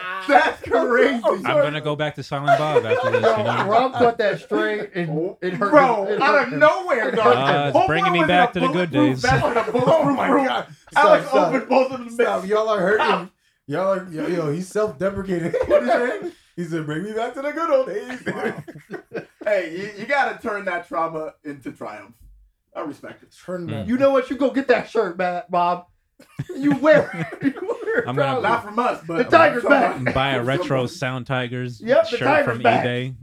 Speaker 3: That's crazy.
Speaker 4: I'm gonna go back to Silent Bob after this. You know?
Speaker 1: Rob caught that straight and it hurt.
Speaker 3: Bro,
Speaker 1: him. It hurt
Speaker 3: out of
Speaker 1: him.
Speaker 3: nowhere, dog.
Speaker 4: Uh, it's
Speaker 3: Homeboy
Speaker 4: bringing me
Speaker 3: was in
Speaker 4: back
Speaker 3: a
Speaker 4: to the good
Speaker 3: bulletproof
Speaker 4: days.
Speaker 3: vest with a bulletproof
Speaker 2: oh my
Speaker 3: roof.
Speaker 2: god.
Speaker 3: Alex
Speaker 2: Stop, stop.
Speaker 3: opened both of them.
Speaker 2: Stop, y'all are hurting. Y'all are yo, yo he's self deprecating. What is that? He said, bring me back to the good old days.
Speaker 3: Wow. hey, you, you gotta turn that trauma into triumph. I respect it.
Speaker 2: Turn back.
Speaker 1: You know what? You go get that shirt, Matt, Bob. You wear it. You wear it
Speaker 4: I'm gonna-
Speaker 1: proudly.
Speaker 3: Not from us, but
Speaker 1: The Tiger's back.
Speaker 4: Buy a retro Sound Tigers
Speaker 1: Yep, the
Speaker 4: shirt
Speaker 1: tiger's
Speaker 4: from
Speaker 1: back.
Speaker 4: eBay.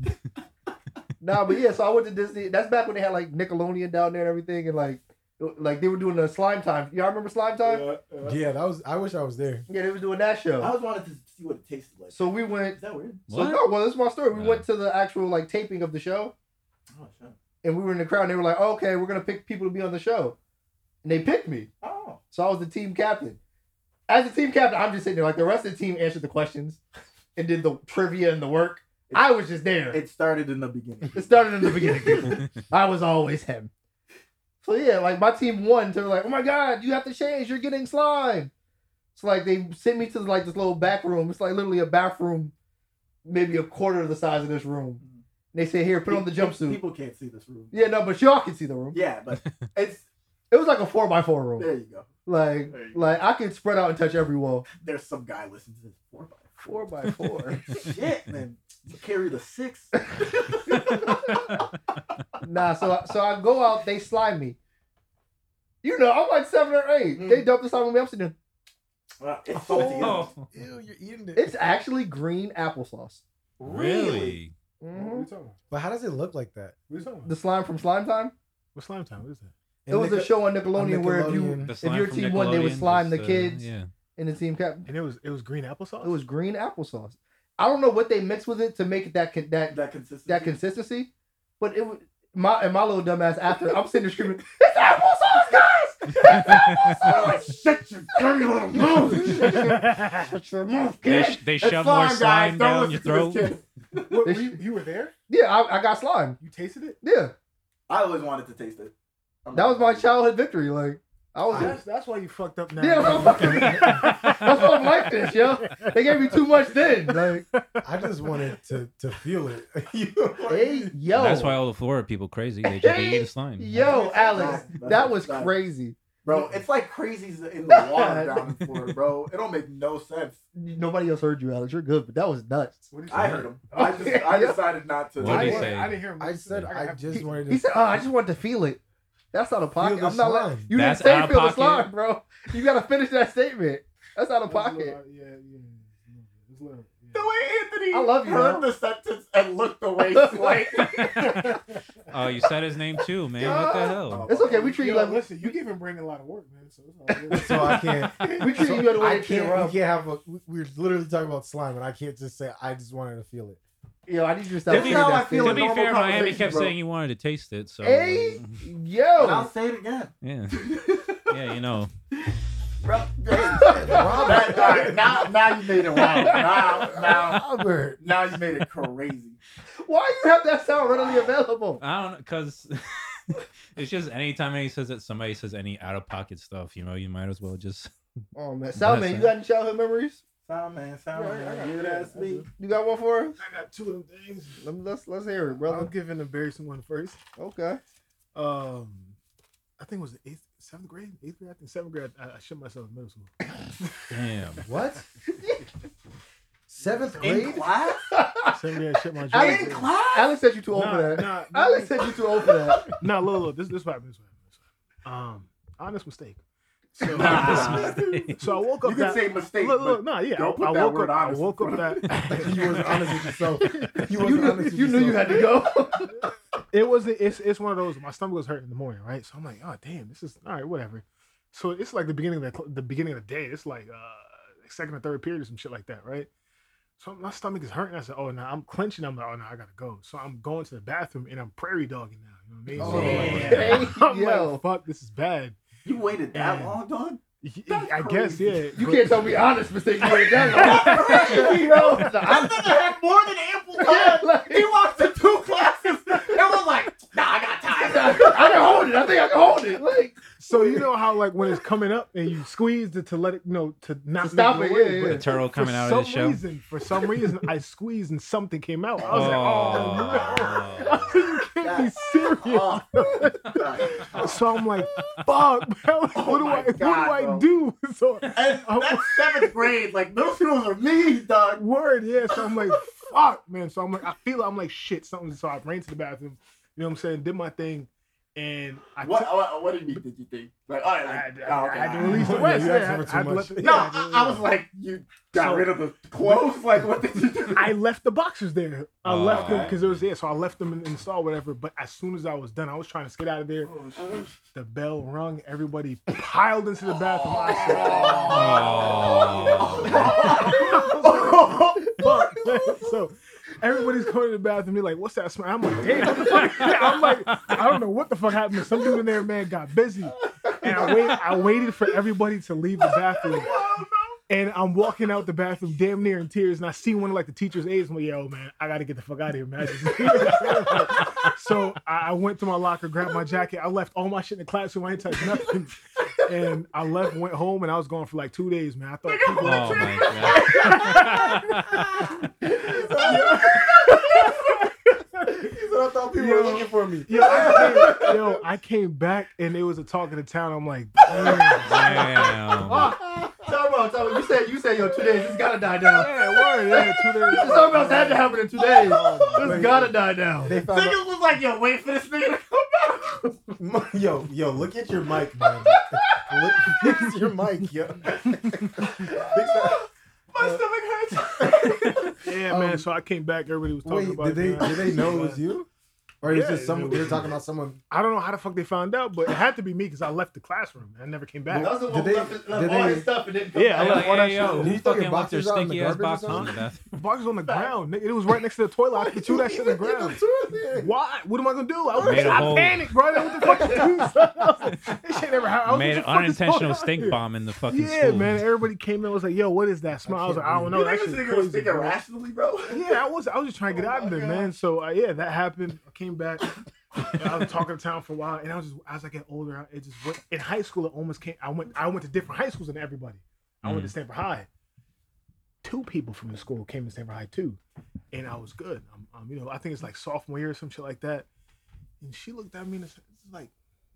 Speaker 1: Nah, but yeah, so I went to Disney. That's back when they had like Nickelodeon down there and everything, and like, it- like they were doing the slime time. Y'all remember slime time? Yeah,
Speaker 2: Yeah, that was. I wish I was there.
Speaker 1: they was doing that
Speaker 3: I
Speaker 1: show.
Speaker 3: always wanted to see what it tasted like.
Speaker 1: So we went.
Speaker 3: is that weird?
Speaker 1: So
Speaker 4: What?
Speaker 1: no, well, that's my story. We
Speaker 4: No.
Speaker 1: went to the actual like taping of the show,
Speaker 3: Oh, shit.
Speaker 1: and we were in the crowd. and They were like, "Okay, we're gonna pick people to be on the show," and they picked me.
Speaker 3: oh.
Speaker 1: So I was the team captain. As the team captain, I'm just sitting there like the rest of the team answered the questions and did the trivia and the work. I was just there.
Speaker 3: It started in the beginning.
Speaker 1: It started in the beginning, people. I was always him. So yeah, like my team won. So they're like, "Oh my god, you have to change. You're getting slime." So like they sent me to like this little back room. It's like literally a bathroom, maybe a quarter of the size of this room. And they say, "Here, put on the
Speaker 3: People-
Speaker 1: jumpsuit."
Speaker 3: People can't see this room.
Speaker 1: Yeah, no, but y'all can see the room.
Speaker 3: Yeah, but it's
Speaker 1: It was like a four by four room.
Speaker 3: there you go.
Speaker 1: Like,
Speaker 3: There you go.
Speaker 1: like I could spread out and touch every wall.
Speaker 3: There's some guy listening to this four by
Speaker 1: Four by four.
Speaker 3: Shit, man. You carry the six.
Speaker 1: nah, so so I go out, they slime me. You know, I'm like seven or eight. They dump the slime on me. I'm sitting there.
Speaker 3: Well, it's salty, isn't it?
Speaker 4: oh,
Speaker 2: Ew, you're eating
Speaker 1: It's actually green applesauce.
Speaker 4: really?
Speaker 5: What are you talking about?
Speaker 2: But how does it look like that?
Speaker 5: What are you talking about?
Speaker 1: The slime from Slime Time.
Speaker 5: What slime time? What is that?
Speaker 1: It was a show on Nickelodeon, where if you
Speaker 4: The
Speaker 1: If your
Speaker 4: from
Speaker 1: team won, they would
Speaker 4: Nickelodeon
Speaker 1: slime
Speaker 4: was,
Speaker 1: the kids.
Speaker 4: yeah.
Speaker 1: in the team cap,
Speaker 5: And it was it was green applesauce.
Speaker 1: it was green applesauce. I don't know what they mixed with it to make it that con- that
Speaker 3: That consistency.
Speaker 1: that consistency, but it was my and my little dumbass after I'm sitting there screaming, "It's applesauce, guys! It's
Speaker 3: Oh,
Speaker 1: applesauce!"
Speaker 3: shut your dirty little mouth.
Speaker 1: Shut your mouth,
Speaker 4: They,
Speaker 1: kid.
Speaker 4: sh- they
Speaker 3: It's fine,
Speaker 4: shove more
Speaker 3: guys.
Speaker 4: slime
Speaker 3: Don't
Speaker 4: down
Speaker 3: listen
Speaker 4: your
Speaker 3: to this
Speaker 4: throat.
Speaker 3: kid.
Speaker 2: What,
Speaker 1: They
Speaker 2: were you, you were there?
Speaker 1: Yeah, I, I got slime.
Speaker 2: You tasted it?
Speaker 1: Yeah,
Speaker 3: I always wanted to taste it. I'm
Speaker 1: that
Speaker 3: not
Speaker 1: was my
Speaker 3: gonna-
Speaker 1: childhood victory. Like I was.
Speaker 5: That's, that's why you fucked up now.
Speaker 1: Yeah, I'm fucking- that's why I'm like this, yo. They gave me too much then. Like,
Speaker 2: I just wanted to to feel it. You-
Speaker 1: hey, yo,
Speaker 4: That's why all the Florida people crazy. They just they eat the slime.
Speaker 1: yo, Alex,
Speaker 3: Nah,
Speaker 1: that was
Speaker 3: nah.
Speaker 1: crazy.
Speaker 3: Bro, it's like crazies in the water down in Florida, bro. It don't make no sense.
Speaker 1: Nobody else heard you, Alex. You're good, but that was nuts.
Speaker 5: What did you
Speaker 3: I
Speaker 5: say?
Speaker 3: heard him. I just I decided not to.
Speaker 4: What'd
Speaker 5: I
Speaker 4: he
Speaker 5: didn't-
Speaker 4: say?
Speaker 5: I didn't hear him.
Speaker 2: I said
Speaker 5: He-
Speaker 2: I just
Speaker 5: he-
Speaker 2: wanted to.
Speaker 1: He said, "Oh, I just wanted to feel it." That's out of
Speaker 2: feel
Speaker 1: pocket.
Speaker 2: the
Speaker 1: I'm not. Like,
Speaker 2: slime.
Speaker 1: you
Speaker 4: That's
Speaker 1: didn't say
Speaker 4: out of
Speaker 1: feel the
Speaker 4: pocket.
Speaker 1: slime, bro. You gotta finish that statement. That's out of
Speaker 5: That's a little-
Speaker 1: pocket.
Speaker 5: Yeah, yeah, yeah. It's a little-
Speaker 3: The way Anthony
Speaker 1: I love you,
Speaker 3: heard
Speaker 1: man.
Speaker 3: the sentence and looked away slight.
Speaker 4: oh, you said his name too, man. What the hell?
Speaker 1: It's okay. We treat
Speaker 5: Uh, Yo,
Speaker 1: you like
Speaker 5: listen, you give him brain a lot of work, man. So,
Speaker 1: Oh,
Speaker 5: it's
Speaker 2: so
Speaker 5: all
Speaker 2: I
Speaker 5: good.
Speaker 2: can't.
Speaker 1: we treat you the way
Speaker 2: I
Speaker 1: it came
Speaker 2: can't.
Speaker 1: around.
Speaker 2: We can't have. A, we- we're literally talking about slime, and I can't just say I just wanted to feel it.
Speaker 1: yo. I need you to stop.
Speaker 4: This is
Speaker 1: saying
Speaker 4: how
Speaker 1: that
Speaker 3: I feel
Speaker 4: To
Speaker 1: statement.
Speaker 4: be
Speaker 3: normal
Speaker 4: fair, Miami
Speaker 3: conversation,
Speaker 4: kept
Speaker 3: bro.
Speaker 4: saying you wanted to taste it, so uh,
Speaker 1: Hey,
Speaker 3: And
Speaker 1: yo.
Speaker 3: I'll say it again.
Speaker 4: yeah, yeah, you know.
Speaker 3: Bro, that, all right, now, now you made it wild. Now, now,
Speaker 2: Albert,
Speaker 3: now you made it crazy.
Speaker 1: Why you have that sound readily available?
Speaker 4: I don't know, cause it's just anytime any says that somebody says any out of pocket stuff, you know, you might as well just.
Speaker 1: Oh man, Salman, you got any childhood memories?
Speaker 3: Sound man, sound
Speaker 2: Yeah, I got-
Speaker 3: man, you
Speaker 2: yeah,
Speaker 3: that's
Speaker 2: I
Speaker 3: me.
Speaker 2: do.
Speaker 1: You got one for us?
Speaker 5: I got two of them things.
Speaker 1: Let me, let's let's hear it,
Speaker 5: I'm
Speaker 1: brother.
Speaker 5: giving the embarrassing one first.
Speaker 1: Okay.
Speaker 5: Um, I think it was the eighth, seventh grade, eighth grade. I think seventh grade. I, I shit myself in middle school.
Speaker 4: Damn.
Speaker 2: what? Seventh
Speaker 3: In
Speaker 2: grade?
Speaker 3: class?
Speaker 5: Seventh grade, I shit my
Speaker 1: I
Speaker 5: jacket.
Speaker 3: In class?
Speaker 1: Alex said you too old
Speaker 5: Nah,
Speaker 1: for that.
Speaker 5: nah,
Speaker 1: Alex said you too old for that.
Speaker 5: nah, look, look, this, this what happened. This what happened. This what happened. Um, honest mistake. So,
Speaker 3: Nah.
Speaker 5: so I woke
Speaker 3: You can
Speaker 5: up. that,
Speaker 3: say mistake,
Speaker 5: look,
Speaker 3: but
Speaker 5: look, nah, yeah. I,
Speaker 3: don't put
Speaker 5: I
Speaker 3: that
Speaker 5: woke
Speaker 3: word
Speaker 5: up. I
Speaker 3: honest in
Speaker 5: woke up
Speaker 3: front
Speaker 5: that.
Speaker 2: you was honest with yourself. You was
Speaker 1: You knew,
Speaker 2: honest with
Speaker 1: you knew you
Speaker 2: yourself.
Speaker 1: had to go.
Speaker 5: it wasn't it's it's one of those my stomach was hurting in the morning right so i'm like oh damn this is all right whatever so it's like the beginning of the, the beginning of the day it's like uh second or third period or some shit like that right so my stomach is hurting i said oh no i'm clenching i'm like oh no i gotta go so i'm going to the bathroom and i'm prairie dogging now you know what i mean
Speaker 3: Oh,
Speaker 5: So,
Speaker 1: yeah.
Speaker 5: i'm
Speaker 1: Yo.
Speaker 5: like fuck this is bad
Speaker 3: you waited that
Speaker 5: Yeah.
Speaker 3: long, dog? That's
Speaker 5: i guess
Speaker 3: crazy.
Speaker 5: yeah
Speaker 1: You
Speaker 5: but-
Speaker 1: can't tell me honest mistake you ain't done. Like, yo, the
Speaker 3: I
Speaker 1: honest-
Speaker 3: think I had more than ample
Speaker 1: yeah,
Speaker 3: time.
Speaker 1: like,
Speaker 3: He walked to two classes and was like, nah, I got
Speaker 1: I
Speaker 3: time.
Speaker 1: can hold it. I think I can hold it. Like,
Speaker 5: so you know how like when it's coming up and you squeeze it to let it you know to not
Speaker 1: To stop
Speaker 5: make
Speaker 1: it,
Speaker 5: away,
Speaker 1: yeah,
Speaker 5: but
Speaker 1: yeah.
Speaker 4: The turtle coming
Speaker 5: for
Speaker 4: out
Speaker 5: some
Speaker 4: of the show.
Speaker 5: reason, for some reason, I squeezed and something came out. I was like,
Speaker 4: Oh.
Speaker 5: oh, no. you can't be serious.
Speaker 3: Oh, God.
Speaker 5: So I'm like, fuck, man. Like,
Speaker 3: Oh
Speaker 5: what do
Speaker 3: my
Speaker 5: I, what do
Speaker 3: God,
Speaker 5: I
Speaker 3: bro.
Speaker 5: do? So
Speaker 3: And
Speaker 5: Oh.
Speaker 3: that's seventh grade. Like, middle schools are mean, dog.
Speaker 5: word, yeah. So I'm like, fuck, man. So I'm like, I feel it. I'm like, shit, something. So I ran to the bathroom. You know what I'm saying? Did my thing, and I
Speaker 3: What,
Speaker 5: took-
Speaker 3: what what did you did you think? Like, all right,
Speaker 5: I
Speaker 3: like,
Speaker 5: had, I,
Speaker 3: oh,
Speaker 5: I
Speaker 3: okay,
Speaker 5: had to
Speaker 3: all right.
Speaker 5: release the
Speaker 2: Yeah,
Speaker 5: rest.
Speaker 2: you
Speaker 5: Yeah,
Speaker 2: asked for
Speaker 5: I, I
Speaker 2: too much.
Speaker 5: let- yeah,
Speaker 3: No,
Speaker 5: I
Speaker 3: I,
Speaker 5: did,
Speaker 3: I
Speaker 5: yeah.
Speaker 3: was like, you got
Speaker 5: So-
Speaker 3: rid of the clothes. Like, what did you do?
Speaker 5: I left the boxers there. I left them
Speaker 4: Okay.
Speaker 5: because it was there, so I left them in, in the stall, whatever. But as soon as I was done, I was trying to get out of there.
Speaker 3: Oh, shit.
Speaker 5: The bell rung. Everybody piled into the bathroom. I oh. said,
Speaker 4: Oh.
Speaker 5: fuck. so everybody's going to the bathroom. They're like, what's that smell? I'm like, damn. What the fuck? I'm like, I don't know what the fuck happened. Some dude in there, man, got busy. And I, wait, I waited for everybody to leave the bathroom. And I'm walking out the bathroom damn near in tears. And I see one of like the teacher's aides. I'm like, yo, man, I got to get the fuck out of here, man. I just- so I I went to my locker, grabbed my jacket. I left all my shit in the classroom. I ain't touched nothing. And I left, went home, and I was gone for like two days, man. I thought people
Speaker 4: Oh my god.
Speaker 3: I thought people were looking for me.
Speaker 5: Yo I, came, yo, I came back and it was a talk in the town. I'm like, damn.
Speaker 4: Damn.
Speaker 1: Time out, time out. You said you said yo, two days. It's gotta die down.
Speaker 5: Yeah, word, yeah, two days.
Speaker 1: Something else had to happen in two days. It's
Speaker 2: Wait,
Speaker 1: gotta die down.
Speaker 2: They found
Speaker 3: Niggas was like, yo, wait for this nigga to come
Speaker 2: out,
Speaker 3: back.
Speaker 2: yo, yo, look at your mic, man. Look, fix your mic, yo. Fix that.
Speaker 3: My
Speaker 2: Uh,
Speaker 3: stomach hurts.
Speaker 5: Yeah,
Speaker 2: Um,
Speaker 5: man. So I came back. Everybody was
Speaker 2: Wait,
Speaker 5: talking about
Speaker 2: did they
Speaker 5: it. man.
Speaker 2: did they know it was you? Or is
Speaker 5: Yeah,
Speaker 2: just someone
Speaker 5: they-
Speaker 2: we were talking about someone
Speaker 5: I don't know how the fuck they found out, but it had to be me because I left the classroom. I never came back.
Speaker 1: That was the one
Speaker 2: Did
Speaker 1: who
Speaker 2: they-
Speaker 1: left, his- left
Speaker 2: did
Speaker 1: all
Speaker 2: they-
Speaker 1: his stuff and didn't come
Speaker 5: Yeah,
Speaker 1: back.
Speaker 5: I left-
Speaker 4: Like, hey, yo,
Speaker 2: Did you
Speaker 4: who
Speaker 2: throw your
Speaker 4: fucking left their
Speaker 2: boxers out in the
Speaker 4: stinky ass
Speaker 2: garbage or
Speaker 4: boxes in the
Speaker 2: something?
Speaker 4: bathroom?
Speaker 5: The box was on the ground. Nigga, it was right next to the toilet. I could chew that shit on the ground. Why? What am I gonna do? I,
Speaker 4: Made a
Speaker 5: I
Speaker 4: hole.
Speaker 5: panicked, bro. Like, What the fuck? is this? I was like, This shit never happened. I was
Speaker 4: Made an
Speaker 5: like, what the fuck is going
Speaker 4: unintentional
Speaker 5: on
Speaker 4: stink
Speaker 5: here?
Speaker 4: bomb in the fucking
Speaker 5: Yeah,
Speaker 4: school.
Speaker 5: man. Everybody came in. Was like, "Yo, what is that smell?" I, was like, "I don't know."
Speaker 3: You
Speaker 5: That
Speaker 3: think this
Speaker 5: shit
Speaker 3: nigga was
Speaker 5: crazy,
Speaker 3: thinking
Speaker 5: bro.
Speaker 3: rationally, bro?
Speaker 5: Yeah, I was. I was just trying to get
Speaker 3: Oh
Speaker 5: out of
Speaker 3: my
Speaker 5: there,
Speaker 3: God.
Speaker 5: man. So uh, yeah, that happened. I came back. and I was talking to town for a while, and I was just as I get older, I- it just went, in high school. It almost came. I went. I went to different high schools than everybody. I went to Stanford High. Two people from the school came to Stanford High too, and I was good. i um, you know, I think it's like sophomore year or some shit like that. And she looked at me and said, like,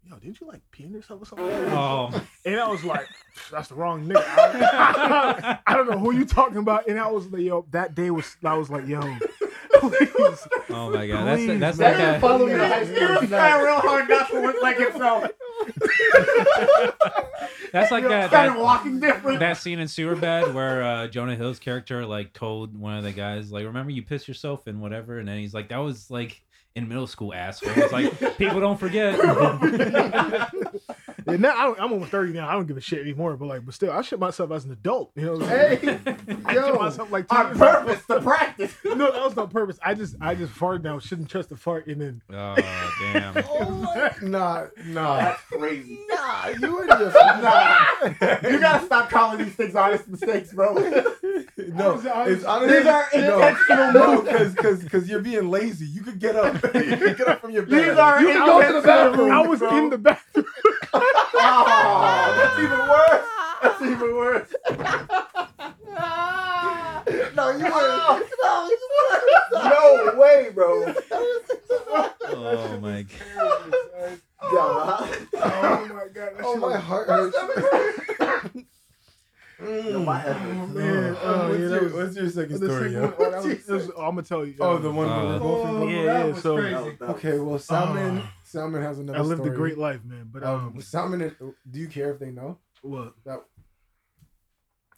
Speaker 5: "Yo, didn't you like pee in yourself or something?"
Speaker 4: Oh,
Speaker 5: And I was like, that's the wrong nigga. I, I don't know who you talking about. And I was like, yo, that day was, I was like, yo, please.
Speaker 4: oh my god. That's
Speaker 5: Please,
Speaker 4: that's
Speaker 1: That didn't
Speaker 4: like that.
Speaker 1: follow me to high
Speaker 3: He was
Speaker 1: school.
Speaker 3: trying real hard not to look like himself.
Speaker 4: That's like that.
Speaker 3: Started
Speaker 4: that
Speaker 3: walking different.
Speaker 4: that scene in Sewerbad where uh, Jonah Hill's character like told one of the guys like, "Remember you pissed yourself and whatever," and then he's like, "That was like in middle school, asshole." It's like people don't forget.
Speaker 5: And now I don't, I'm almost 30 now. I don't give a shit anymore. But like, but still, I shit myself as an adult. You know what I'm saying?
Speaker 1: Hey,
Speaker 5: I shit
Speaker 1: yo,
Speaker 5: myself like two
Speaker 3: On
Speaker 5: years ago.
Speaker 3: purpose to practice.
Speaker 5: No, that was on purpose. I just, I just farted now. Shouldn't trust the fart. And then,
Speaker 4: oh damn!
Speaker 2: Nah, nah.
Speaker 3: That's crazy.
Speaker 2: Nah, you were just nah.
Speaker 3: You gotta stop calling these things honest mistakes, bro.
Speaker 2: No, it's honestly
Speaker 3: These are
Speaker 2: no,
Speaker 3: intentional
Speaker 2: no,
Speaker 3: moves.
Speaker 2: because because because you're being lazy. You could get up, you could get up from your bed.
Speaker 3: These are
Speaker 5: You- I was-
Speaker 3: intentional bathroom.
Speaker 5: I was
Speaker 3: bro.
Speaker 5: in the bathroom.
Speaker 3: Oh, that's even worse. That's even worse.
Speaker 2: no, you were
Speaker 3: No way, bro.
Speaker 4: Oh my god!
Speaker 3: Yeah.
Speaker 5: Oh my god. That
Speaker 2: Oh,
Speaker 5: shit
Speaker 2: my
Speaker 5: was-
Speaker 2: heart hurts. Mm.
Speaker 3: Yo, my head
Speaker 5: Oh,
Speaker 3: hurts.
Speaker 5: man. Oh,
Speaker 2: what's,
Speaker 5: yeah, that
Speaker 2: your,
Speaker 5: was-
Speaker 2: what's your second
Speaker 5: the
Speaker 2: story?
Speaker 5: second
Speaker 2: yo?
Speaker 5: one, oh, that was- that was- oh, I'm gonna tell you.
Speaker 2: Oh, the one where
Speaker 4: Uh,
Speaker 2: we're both in
Speaker 1: Oh,
Speaker 5: Yeah,
Speaker 1: that
Speaker 5: yeah,
Speaker 1: was
Speaker 5: so-
Speaker 1: crazy.
Speaker 3: That was-
Speaker 2: Okay, well, Salmon, Salmon has another.
Speaker 5: I lived
Speaker 2: story.
Speaker 5: a great life, man. But um,
Speaker 2: Um, Salmon, is- do you care if they know?
Speaker 5: What?
Speaker 2: That-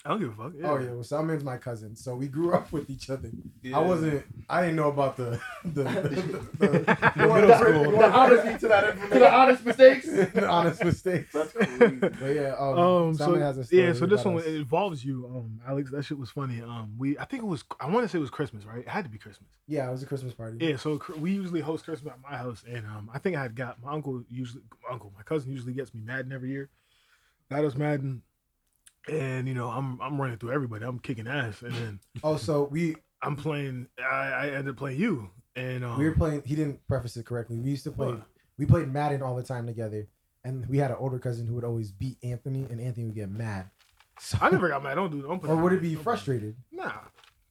Speaker 5: I don't give a fuck. Yeah.
Speaker 2: Oh yeah, well, Salman's my cousin, so we grew up with each other. I wasn't, I didn't know about the the, the, the, the
Speaker 1: You want
Speaker 2: middle
Speaker 1: to-
Speaker 2: school,
Speaker 1: you want to honest-
Speaker 3: to that
Speaker 1: to the honest mistakes.
Speaker 2: the honest mistakes.
Speaker 3: That's crazy.
Speaker 2: But yeah, um,
Speaker 5: Um. So
Speaker 2: Salman has a story
Speaker 5: yeah. So this
Speaker 2: about
Speaker 5: one
Speaker 2: us.
Speaker 5: it involves you, um, Alex. That shit was funny. Um, we I think it was I want to say it was Christmas, right? It had to be Christmas.
Speaker 2: yeah, it was a Christmas party.
Speaker 5: Yeah. So cr- we usually host Christmas at my house, and um, I think I had got my uncle usually my uncle my cousin usually gets me Madden every year. Got us Madden, and you know I'm I'm running through everybody. I'm kicking ass, and then
Speaker 2: Oh, so we
Speaker 5: I'm playing. I, I ended up playing you, and um,
Speaker 2: we were playing. He didn't preface it correctly. We used to play.
Speaker 5: What?
Speaker 2: We played Madden all the time together, and we had an older cousin who would always beat Anthony, and Anthony would get mad. So,
Speaker 5: I never got mad. Don't do. Don't put
Speaker 2: or
Speaker 5: that
Speaker 2: would
Speaker 5: on
Speaker 2: it
Speaker 5: me.
Speaker 2: be
Speaker 5: Don't put-
Speaker 2: frustrated?
Speaker 5: Nah.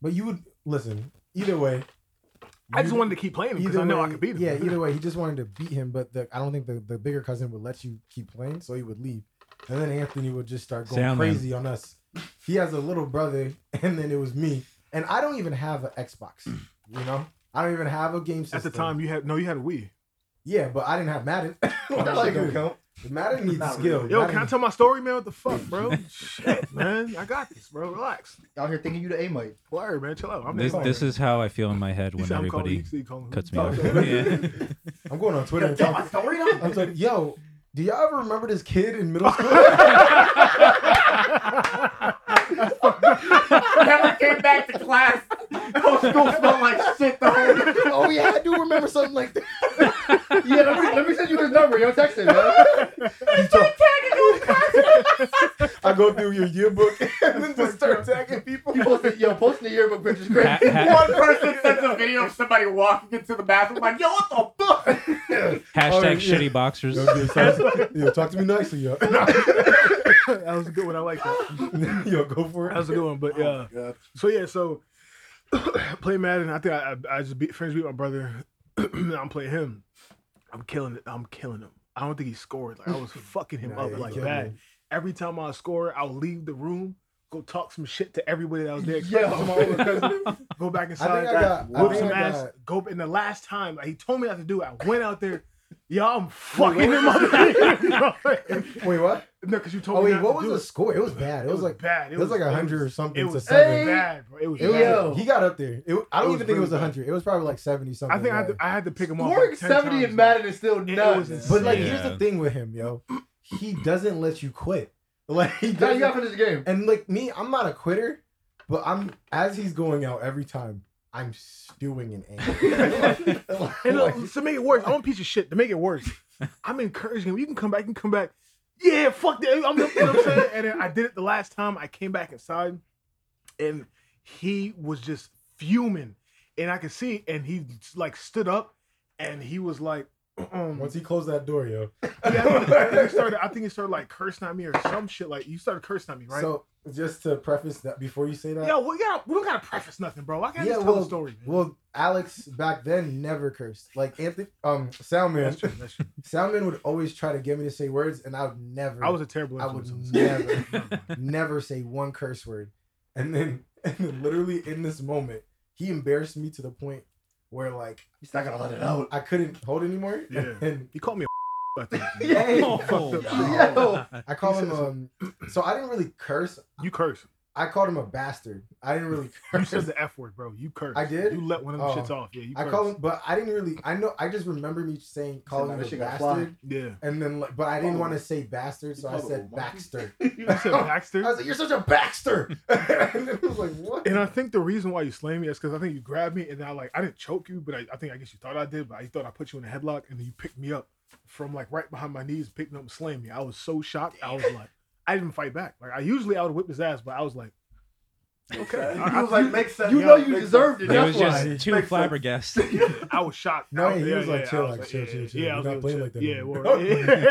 Speaker 2: But you would listen. Either way,
Speaker 5: I just
Speaker 2: you-
Speaker 5: wanted to keep playing him because
Speaker 2: either
Speaker 5: I know
Speaker 2: way-
Speaker 5: I could beat him.
Speaker 2: Yeah, either way, he just wanted to beat him, but the, I don't think the, the bigger cousin would let you keep playing, so he would leave. And then Anthony would just start going
Speaker 4: Sound man.
Speaker 2: crazy on us. He has a little brother, and then it was me. And I don't even have an Xbox, you know? I don't even have a game system.
Speaker 5: At the time, you had no, you had a Wii.
Speaker 2: Yeah, but I didn't have Madden.
Speaker 1: That shit don't count.
Speaker 2: Madden needs
Speaker 3: Not
Speaker 2: skill.
Speaker 3: really.
Speaker 5: Yo,
Speaker 2: Madden-
Speaker 5: can I tell my story, man? What the fuck, bro? Shit, man. I got this, bro. Relax.
Speaker 1: Out here thinking you the A mate.
Speaker 5: Word, man. Chill out. I'm
Speaker 4: this,
Speaker 5: in.
Speaker 4: this is how I feel in my head
Speaker 5: He
Speaker 4: when
Speaker 5: said, I'm calling you. He
Speaker 4: everybody
Speaker 5: said, you calling me.
Speaker 4: cuts me
Speaker 5: Oh,
Speaker 4: off.
Speaker 5: okay.
Speaker 4: Yeah.
Speaker 2: I'm going on Twitter
Speaker 3: Yo,
Speaker 2: and
Speaker 3: tell my
Speaker 2: talking.
Speaker 3: story though.
Speaker 2: I was like, yo, do y'all ever remember this kid in middle school?
Speaker 3: Never came back to class. Whole school smelled like shit the whole day.
Speaker 1: Oh yeah, I do remember something like that. yeah, let me, let me send you his number. Yo, text him, man.
Speaker 2: You talk- I go through your yearbook and then just start tagging people.
Speaker 1: You posted, yo, posting the yearbook pictures
Speaker 4: Ha-
Speaker 1: crazy.
Speaker 4: ha-
Speaker 3: One person sends a video of somebody walking into the bathroom like, yo, what the fuck?
Speaker 4: Hashtag
Speaker 2: yeah.
Speaker 4: shitty boxers.
Speaker 2: Yo, yo, talk, yo, talk to me nicely, yo.
Speaker 5: that was a good one. I like that.
Speaker 2: yo, go for
Speaker 5: That
Speaker 2: it.
Speaker 5: was a good one. But yeah. So yeah, so play Madden. I think I I, I just beat friends beat my brother. I'm playing him. I'm killing it. I'm killing him. I don't think he scored. Like I was fucking him
Speaker 2: Nah,
Speaker 5: up
Speaker 2: yeah,
Speaker 5: like
Speaker 2: yo,
Speaker 5: that.
Speaker 2: man.
Speaker 5: Every time I score, I'll leave the room, go talk some shit to everybody that was there.
Speaker 1: Yo.
Speaker 5: except for my older cousin. go back
Speaker 2: I think I
Speaker 5: inside,
Speaker 2: got. I
Speaker 5: whoop
Speaker 2: think
Speaker 5: some
Speaker 2: I
Speaker 5: ass.
Speaker 2: got
Speaker 5: Go and the last time like, he told me not to do it, I went out there. Y'all, I'm fucking him up.
Speaker 2: wait, what?
Speaker 5: no, because you told
Speaker 2: Oh
Speaker 5: me.
Speaker 2: wait,
Speaker 5: not
Speaker 2: what
Speaker 5: to
Speaker 2: was
Speaker 5: do
Speaker 2: the score? It was bad. It was like
Speaker 5: bad.
Speaker 2: it was like a hundred or something
Speaker 5: It
Speaker 2: to
Speaker 5: was
Speaker 2: seven.
Speaker 1: Hey.
Speaker 5: bad, bro. It was
Speaker 2: It was,
Speaker 5: bad.
Speaker 1: Yo.
Speaker 2: he got up there. It, I
Speaker 5: It
Speaker 2: don't
Speaker 5: was
Speaker 2: even think it was
Speaker 5: really bad.
Speaker 2: hundred. It was probably like seventy something.
Speaker 5: I think I
Speaker 2: yeah.
Speaker 5: had, to, I had to pick him up.
Speaker 1: Scoring
Speaker 5: like 10
Speaker 1: seventy
Speaker 5: times,
Speaker 1: in Madden is still
Speaker 5: man.
Speaker 1: nuts.
Speaker 5: It was
Speaker 2: But like,
Speaker 5: insane.
Speaker 2: here's
Speaker 4: Yeah.
Speaker 2: the thing with him, yo. He doesn't let you quit. Like he
Speaker 1: Now you
Speaker 2: doesn't.
Speaker 1: gotta finish the game.
Speaker 2: and like me, I'm not a quitter, but I'm as he's going out every time, I'm stewing in anger.
Speaker 5: And uh,
Speaker 2: Like,
Speaker 5: look, to make it worse, I'm a piece of shit. To make it worse, I'm encouraging him. You can come back. You can come back. Yeah, fuck that. I'm, you know what I'm saying? And then I did it the last time. I came back inside, and he was just fuming, and I could see. And he like stood up, and he was like, um,
Speaker 2: once he closed that door, yo.
Speaker 5: yeah, I think- I think he started. I think he started like cursing at me or some shit. Like you started cursing at me, right?
Speaker 2: So just to preface that before you say that,
Speaker 5: Yo, we got to we don't gotta preface nothing, bro. I gotta
Speaker 2: Yeah,
Speaker 5: just tell
Speaker 2: well-
Speaker 5: the story, man.
Speaker 2: well, Alex back then never cursed. Like Anthony, um, Salman,
Speaker 5: that's true. That's true.
Speaker 2: Salman would always try to get me to say words, and I would never.
Speaker 5: I was a terrible.
Speaker 2: I would
Speaker 5: influence.
Speaker 2: never, never say one curse word. And then, and then literally in this moment, he embarrassed me to the point where like
Speaker 1: He's not gonna let it out.
Speaker 2: I couldn't hold anymore.
Speaker 5: Yeah.
Speaker 2: And
Speaker 5: He called me. A I think.
Speaker 2: yeah,
Speaker 4: Oh,
Speaker 1: Yo.
Speaker 2: I called him. Um, so I didn't really curse.
Speaker 5: You curse.
Speaker 2: I called him a bastard. I didn't really
Speaker 5: You
Speaker 2: curse.
Speaker 5: said the F word, bro. You curse.
Speaker 2: I did?
Speaker 5: You let one of them
Speaker 2: Oh.
Speaker 5: shits off. Yeah, you
Speaker 2: I
Speaker 5: curse.
Speaker 2: called him, but I didn't really. I know. I just remember me saying calling
Speaker 1: "Man,
Speaker 2: him
Speaker 1: this
Speaker 2: a
Speaker 1: shit gotta
Speaker 2: bastard,
Speaker 1: fly."
Speaker 5: Yeah.
Speaker 2: and then like, but I didn't
Speaker 1: Oh.
Speaker 2: want to say bastard, so I
Speaker 3: Oh,
Speaker 2: said
Speaker 3: monkey.
Speaker 2: Baxter.
Speaker 5: You said Baxter.
Speaker 2: Oh. I was like, "You're such a Baxter," and then I was like, "What?"
Speaker 5: and I think the reason why you slammed me is because I think you grabbed me and I like I didn't choke you, but I, I think I guess you thought I did, but I thought I put you in a headlock and then you picked me up from like right behind my knees, picked me up and slammed me. I was so shocked. I was like, I didn't fight back. Like I usually I would whip his ass, but I was like, okay. I,
Speaker 3: He was like, makes sense.
Speaker 1: You
Speaker 5: Yo,
Speaker 1: know you
Speaker 3: Makes
Speaker 1: deserved it.
Speaker 4: It
Speaker 1: That's
Speaker 4: was just
Speaker 1: why.
Speaker 4: too
Speaker 3: Makes sense.
Speaker 4: flabbergasted.
Speaker 5: I was shocked.
Speaker 2: No,
Speaker 5: I was-
Speaker 2: he was like, chill,
Speaker 5: I was
Speaker 2: like, chill,
Speaker 5: yeah,
Speaker 2: chill, chill. We're
Speaker 5: Yeah, I was
Speaker 2: not
Speaker 5: like,
Speaker 2: playing
Speaker 5: chill.
Speaker 2: like that
Speaker 5: Yeah,
Speaker 2: no
Speaker 5: we're,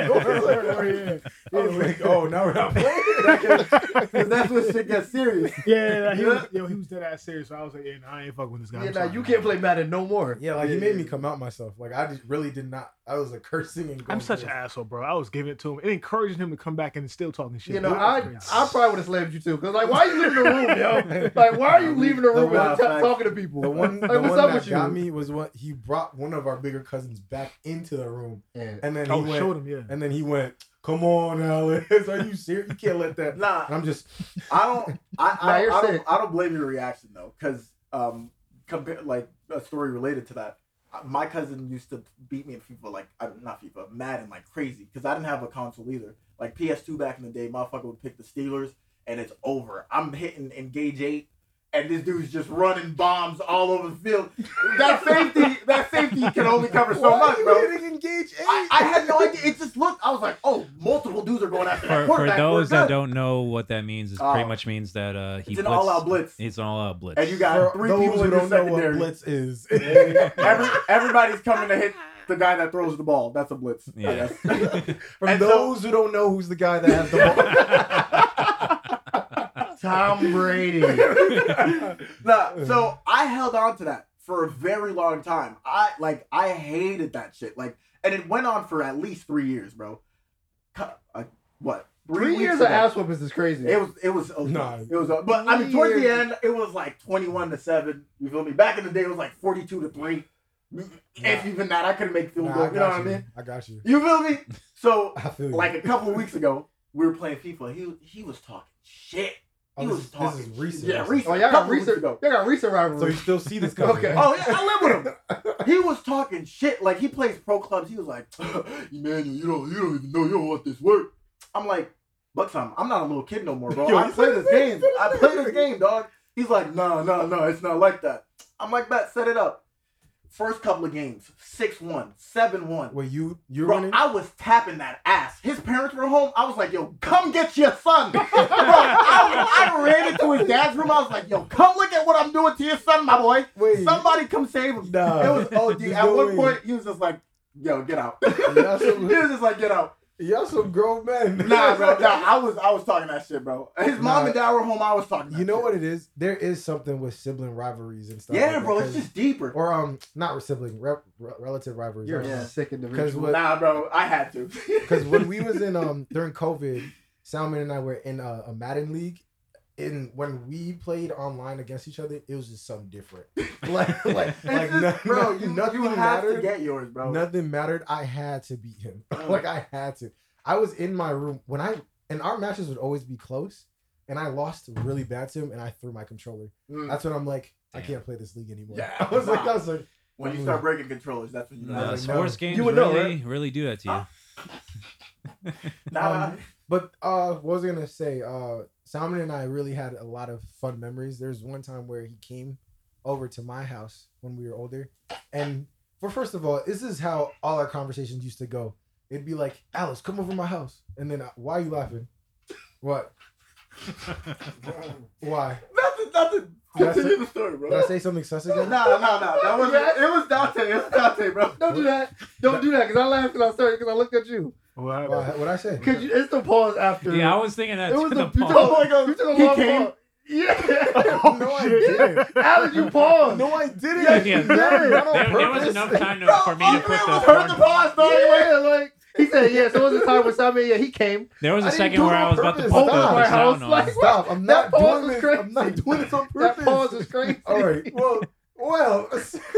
Speaker 2: more.
Speaker 5: yeah.
Speaker 2: I was like, "Oh, now we're not playing."
Speaker 3: sense. That's when shit gets serious.
Speaker 5: Yeah, nah, he was, yo, he was dead ass serious. So I was like, yeah, nah, I ain't fucking with this guy.
Speaker 1: Yeah,
Speaker 5: I'm
Speaker 1: now
Speaker 5: sorry.
Speaker 1: you can't play Madden no more.
Speaker 2: yeah, like he
Speaker 5: Yeah,
Speaker 2: made
Speaker 5: yeah.
Speaker 2: me come out myself. Like I just really did not. I was like cursing and.
Speaker 5: I'm
Speaker 2: going
Speaker 5: such an
Speaker 2: crazy.
Speaker 5: asshole, bro. I was giving it to him and encouraging him to come back and still talking shit.
Speaker 1: You know,
Speaker 5: That
Speaker 1: I
Speaker 5: was crazy.
Speaker 1: I probably would have slammed you too. Cause like, why are you leaving the room, yo? Like, why are you leaving the
Speaker 2: The
Speaker 1: room and
Speaker 3: wild
Speaker 1: t-
Speaker 3: fact-
Speaker 1: talking to people?
Speaker 2: The one,
Speaker 1: like,
Speaker 2: the
Speaker 1: what's
Speaker 2: one
Speaker 1: up
Speaker 2: that
Speaker 1: with you?
Speaker 2: got me was what he brought one of our bigger cousins back into the room,
Speaker 1: Yeah.
Speaker 2: and then he
Speaker 5: oh,
Speaker 2: went,
Speaker 5: showed him, yeah.
Speaker 2: and then he went, "Come on, Alex, are you serious? You can't let that."
Speaker 3: Nah,
Speaker 2: And I'm just,
Speaker 3: I don't. I,
Speaker 1: Nah,
Speaker 3: I,
Speaker 1: you're
Speaker 3: I, don't,
Speaker 1: sick.
Speaker 3: I don't blame your reaction though, because um, compare like a story related to that. Uh, My cousin used to beat me in FIFA, like I- not FIFA, Madden, like crazy, because I didn't have a console either. Like PS2 back in the day, motherfucker would pick the Steelers, and it's over. I'm hitting engage eight, and this dude's just running bombs all over the field. That safety, that safety can only cover so
Speaker 2: "Why
Speaker 3: much,
Speaker 2: you
Speaker 3: bro.
Speaker 2: hitting engage eight?
Speaker 3: I, I had no idea. It just looked. I was like, oh, multiple dudes are going after
Speaker 4: For,
Speaker 3: that
Speaker 4: for
Speaker 3: quarterback. We're
Speaker 4: those that
Speaker 3: good.
Speaker 4: don't know what that means, it
Speaker 3: Oh.
Speaker 4: pretty much means that uh, he
Speaker 3: it's an
Speaker 4: blitzed-
Speaker 3: all-out blitz.
Speaker 4: It's an all-out blitz.
Speaker 3: And you got
Speaker 2: For
Speaker 3: three
Speaker 2: those
Speaker 3: people
Speaker 2: who
Speaker 3: in your
Speaker 2: don't know
Speaker 3: secondary.
Speaker 2: what blitz is.
Speaker 3: Every, everybody's coming to hit the guy that throws the ball. That's a blitz.
Speaker 4: Yeah.
Speaker 3: Yes.
Speaker 2: For
Speaker 3: And so-
Speaker 2: those who don't know who's the guy that has the
Speaker 1: Tom Brady.
Speaker 3: Nah, so I held on to that for a very long time. I like I hated that shit. Like, and it went on for at least three years, bro. Cu- uh, what?
Speaker 1: Three
Speaker 3: weeks
Speaker 1: years
Speaker 3: ago.
Speaker 1: of ass whoopings is crazy.
Speaker 3: It was it was a,
Speaker 2: Nah.
Speaker 3: it was a, but I mean towards the end it was like twenty one to seven. You feel me? Back in the day it was like forty two to three. If even that, I couldn't make field
Speaker 2: Nah,
Speaker 3: goal.
Speaker 2: I
Speaker 3: You know what I
Speaker 2: got you.
Speaker 3: mean?
Speaker 2: I got you.
Speaker 3: You feel me? So
Speaker 2: I feel you.
Speaker 3: like a couple weeks ago, we were playing FIFA. He he was talking shit. He
Speaker 2: Oh,
Speaker 3: was
Speaker 2: this, is, this
Speaker 3: talking.
Speaker 2: is recent.
Speaker 3: Yeah, recent.
Speaker 1: Oh, y'all got
Speaker 3: Couple weeks
Speaker 1: recent. Y'all
Speaker 3: ago.
Speaker 1: got recent
Speaker 2: So you
Speaker 1: rivalry.
Speaker 2: still see this coming?
Speaker 1: Okay.
Speaker 3: Oh yeah, I live with him. He was talking shit. Like he plays pro clubs. He was like, Emmanuel, you don't you don't even know you don't want this work. I'm like, Bucks, I'm, I'm not a little kid no more, bro.
Speaker 5: Yo,
Speaker 3: I
Speaker 5: you
Speaker 3: play
Speaker 5: said
Speaker 3: this
Speaker 5: the same
Speaker 3: game. I play this game, dog. He's like, no, no, no, it's not like that. I'm like, bet, set it up. First couple of games, 6-1, 7-1.
Speaker 2: Wait, you you're
Speaker 3: Oh. Bro,
Speaker 2: running?
Speaker 3: I was tapping that ass. His parents were home. I was like, yo, come get your son. bro, I, I ran into his dad's room. I was like, yo, come look at what I'm doing to your son, my boy.
Speaker 2: Wait, Uh,
Speaker 3: Somebody come save him.
Speaker 2: Nah.
Speaker 3: It was OD.
Speaker 2: There's
Speaker 3: At
Speaker 2: no
Speaker 3: one
Speaker 2: way.
Speaker 3: point, he was just like, yo, get out.
Speaker 2: Y'all
Speaker 3: he
Speaker 2: some,
Speaker 3: was just like, get out.
Speaker 2: y'all some grown men.
Speaker 3: Nah, bro. Nah, I was I was talking that shit, bro. His mom
Speaker 2: Nah.
Speaker 3: and dad were home. I was talking. That
Speaker 2: You know
Speaker 3: shit.
Speaker 2: what it is? There is something with sibling rivalries and stuff.
Speaker 3: Yeah,
Speaker 2: like that,
Speaker 3: bro. It's
Speaker 2: 'cause-
Speaker 3: just deeper.
Speaker 2: or um, not sibling, re- re- relative rivalries.
Speaker 1: You're
Speaker 3: Yeah.
Speaker 1: a sick individual.
Speaker 2: Because what?
Speaker 3: nah, bro. I had to.
Speaker 2: Because when we was in um during COVID, Salman and I were in a, a Madden league, and when we played online against each other, it was just something different. Like like
Speaker 3: It's
Speaker 2: like
Speaker 3: just-
Speaker 2: no-
Speaker 3: bro,
Speaker 2: no-
Speaker 3: you,
Speaker 2: nothing
Speaker 3: you have
Speaker 2: mattered.
Speaker 3: to get yours, bro. Mm.
Speaker 2: Nothing mattered. I had to beat him. like I had to. I was in my room when I and our matches would always be close, and I lost really bad to him, and I threw my controller.
Speaker 3: Mm.
Speaker 2: That's when I'm like, I
Speaker 4: Damn.
Speaker 2: can't play this league anymore.
Speaker 3: Yeah,
Speaker 2: I was like,
Speaker 3: nah.
Speaker 2: I was like,
Speaker 3: when you start breaking controllers, that's when you
Speaker 4: No,
Speaker 3: know.
Speaker 2: Nah,
Speaker 4: Uh, sports games
Speaker 1: You would know,
Speaker 4: really, really do that to you.
Speaker 3: Huh? Nah,
Speaker 2: Um, But uh, what was I gonna say? Uh, Salmon and I really had a lot of fun memories. There's one time where he came over to my house when we were older, and well, first of all, this is how all our conversations used to go. It'd be like, Alice, come over to my house, and then uh, why are you laughing? What? Why?
Speaker 3: nothing, nothing.
Speaker 2: Did I say-
Speaker 3: Continue the story, bro.
Speaker 2: Did I say something sus
Speaker 3: No,
Speaker 2: again?
Speaker 3: no, no. That was it. Was Dante? It was Dante, bro.
Speaker 1: Don't do that. Don't do that. Because I laughed because I started because I looked at you.
Speaker 5: What?
Speaker 2: Why? What I say?
Speaker 1: Because it's the pause after.
Speaker 4: yeah, I was thinking that.
Speaker 1: It was
Speaker 4: to
Speaker 1: the,
Speaker 4: the
Speaker 1: you
Speaker 4: pause.
Speaker 1: took a long- you took a
Speaker 3: He
Speaker 1: long
Speaker 3: came.
Speaker 1: pause. Yeah.
Speaker 5: oh,
Speaker 2: no, I didn't.
Speaker 1: Alex, you paused.
Speaker 2: No, I didn't.
Speaker 1: Yes,
Speaker 4: Yeah.
Speaker 1: you did.
Speaker 2: Not on
Speaker 4: there, there was
Speaker 2: purpose.
Speaker 4: enough time to,
Speaker 3: Bro,
Speaker 4: for me to
Speaker 3: Andre
Speaker 4: put the.
Speaker 3: was hurt the
Speaker 4: horn-
Speaker 3: pause, dog. Like,
Speaker 1: yeah, like he said, yes. There was a time when Simon, yeah, he came.
Speaker 4: There was
Speaker 1: I
Speaker 4: a
Speaker 1: didn't
Speaker 4: second
Speaker 1: do
Speaker 4: where
Speaker 1: it
Speaker 4: I
Speaker 1: on
Speaker 4: was about to
Speaker 2: purpose.
Speaker 4: put the,
Speaker 2: Stop.
Speaker 4: the
Speaker 1: Like, I was
Speaker 4: sound on.
Speaker 1: like,
Speaker 2: Stop! I'm
Speaker 1: That
Speaker 2: not
Speaker 1: pause
Speaker 2: doing
Speaker 1: was
Speaker 2: this. I'm
Speaker 1: crazy.
Speaker 2: not doing this on purpose.
Speaker 1: That pause was crazy.
Speaker 2: All right. Well, well,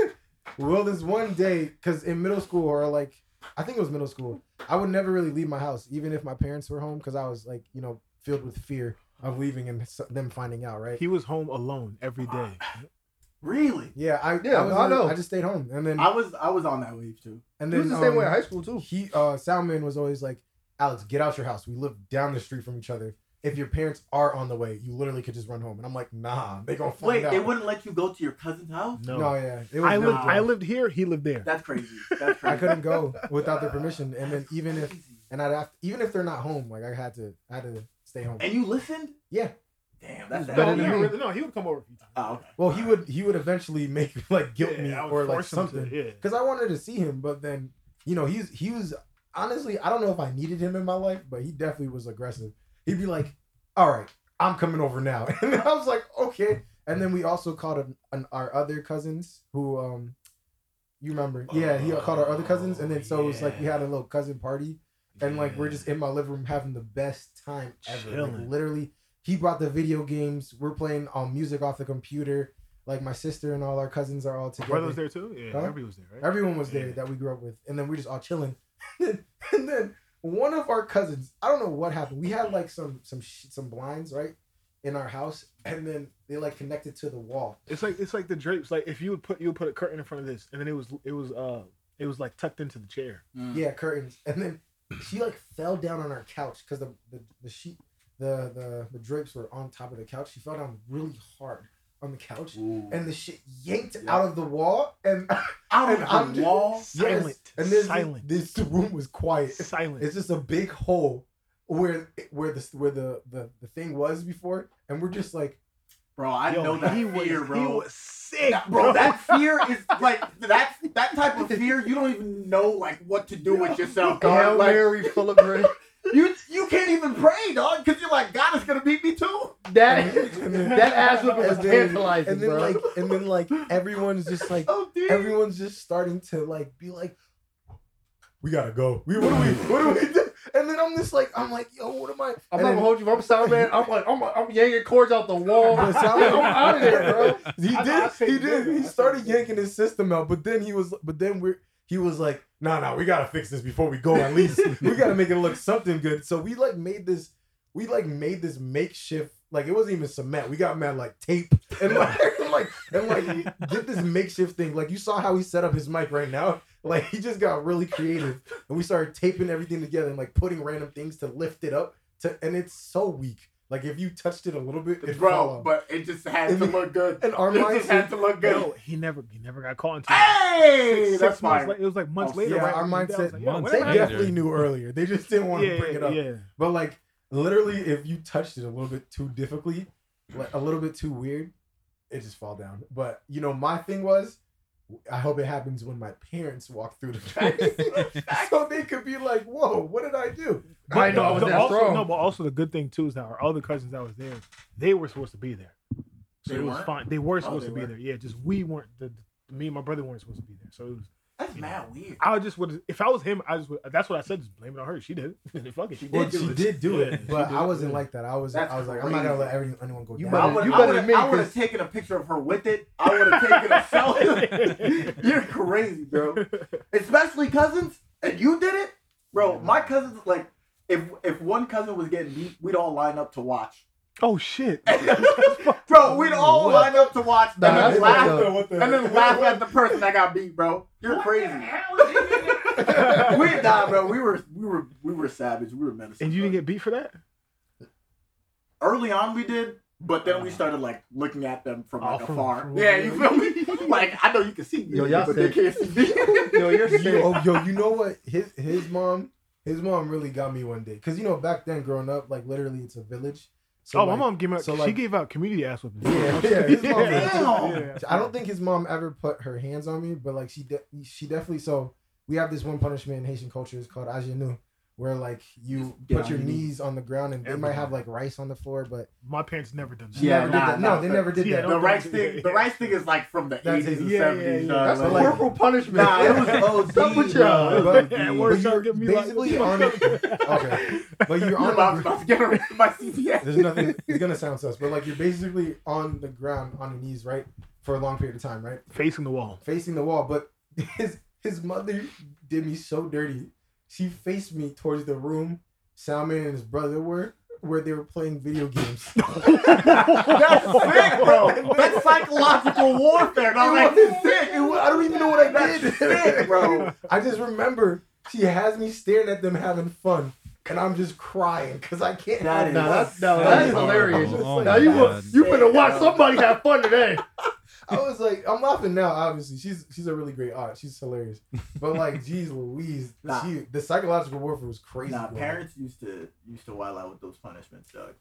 Speaker 2: well. This one day, because in middle school or like, I think it was middle school, I would never really leave my house, even if my parents were home, because I was like, you know, filled with fear of leaving and s- them finding out, right?
Speaker 5: He was home alone every day.
Speaker 3: Really?
Speaker 2: Yeah, I
Speaker 1: Yeah,
Speaker 2: I, was
Speaker 1: no, I
Speaker 2: in-
Speaker 1: know.
Speaker 2: I just stayed home, and then
Speaker 3: I was I was on that wave too.
Speaker 2: and
Speaker 1: He
Speaker 2: then
Speaker 1: was the same
Speaker 2: um,
Speaker 1: way in high school too.
Speaker 2: he uh Salman was always like, Alex, get out your house. We live down the street from each other. If your parents are on the way, you literally could just run home. And I'm like, nah, they gonna find
Speaker 3: Wait,
Speaker 2: out.
Speaker 3: they wouldn't let you go to your cousin's house?
Speaker 5: No.
Speaker 2: No, yeah, it was
Speaker 5: I
Speaker 2: no
Speaker 5: lived.
Speaker 2: good.
Speaker 5: I lived here. He lived there.
Speaker 3: That's crazy. That's crazy.
Speaker 2: I couldn't go without their permission, and then even if
Speaker 3: Crazy.
Speaker 2: and I'd have even if they're not home, like I had to I had to stay home.
Speaker 3: And you listened?
Speaker 2: Yeah.
Speaker 3: Damn, that's
Speaker 5: No,
Speaker 1: better
Speaker 5: he
Speaker 1: than
Speaker 5: would-
Speaker 1: me.
Speaker 5: no, he would come over.
Speaker 3: Oh, okay.
Speaker 2: Well, he would he would eventually make like guilt
Speaker 5: Yeah,
Speaker 2: me
Speaker 5: I would
Speaker 2: or like
Speaker 5: force him to-
Speaker 2: something
Speaker 5: yeah.
Speaker 2: because I wanted to see him, but then you know he's he was honestly I don't know if I needed him in my life, but he definitely was aggressive. He'd be like, "All right, I'm coming over now," and I was like, "Okay." And then we also called an, an, our other cousins who um you remember yeah he called our other cousins and then so it was like we
Speaker 5: Oh,
Speaker 2: had a little cousin party and like we're just in my living room having the best time ever. Like,
Speaker 5: Chilling.
Speaker 2: literally, he brought the video games. We're playing um music off the computer. Like my sister and all our cousins are all together.
Speaker 5: Brother was there too. Yeah,
Speaker 2: Huh?
Speaker 5: everybody was there, right?
Speaker 2: Everyone was there
Speaker 5: Yeah.
Speaker 2: that we grew up with, and then we're just all chilling. and then one of our cousins, I don't know what happened. We had like some some sh- some blinds right in our house, and then they like connected to the wall.
Speaker 5: It's like it's like the drapes. Like if you would put you would put a curtain in front of this, and then it was it was uh it was like tucked into the chair.
Speaker 3: Mm.
Speaker 2: Yeah, curtains. And then she like fell down on our couch because the, the the sheet the the the drapes were on top of the couch. She fell down really hard on the couch,
Speaker 3: Ooh.
Speaker 2: and the shit yanked
Speaker 3: Yeah.
Speaker 2: out of the wall. And
Speaker 3: out
Speaker 2: and I'm
Speaker 3: of the
Speaker 2: just-
Speaker 3: wall.
Speaker 5: Silent,
Speaker 2: and this
Speaker 5: silent,
Speaker 2: this room was quiet.
Speaker 5: silent.
Speaker 2: It's just a big hole where where the where the the, the thing was before, and we're just like,
Speaker 3: Bro, I
Speaker 5: Yo,
Speaker 3: know that
Speaker 5: he
Speaker 3: fear,
Speaker 5: was,
Speaker 3: bro.
Speaker 5: He was sick,
Speaker 3: Nah,
Speaker 5: bro.
Speaker 3: bro, that fear is like that that type of fear. You don't even know like what to do with yourself.
Speaker 1: Hail
Speaker 3: Dog. Like
Speaker 1: Mary, full of grace.
Speaker 3: you you can't even pray, dog, because you're like God is gonna beat me too.
Speaker 1: That
Speaker 2: And then-
Speaker 1: that ass whooping was
Speaker 2: And then-
Speaker 1: tantalizing,
Speaker 2: and then
Speaker 1: bro.
Speaker 2: like, and then like everyone's just like,
Speaker 3: Oh dear.
Speaker 2: everyone's just starting to like be like, we gotta go. We what do we what do we do? And And then I'm just like, I'm like, yo, what am I?
Speaker 1: I'm
Speaker 2: and
Speaker 1: not
Speaker 2: then-
Speaker 1: gonna hold you. If I'm sour man. I'm like, I'm, I'm yanking cords out the wall.
Speaker 2: But Sour
Speaker 1: I'm
Speaker 2: Man-
Speaker 1: out of there, bro.
Speaker 2: He
Speaker 5: I- I
Speaker 2: did.
Speaker 5: say
Speaker 2: he
Speaker 5: you
Speaker 2: did.
Speaker 5: did. I
Speaker 2: He
Speaker 5: say you
Speaker 2: started
Speaker 5: did.
Speaker 2: yanking his system out, but then he was. But then we. are He was like, "No, nah, no, nah, we gotta fix this before we go. At least we gotta make it look something good." So we like made this. We like made this makeshift. Like it wasn't even cement. We got mad like tape and like and like and like get this makeshift thing. Like you saw how he set up his mic right now. Like he just got really creative, and we started taping everything together and like putting random things to lift it up. To and it's so weak. Like if you touched it a little bit, it fell
Speaker 3: Bro,
Speaker 2: off.
Speaker 3: but it just had
Speaker 2: And
Speaker 3: to
Speaker 2: the-
Speaker 3: look good.
Speaker 2: and our
Speaker 3: It
Speaker 2: mics
Speaker 3: just had to look good.
Speaker 5: Yo, he never he never got caught until
Speaker 3: Hey,
Speaker 5: six
Speaker 3: that's
Speaker 5: months
Speaker 3: fine.
Speaker 5: later. It was like months
Speaker 3: Oh,
Speaker 5: later.
Speaker 2: yeah,
Speaker 5: right?
Speaker 2: our
Speaker 5: when he died. I was
Speaker 2: mindset-
Speaker 5: like, yo,
Speaker 4: Months
Speaker 5: whatever
Speaker 2: They
Speaker 4: later.
Speaker 5: happened?
Speaker 2: definitely knew earlier. They just didn't want to bring it up.
Speaker 5: Yeah, yeah.
Speaker 2: But like literally, if you touched it a little bit too difficultly, like a little bit too weird, it just fall down. But you know, my thing was, I hope it happens when my parents walk through the back, so they could be like, "Whoa, what did I do?"
Speaker 5: But
Speaker 1: I didn't know I was
Speaker 5: the-
Speaker 1: that
Speaker 5: also,
Speaker 1: strong.
Speaker 5: No, but also the good thing too is that our other cousins that was there, they were supposed to be there, so
Speaker 3: They
Speaker 5: it was
Speaker 3: weren't? Oh,
Speaker 5: fine. They were supposed
Speaker 3: they
Speaker 5: to be
Speaker 3: were.
Speaker 5: there. Yeah, just we weren't. The, the- me and my brother weren't supposed to be there. So it was,
Speaker 3: That's mad weird.
Speaker 5: I just would. If I was him, I just would. That's what I said. Just blame it on her. She did it. Fuck it. She
Speaker 3: Well,
Speaker 5: did.
Speaker 2: Well,
Speaker 5: it.
Speaker 3: do
Speaker 2: she
Speaker 3: it.
Speaker 2: did do
Speaker 5: Yeah,
Speaker 2: it, but
Speaker 5: she
Speaker 2: I
Speaker 5: did.
Speaker 2: wasn't like that. I was.
Speaker 3: That's
Speaker 2: I was like, I'm not gonna let
Speaker 3: crazy.
Speaker 2: every- anyone go
Speaker 1: You
Speaker 2: down.
Speaker 1: better-
Speaker 3: I
Speaker 1: you
Speaker 3: would,
Speaker 1: better
Speaker 3: I would,
Speaker 1: admit,
Speaker 3: I would have
Speaker 1: 'cause-
Speaker 3: taken a picture of her with it. I would have taken a selfie. You're crazy, bro. Especially cousins, and you did it, bro. My cousins, like, if if one cousin was getting beat, we'd all line up to watch.
Speaker 5: Oh shit.
Speaker 3: bro, we'd all
Speaker 1: What?
Speaker 3: line up to watch
Speaker 1: Nah,
Speaker 3: and
Speaker 1: that's fucked
Speaker 3: then laugh,
Speaker 1: up.
Speaker 2: what the
Speaker 3: and then laugh at the person that got beat, bro. You're crazy. we nah, bro. We were we were we were savage. We were menacing.
Speaker 5: And you
Speaker 3: bro.
Speaker 5: didn't get beat for that?
Speaker 3: early on we did, but then we started like looking at them from like
Speaker 5: Oh, from-
Speaker 3: afar.
Speaker 5: from-
Speaker 3: yeah, you feel me? like I know you can see me,
Speaker 1: Yo, y'all
Speaker 3: but they
Speaker 1: sick.
Speaker 3: can't see me.
Speaker 1: Yo, you're
Speaker 2: you,
Speaker 1: sick.
Speaker 2: oh, yo, you know what? His his mom, his mom really got me one day. Cause you know back then, growing up, like literally, it's a village. So
Speaker 5: oh,
Speaker 2: like,
Speaker 5: my mom gave out.
Speaker 2: so,
Speaker 5: she
Speaker 2: like-
Speaker 5: gave out community ass whoopings.
Speaker 2: Yeah, yeah, his mom
Speaker 5: Yeah.
Speaker 2: did.
Speaker 5: Yeah.
Speaker 2: I don't think his mom ever put her hands on me, but like she de- she definitely. So we have this one punishment in Haitian culture. It's called ajinu, where like you
Speaker 3: Get
Speaker 2: put
Speaker 3: on
Speaker 2: your
Speaker 3: your knees.
Speaker 2: knees on the ground, and they might have like rice on the floor, but
Speaker 5: My parents never done that.
Speaker 2: she
Speaker 3: Yeah,
Speaker 2: never
Speaker 3: nah,
Speaker 2: did that.
Speaker 3: nah,
Speaker 2: no, they
Speaker 3: but-
Speaker 2: never did
Speaker 5: Yeah,
Speaker 2: that.
Speaker 5: don't-
Speaker 3: the rice thing, the rice thing is like from the
Speaker 2: That's
Speaker 3: eighties and
Speaker 5: yeah, yeah,
Speaker 3: seventies.
Speaker 5: yeah.
Speaker 1: That's
Speaker 2: But,
Speaker 1: a
Speaker 2: like-
Speaker 1: corporal punishment.
Speaker 3: Nah, it was OD.
Speaker 1: What's up with
Speaker 3: bro.
Speaker 1: y'all?
Speaker 3: It was
Speaker 2: But-
Speaker 3: OD.
Speaker 5: Yeah,
Speaker 2: but
Speaker 5: words
Speaker 2: you're
Speaker 5: don't get me like-
Speaker 2: basically on- okay, but you're
Speaker 3: Your
Speaker 2: on
Speaker 3: mom's
Speaker 2: the,
Speaker 3: about to get her my CPS.
Speaker 2: There's nothing. It's gonna sound sus, but like you're basically on the ground on your knees, right, for a long period of time, right,
Speaker 5: Facing the wall.
Speaker 2: facing the wall. But his his mother did me so dirty. She faced me towards the room Salman and his brother were, where they were playing video games.
Speaker 3: That's sick, bro. That's psychological warfare. And I'm like,
Speaker 2: wasn't
Speaker 3: sick.
Speaker 2: It wa- I don't even know what I
Speaker 3: That's
Speaker 2: did.
Speaker 3: sick, bro.
Speaker 2: I just remember she has me staring at them having fun, and I'm just crying because I can't.
Speaker 3: That
Speaker 2: have
Speaker 1: Nah,
Speaker 2: fun.
Speaker 1: that's, nah,
Speaker 2: That
Speaker 1: that's
Speaker 2: is
Speaker 1: hilarious.
Speaker 4: horrible. Oh
Speaker 1: now
Speaker 4: my
Speaker 1: you
Speaker 4: God.
Speaker 1: you better watch somebody have fun today.
Speaker 2: I was like, I'm laughing now. Obviously, she's she's a really great aunt. She's hilarious. But like, geez, Louise,
Speaker 3: Nah.
Speaker 2: she, the psychological warfare was crazy.
Speaker 3: Nah,
Speaker 2: bro.
Speaker 3: parents used to used to wild out with those punishments, Doug.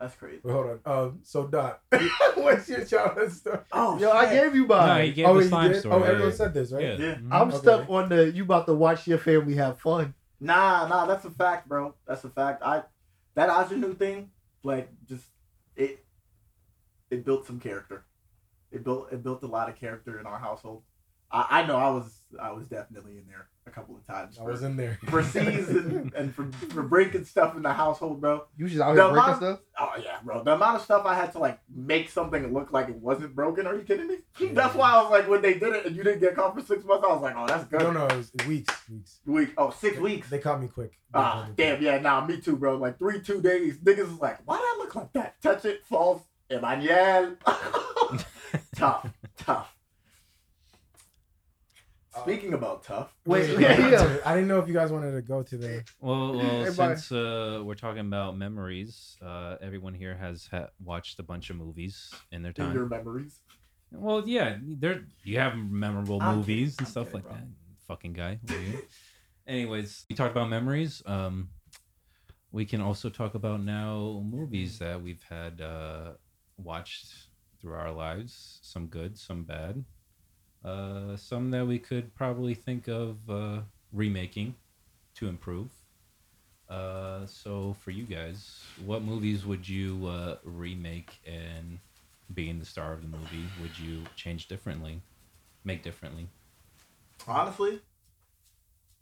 Speaker 3: That's crazy.
Speaker 2: Wait, hold on. Um, so Dot, what's your childhood story?
Speaker 3: Oh,
Speaker 1: Yo, I
Speaker 3: shit.
Speaker 1: gave you
Speaker 4: No,
Speaker 1: mine.
Speaker 4: he gave
Speaker 2: oh,
Speaker 4: the
Speaker 2: you
Speaker 4: slime
Speaker 2: did?
Speaker 4: story.
Speaker 2: oh,
Speaker 4: yeah.
Speaker 2: everyone said this, right?
Speaker 4: yeah.
Speaker 3: Yeah.
Speaker 4: mhm.
Speaker 1: I'm
Speaker 2: Okay.
Speaker 1: stuck on the you about to watch your family have fun.
Speaker 3: Nah, nah, that's a fact, bro. That's a fact. I that Ajinu thing, like, just it it built some character. It built it built a lot of character in our household. I, I know I was I was definitely in there a couple of times.
Speaker 2: I
Speaker 3: For,
Speaker 2: was in there.
Speaker 3: for C's and, and for, for breaking stuff in the household, bro.
Speaker 1: You just out
Speaker 3: No,
Speaker 1: here breaking
Speaker 3: mine-
Speaker 1: stuff.
Speaker 3: Oh yeah, bro. The amount of stuff I had to like make something look like it wasn't broken. Are you kidding me? That's why I was like, when they did it and you didn't get caught for six months, I was like, oh, that's good.
Speaker 2: no, no, it was weeks, weeks.
Speaker 3: Week. Oh, six weeks.
Speaker 2: They caught me quick. They
Speaker 3: Ah,
Speaker 2: caught me
Speaker 3: damn,
Speaker 2: quick.
Speaker 3: yeah, nah, me too, bro. Like three, two days, niggas is like, why did I look like that? Touch it, false, Emmanuel. tough, tough.
Speaker 2: Uh,
Speaker 3: Speaking about tough,
Speaker 1: Wait,
Speaker 2: Yeah,
Speaker 1: yeah, yeah.
Speaker 2: I didn't know if you guys wanted to go to the.
Speaker 4: Well, well
Speaker 1: Everybody-
Speaker 4: since uh, we're talking about memories, uh, everyone here has ha- watched a bunch of movies in their
Speaker 3: in
Speaker 4: time.
Speaker 3: your memories.
Speaker 4: Well, yeah, there you have memorable
Speaker 3: I'm kidding,
Speaker 4: movies and
Speaker 3: I'm
Speaker 4: stuff
Speaker 3: kidding,
Speaker 4: like
Speaker 3: bro.
Speaker 4: that. Fucking guy. over here. Anyways, we talked about memories. Um, we can also talk about now movies that we've had uh, watched through our lives. Some good, some bad. Uh, some that we could probably think of uh, remaking to improve. Uh, so for you guys, what movies would you uh, remake and being the star of the movie would you change differently make differently
Speaker 3: Honestly,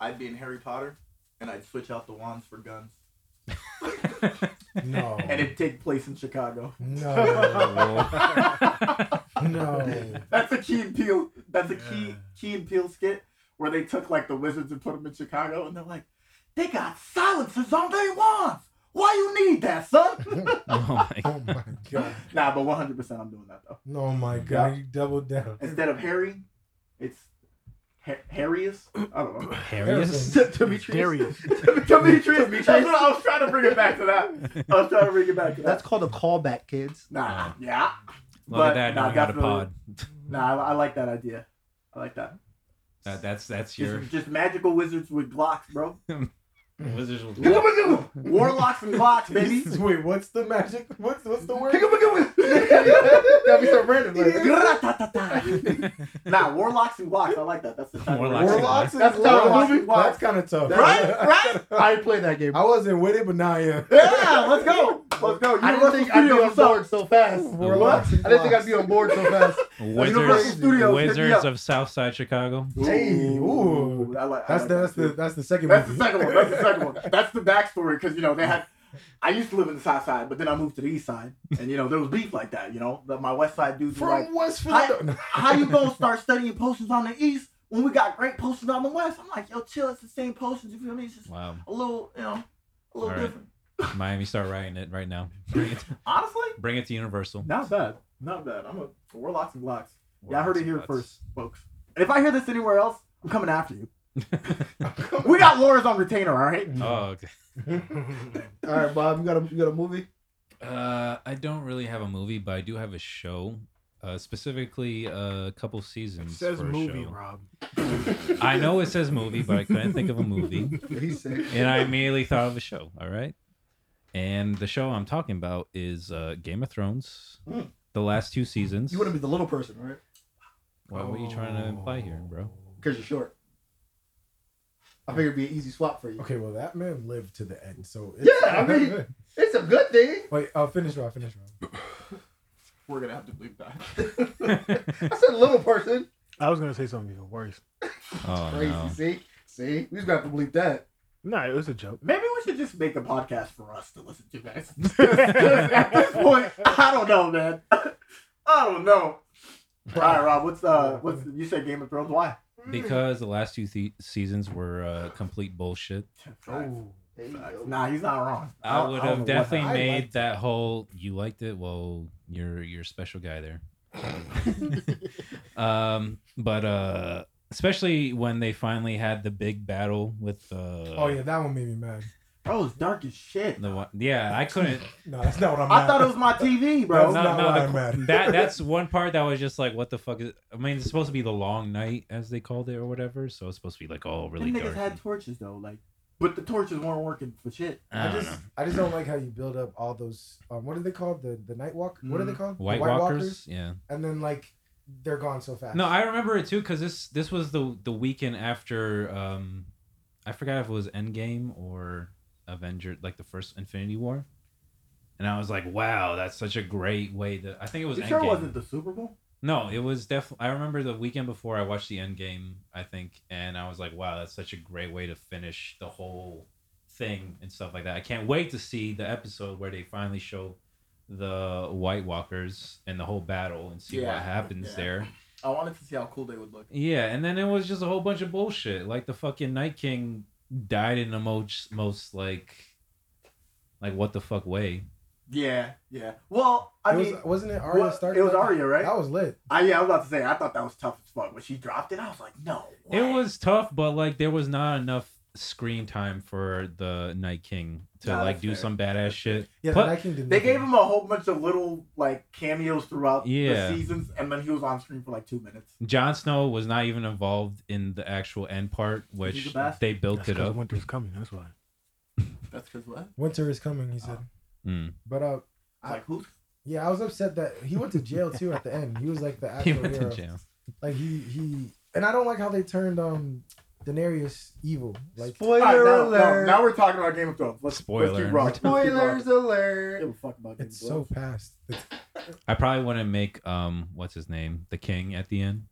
Speaker 3: I'd be in Harry Potter and I'd switch out the wands for guns.
Speaker 2: No.
Speaker 3: And it'd take place in Chicago. Oh,
Speaker 2: no. No.
Speaker 3: That's a Key and Peele. That's a Key
Speaker 5: Yeah.
Speaker 3: Key and Peele skit where they took like the wizards and put them in Chicago, and they're like, they got silencers on their wands. Why you need that, son?
Speaker 4: oh my
Speaker 2: Oh my god.
Speaker 3: nah, but 100, percent I'm doing that though.
Speaker 2: No, my god. You doubled down.
Speaker 3: Instead of Harry, it's ha- Harrius. I don't know.
Speaker 4: Harrius?
Speaker 3: Demetrius.
Speaker 5: Darius.
Speaker 3: Demetrius. That's what I was trying to bring it back to that. I was trying to bring it back to that.
Speaker 1: That's called a callback, kids.
Speaker 3: Nah, yeah.
Speaker 4: Look
Speaker 3: But,
Speaker 4: at that.
Speaker 3: nah,
Speaker 4: Nah, got a
Speaker 3: definitely.
Speaker 4: pod.
Speaker 3: Nah, I, I like that idea. I like that.
Speaker 4: That, that's that's
Speaker 3: Just,
Speaker 4: your
Speaker 3: just magical wizards with Glocks, bro.
Speaker 4: wizards. with-
Speaker 3: Warlocks and Glocks, baby.
Speaker 2: Wait, what's the magic? What's what's the word?
Speaker 1: That'd be so random. Like,
Speaker 3: Gra-ta-ta-ta. nah, warlocks and glocks. I like that. That's the title.
Speaker 4: Warlocks and
Speaker 2: Warlocks.
Speaker 1: That's
Speaker 2: and
Speaker 1: tough.
Speaker 2: warlocks.
Speaker 3: Movie?
Speaker 2: That's kind of tough.
Speaker 3: Right, right.
Speaker 1: I ain't played that game.
Speaker 2: I wasn't with it, but now yeah.
Speaker 3: Yeah, let's go. Let's go.
Speaker 1: I didn't think I'd be on board so fast.
Speaker 4: Warlocks
Speaker 1: I didn't think I'd be on board so fast.
Speaker 4: Wizards,
Speaker 3: Universal Studios, hit me
Speaker 4: Wizards
Speaker 3: up.
Speaker 4: of Southside Chicago.
Speaker 2: Hey, ooh.
Speaker 3: I like, I
Speaker 2: That's
Speaker 3: like
Speaker 2: the that's the
Speaker 3: that, too.
Speaker 2: that's the second
Speaker 3: That's the
Speaker 2: movie.
Speaker 3: second one. That's the second one. That's the backstory because you know they had. I used to live in the south side, but then I moved to the east side, and you know there was beef like that. You know, But my west side dudes were like,
Speaker 2: From West Philadelphia.
Speaker 3: "How you gonna start studying potions on the east when we got great potions on the west?" I'm like, "Yo, chill. It's the same potions. You feel me? It's just
Speaker 4: Wow.
Speaker 3: a little, you know, a little
Speaker 4: All right.
Speaker 3: different."
Speaker 4: Miami, start writing it right now. Bring it,
Speaker 3: Honestly,
Speaker 4: bring it to Universal.
Speaker 3: Not bad. Not bad. I'm a Warlocks and Glocks.
Speaker 4: Wow,
Speaker 3: Yeah, I heard it
Speaker 4: that's-
Speaker 3: here
Speaker 4: that's-
Speaker 3: first, folks. If I hear this anywhere else, I'm coming after you. we got lawyers on retainer, all right?
Speaker 4: Oh, okay.
Speaker 1: All right, Bob, you got a you got a movie?
Speaker 4: Uh, I don't really have a movie, but I do have a show. Uh, specifically, uh, a couple
Speaker 5: It
Speaker 4: seasons.
Speaker 5: says
Speaker 4: for a
Speaker 5: movie,
Speaker 4: show.
Speaker 5: Rob.
Speaker 4: I know it says movie, but I couldn't think of a movie.
Speaker 1: He said.
Speaker 4: and I immediately thought of a show. All right, and the show I'm talking about is uh, Game of Thrones.
Speaker 1: Mm.
Speaker 4: The last two seasons.
Speaker 1: You want to be the little person, right?
Speaker 4: Why were you trying to
Speaker 2: Oh.
Speaker 4: imply here, bro?
Speaker 1: Because you're short. I figured it'd be an easy swap for you.
Speaker 2: Okay, well that man lived to the end, so
Speaker 1: Yeah, I mean- It's a good thing.
Speaker 2: Wait, I'll finish Rob. Finish Rob.
Speaker 3: We're gonna have to bleep that.
Speaker 1: I said little person.
Speaker 5: I was gonna say something even worse.
Speaker 4: Oh
Speaker 1: Crazy.
Speaker 4: no.
Speaker 1: See, see, we just got to believe that.
Speaker 5: No, it was a joke.
Speaker 3: Maybe we should just make a podcast for us to listen to, guys. 'Cause at this point, I don't know, man. I don't know. All right, Rob. What's uh? What's you said Game of Thrones? Why?
Speaker 4: Because the last two the- seasons were uh, complete bullshit.
Speaker 1: There you go.
Speaker 3: Nah, he's not wrong.
Speaker 4: I
Speaker 3: don't-
Speaker 4: would
Speaker 3: don't know
Speaker 4: have
Speaker 3: what
Speaker 4: definitely
Speaker 2: I
Speaker 4: made
Speaker 2: liked
Speaker 4: that whole you liked it, well, you're you're a special guy there. um but uh especially when they finally had the big battle with uh
Speaker 2: Oh yeah, that one made me mad.
Speaker 3: Bro, it's dark as shit.
Speaker 4: the one yeah, I couldn't
Speaker 2: No, that's not what I'm.
Speaker 3: I
Speaker 2: mad
Speaker 3: thought it
Speaker 2: at.
Speaker 3: was my TV,
Speaker 4: no,
Speaker 3: bro.
Speaker 2: That's
Speaker 4: no,
Speaker 2: not why I'm
Speaker 4: the-
Speaker 2: mad.
Speaker 4: that that's one part that was just like what the fuck is I mean it's supposed to be the long night as they called it or whatever, so it's supposed to be like all really
Speaker 3: Them
Speaker 4: dark.
Speaker 3: niggas had torches though, like, but the torches weren't working for shit.
Speaker 4: I don't
Speaker 2: just,
Speaker 4: know.
Speaker 2: I just don't like how you build up all those. Um, what are they called? The the Night Walk. What are
Speaker 3: Mm.
Speaker 2: they called? The
Speaker 4: White, Walkers, yeah.
Speaker 2: And then like they're gone so fast.
Speaker 4: No, I remember it too because this this was the the weekend after um, I forgot if it was Endgame or Avenger, like the first Infinity War, and I was like, wow, that's such a great way to. I think it was
Speaker 3: You
Speaker 4: Endgame.
Speaker 3: sure it wasn't the Super Bowl?
Speaker 4: No, it was definitely. I remember the weekend before I watched the Endgame, I think, and I was like, wow, that's such a great way to finish the whole thing and stuff like that. I can't wait to see the episode where they finally show the White Walkers and the whole battle and see
Speaker 3: Yeah,
Speaker 4: what happens
Speaker 3: yeah.
Speaker 4: there.
Speaker 3: I wanted to see how cool they would look.
Speaker 4: Yeah, and then it was just a whole bunch of bullshit. Like the fucking Night King died in the most most like like what the fuck way.
Speaker 3: Yeah, yeah. Well, I
Speaker 2: it was,
Speaker 3: mean,
Speaker 2: wasn't it Arya
Speaker 3: what-
Speaker 2: started?
Speaker 3: it was
Speaker 2: that?
Speaker 3: Arya, right?
Speaker 2: That was lit.
Speaker 3: I, yeah, I was about to say. I thought that was tough as fuck when she dropped it. I was like, no.
Speaker 4: It
Speaker 3: way.
Speaker 4: was tough, but like there was not enough screen time for the Night King to
Speaker 3: Nah,
Speaker 4: like
Speaker 3: that's
Speaker 4: do
Speaker 3: fair.
Speaker 4: some badass shit.
Speaker 2: Yeah,
Speaker 4: But-
Speaker 2: the Night King did
Speaker 3: They
Speaker 2: nothing.
Speaker 3: gave him a whole bunch of little like cameos throughout
Speaker 4: Yeah.
Speaker 3: the seasons, and then he was on screen for like two minutes.
Speaker 4: Jon Snow was not even involved in the actual end part,
Speaker 3: He's
Speaker 4: which
Speaker 3: the best.
Speaker 4: they built
Speaker 5: That's
Speaker 4: it
Speaker 5: 'cause
Speaker 4: up.
Speaker 5: winter's coming. That's why.
Speaker 3: That's because what?
Speaker 2: Winter is coming, he said.
Speaker 4: Mm.
Speaker 2: But uh,
Speaker 3: Like who?
Speaker 2: yeah, I was upset that he went to jail too at the end. He was like the
Speaker 4: He
Speaker 2: actual
Speaker 4: went
Speaker 2: hero.
Speaker 4: to jail.
Speaker 2: Like he he, and I don't like how they turned um Daenerys evil. Like
Speaker 1: Spoiler
Speaker 3: All right, now, now,
Speaker 1: alert!
Speaker 3: now we're talking about Game of Thrones. Let's,
Speaker 4: Spoiler.
Speaker 3: Let's keep rolling. Let's keep rolling.
Speaker 1: Spoilers
Speaker 3: I don't
Speaker 1: alert!
Speaker 3: give a fuck about Game
Speaker 2: it's
Speaker 3: of
Speaker 2: so
Speaker 3: Thrones.
Speaker 2: fast. It's,
Speaker 4: I probably wouldn't make um what's his name the king at the end.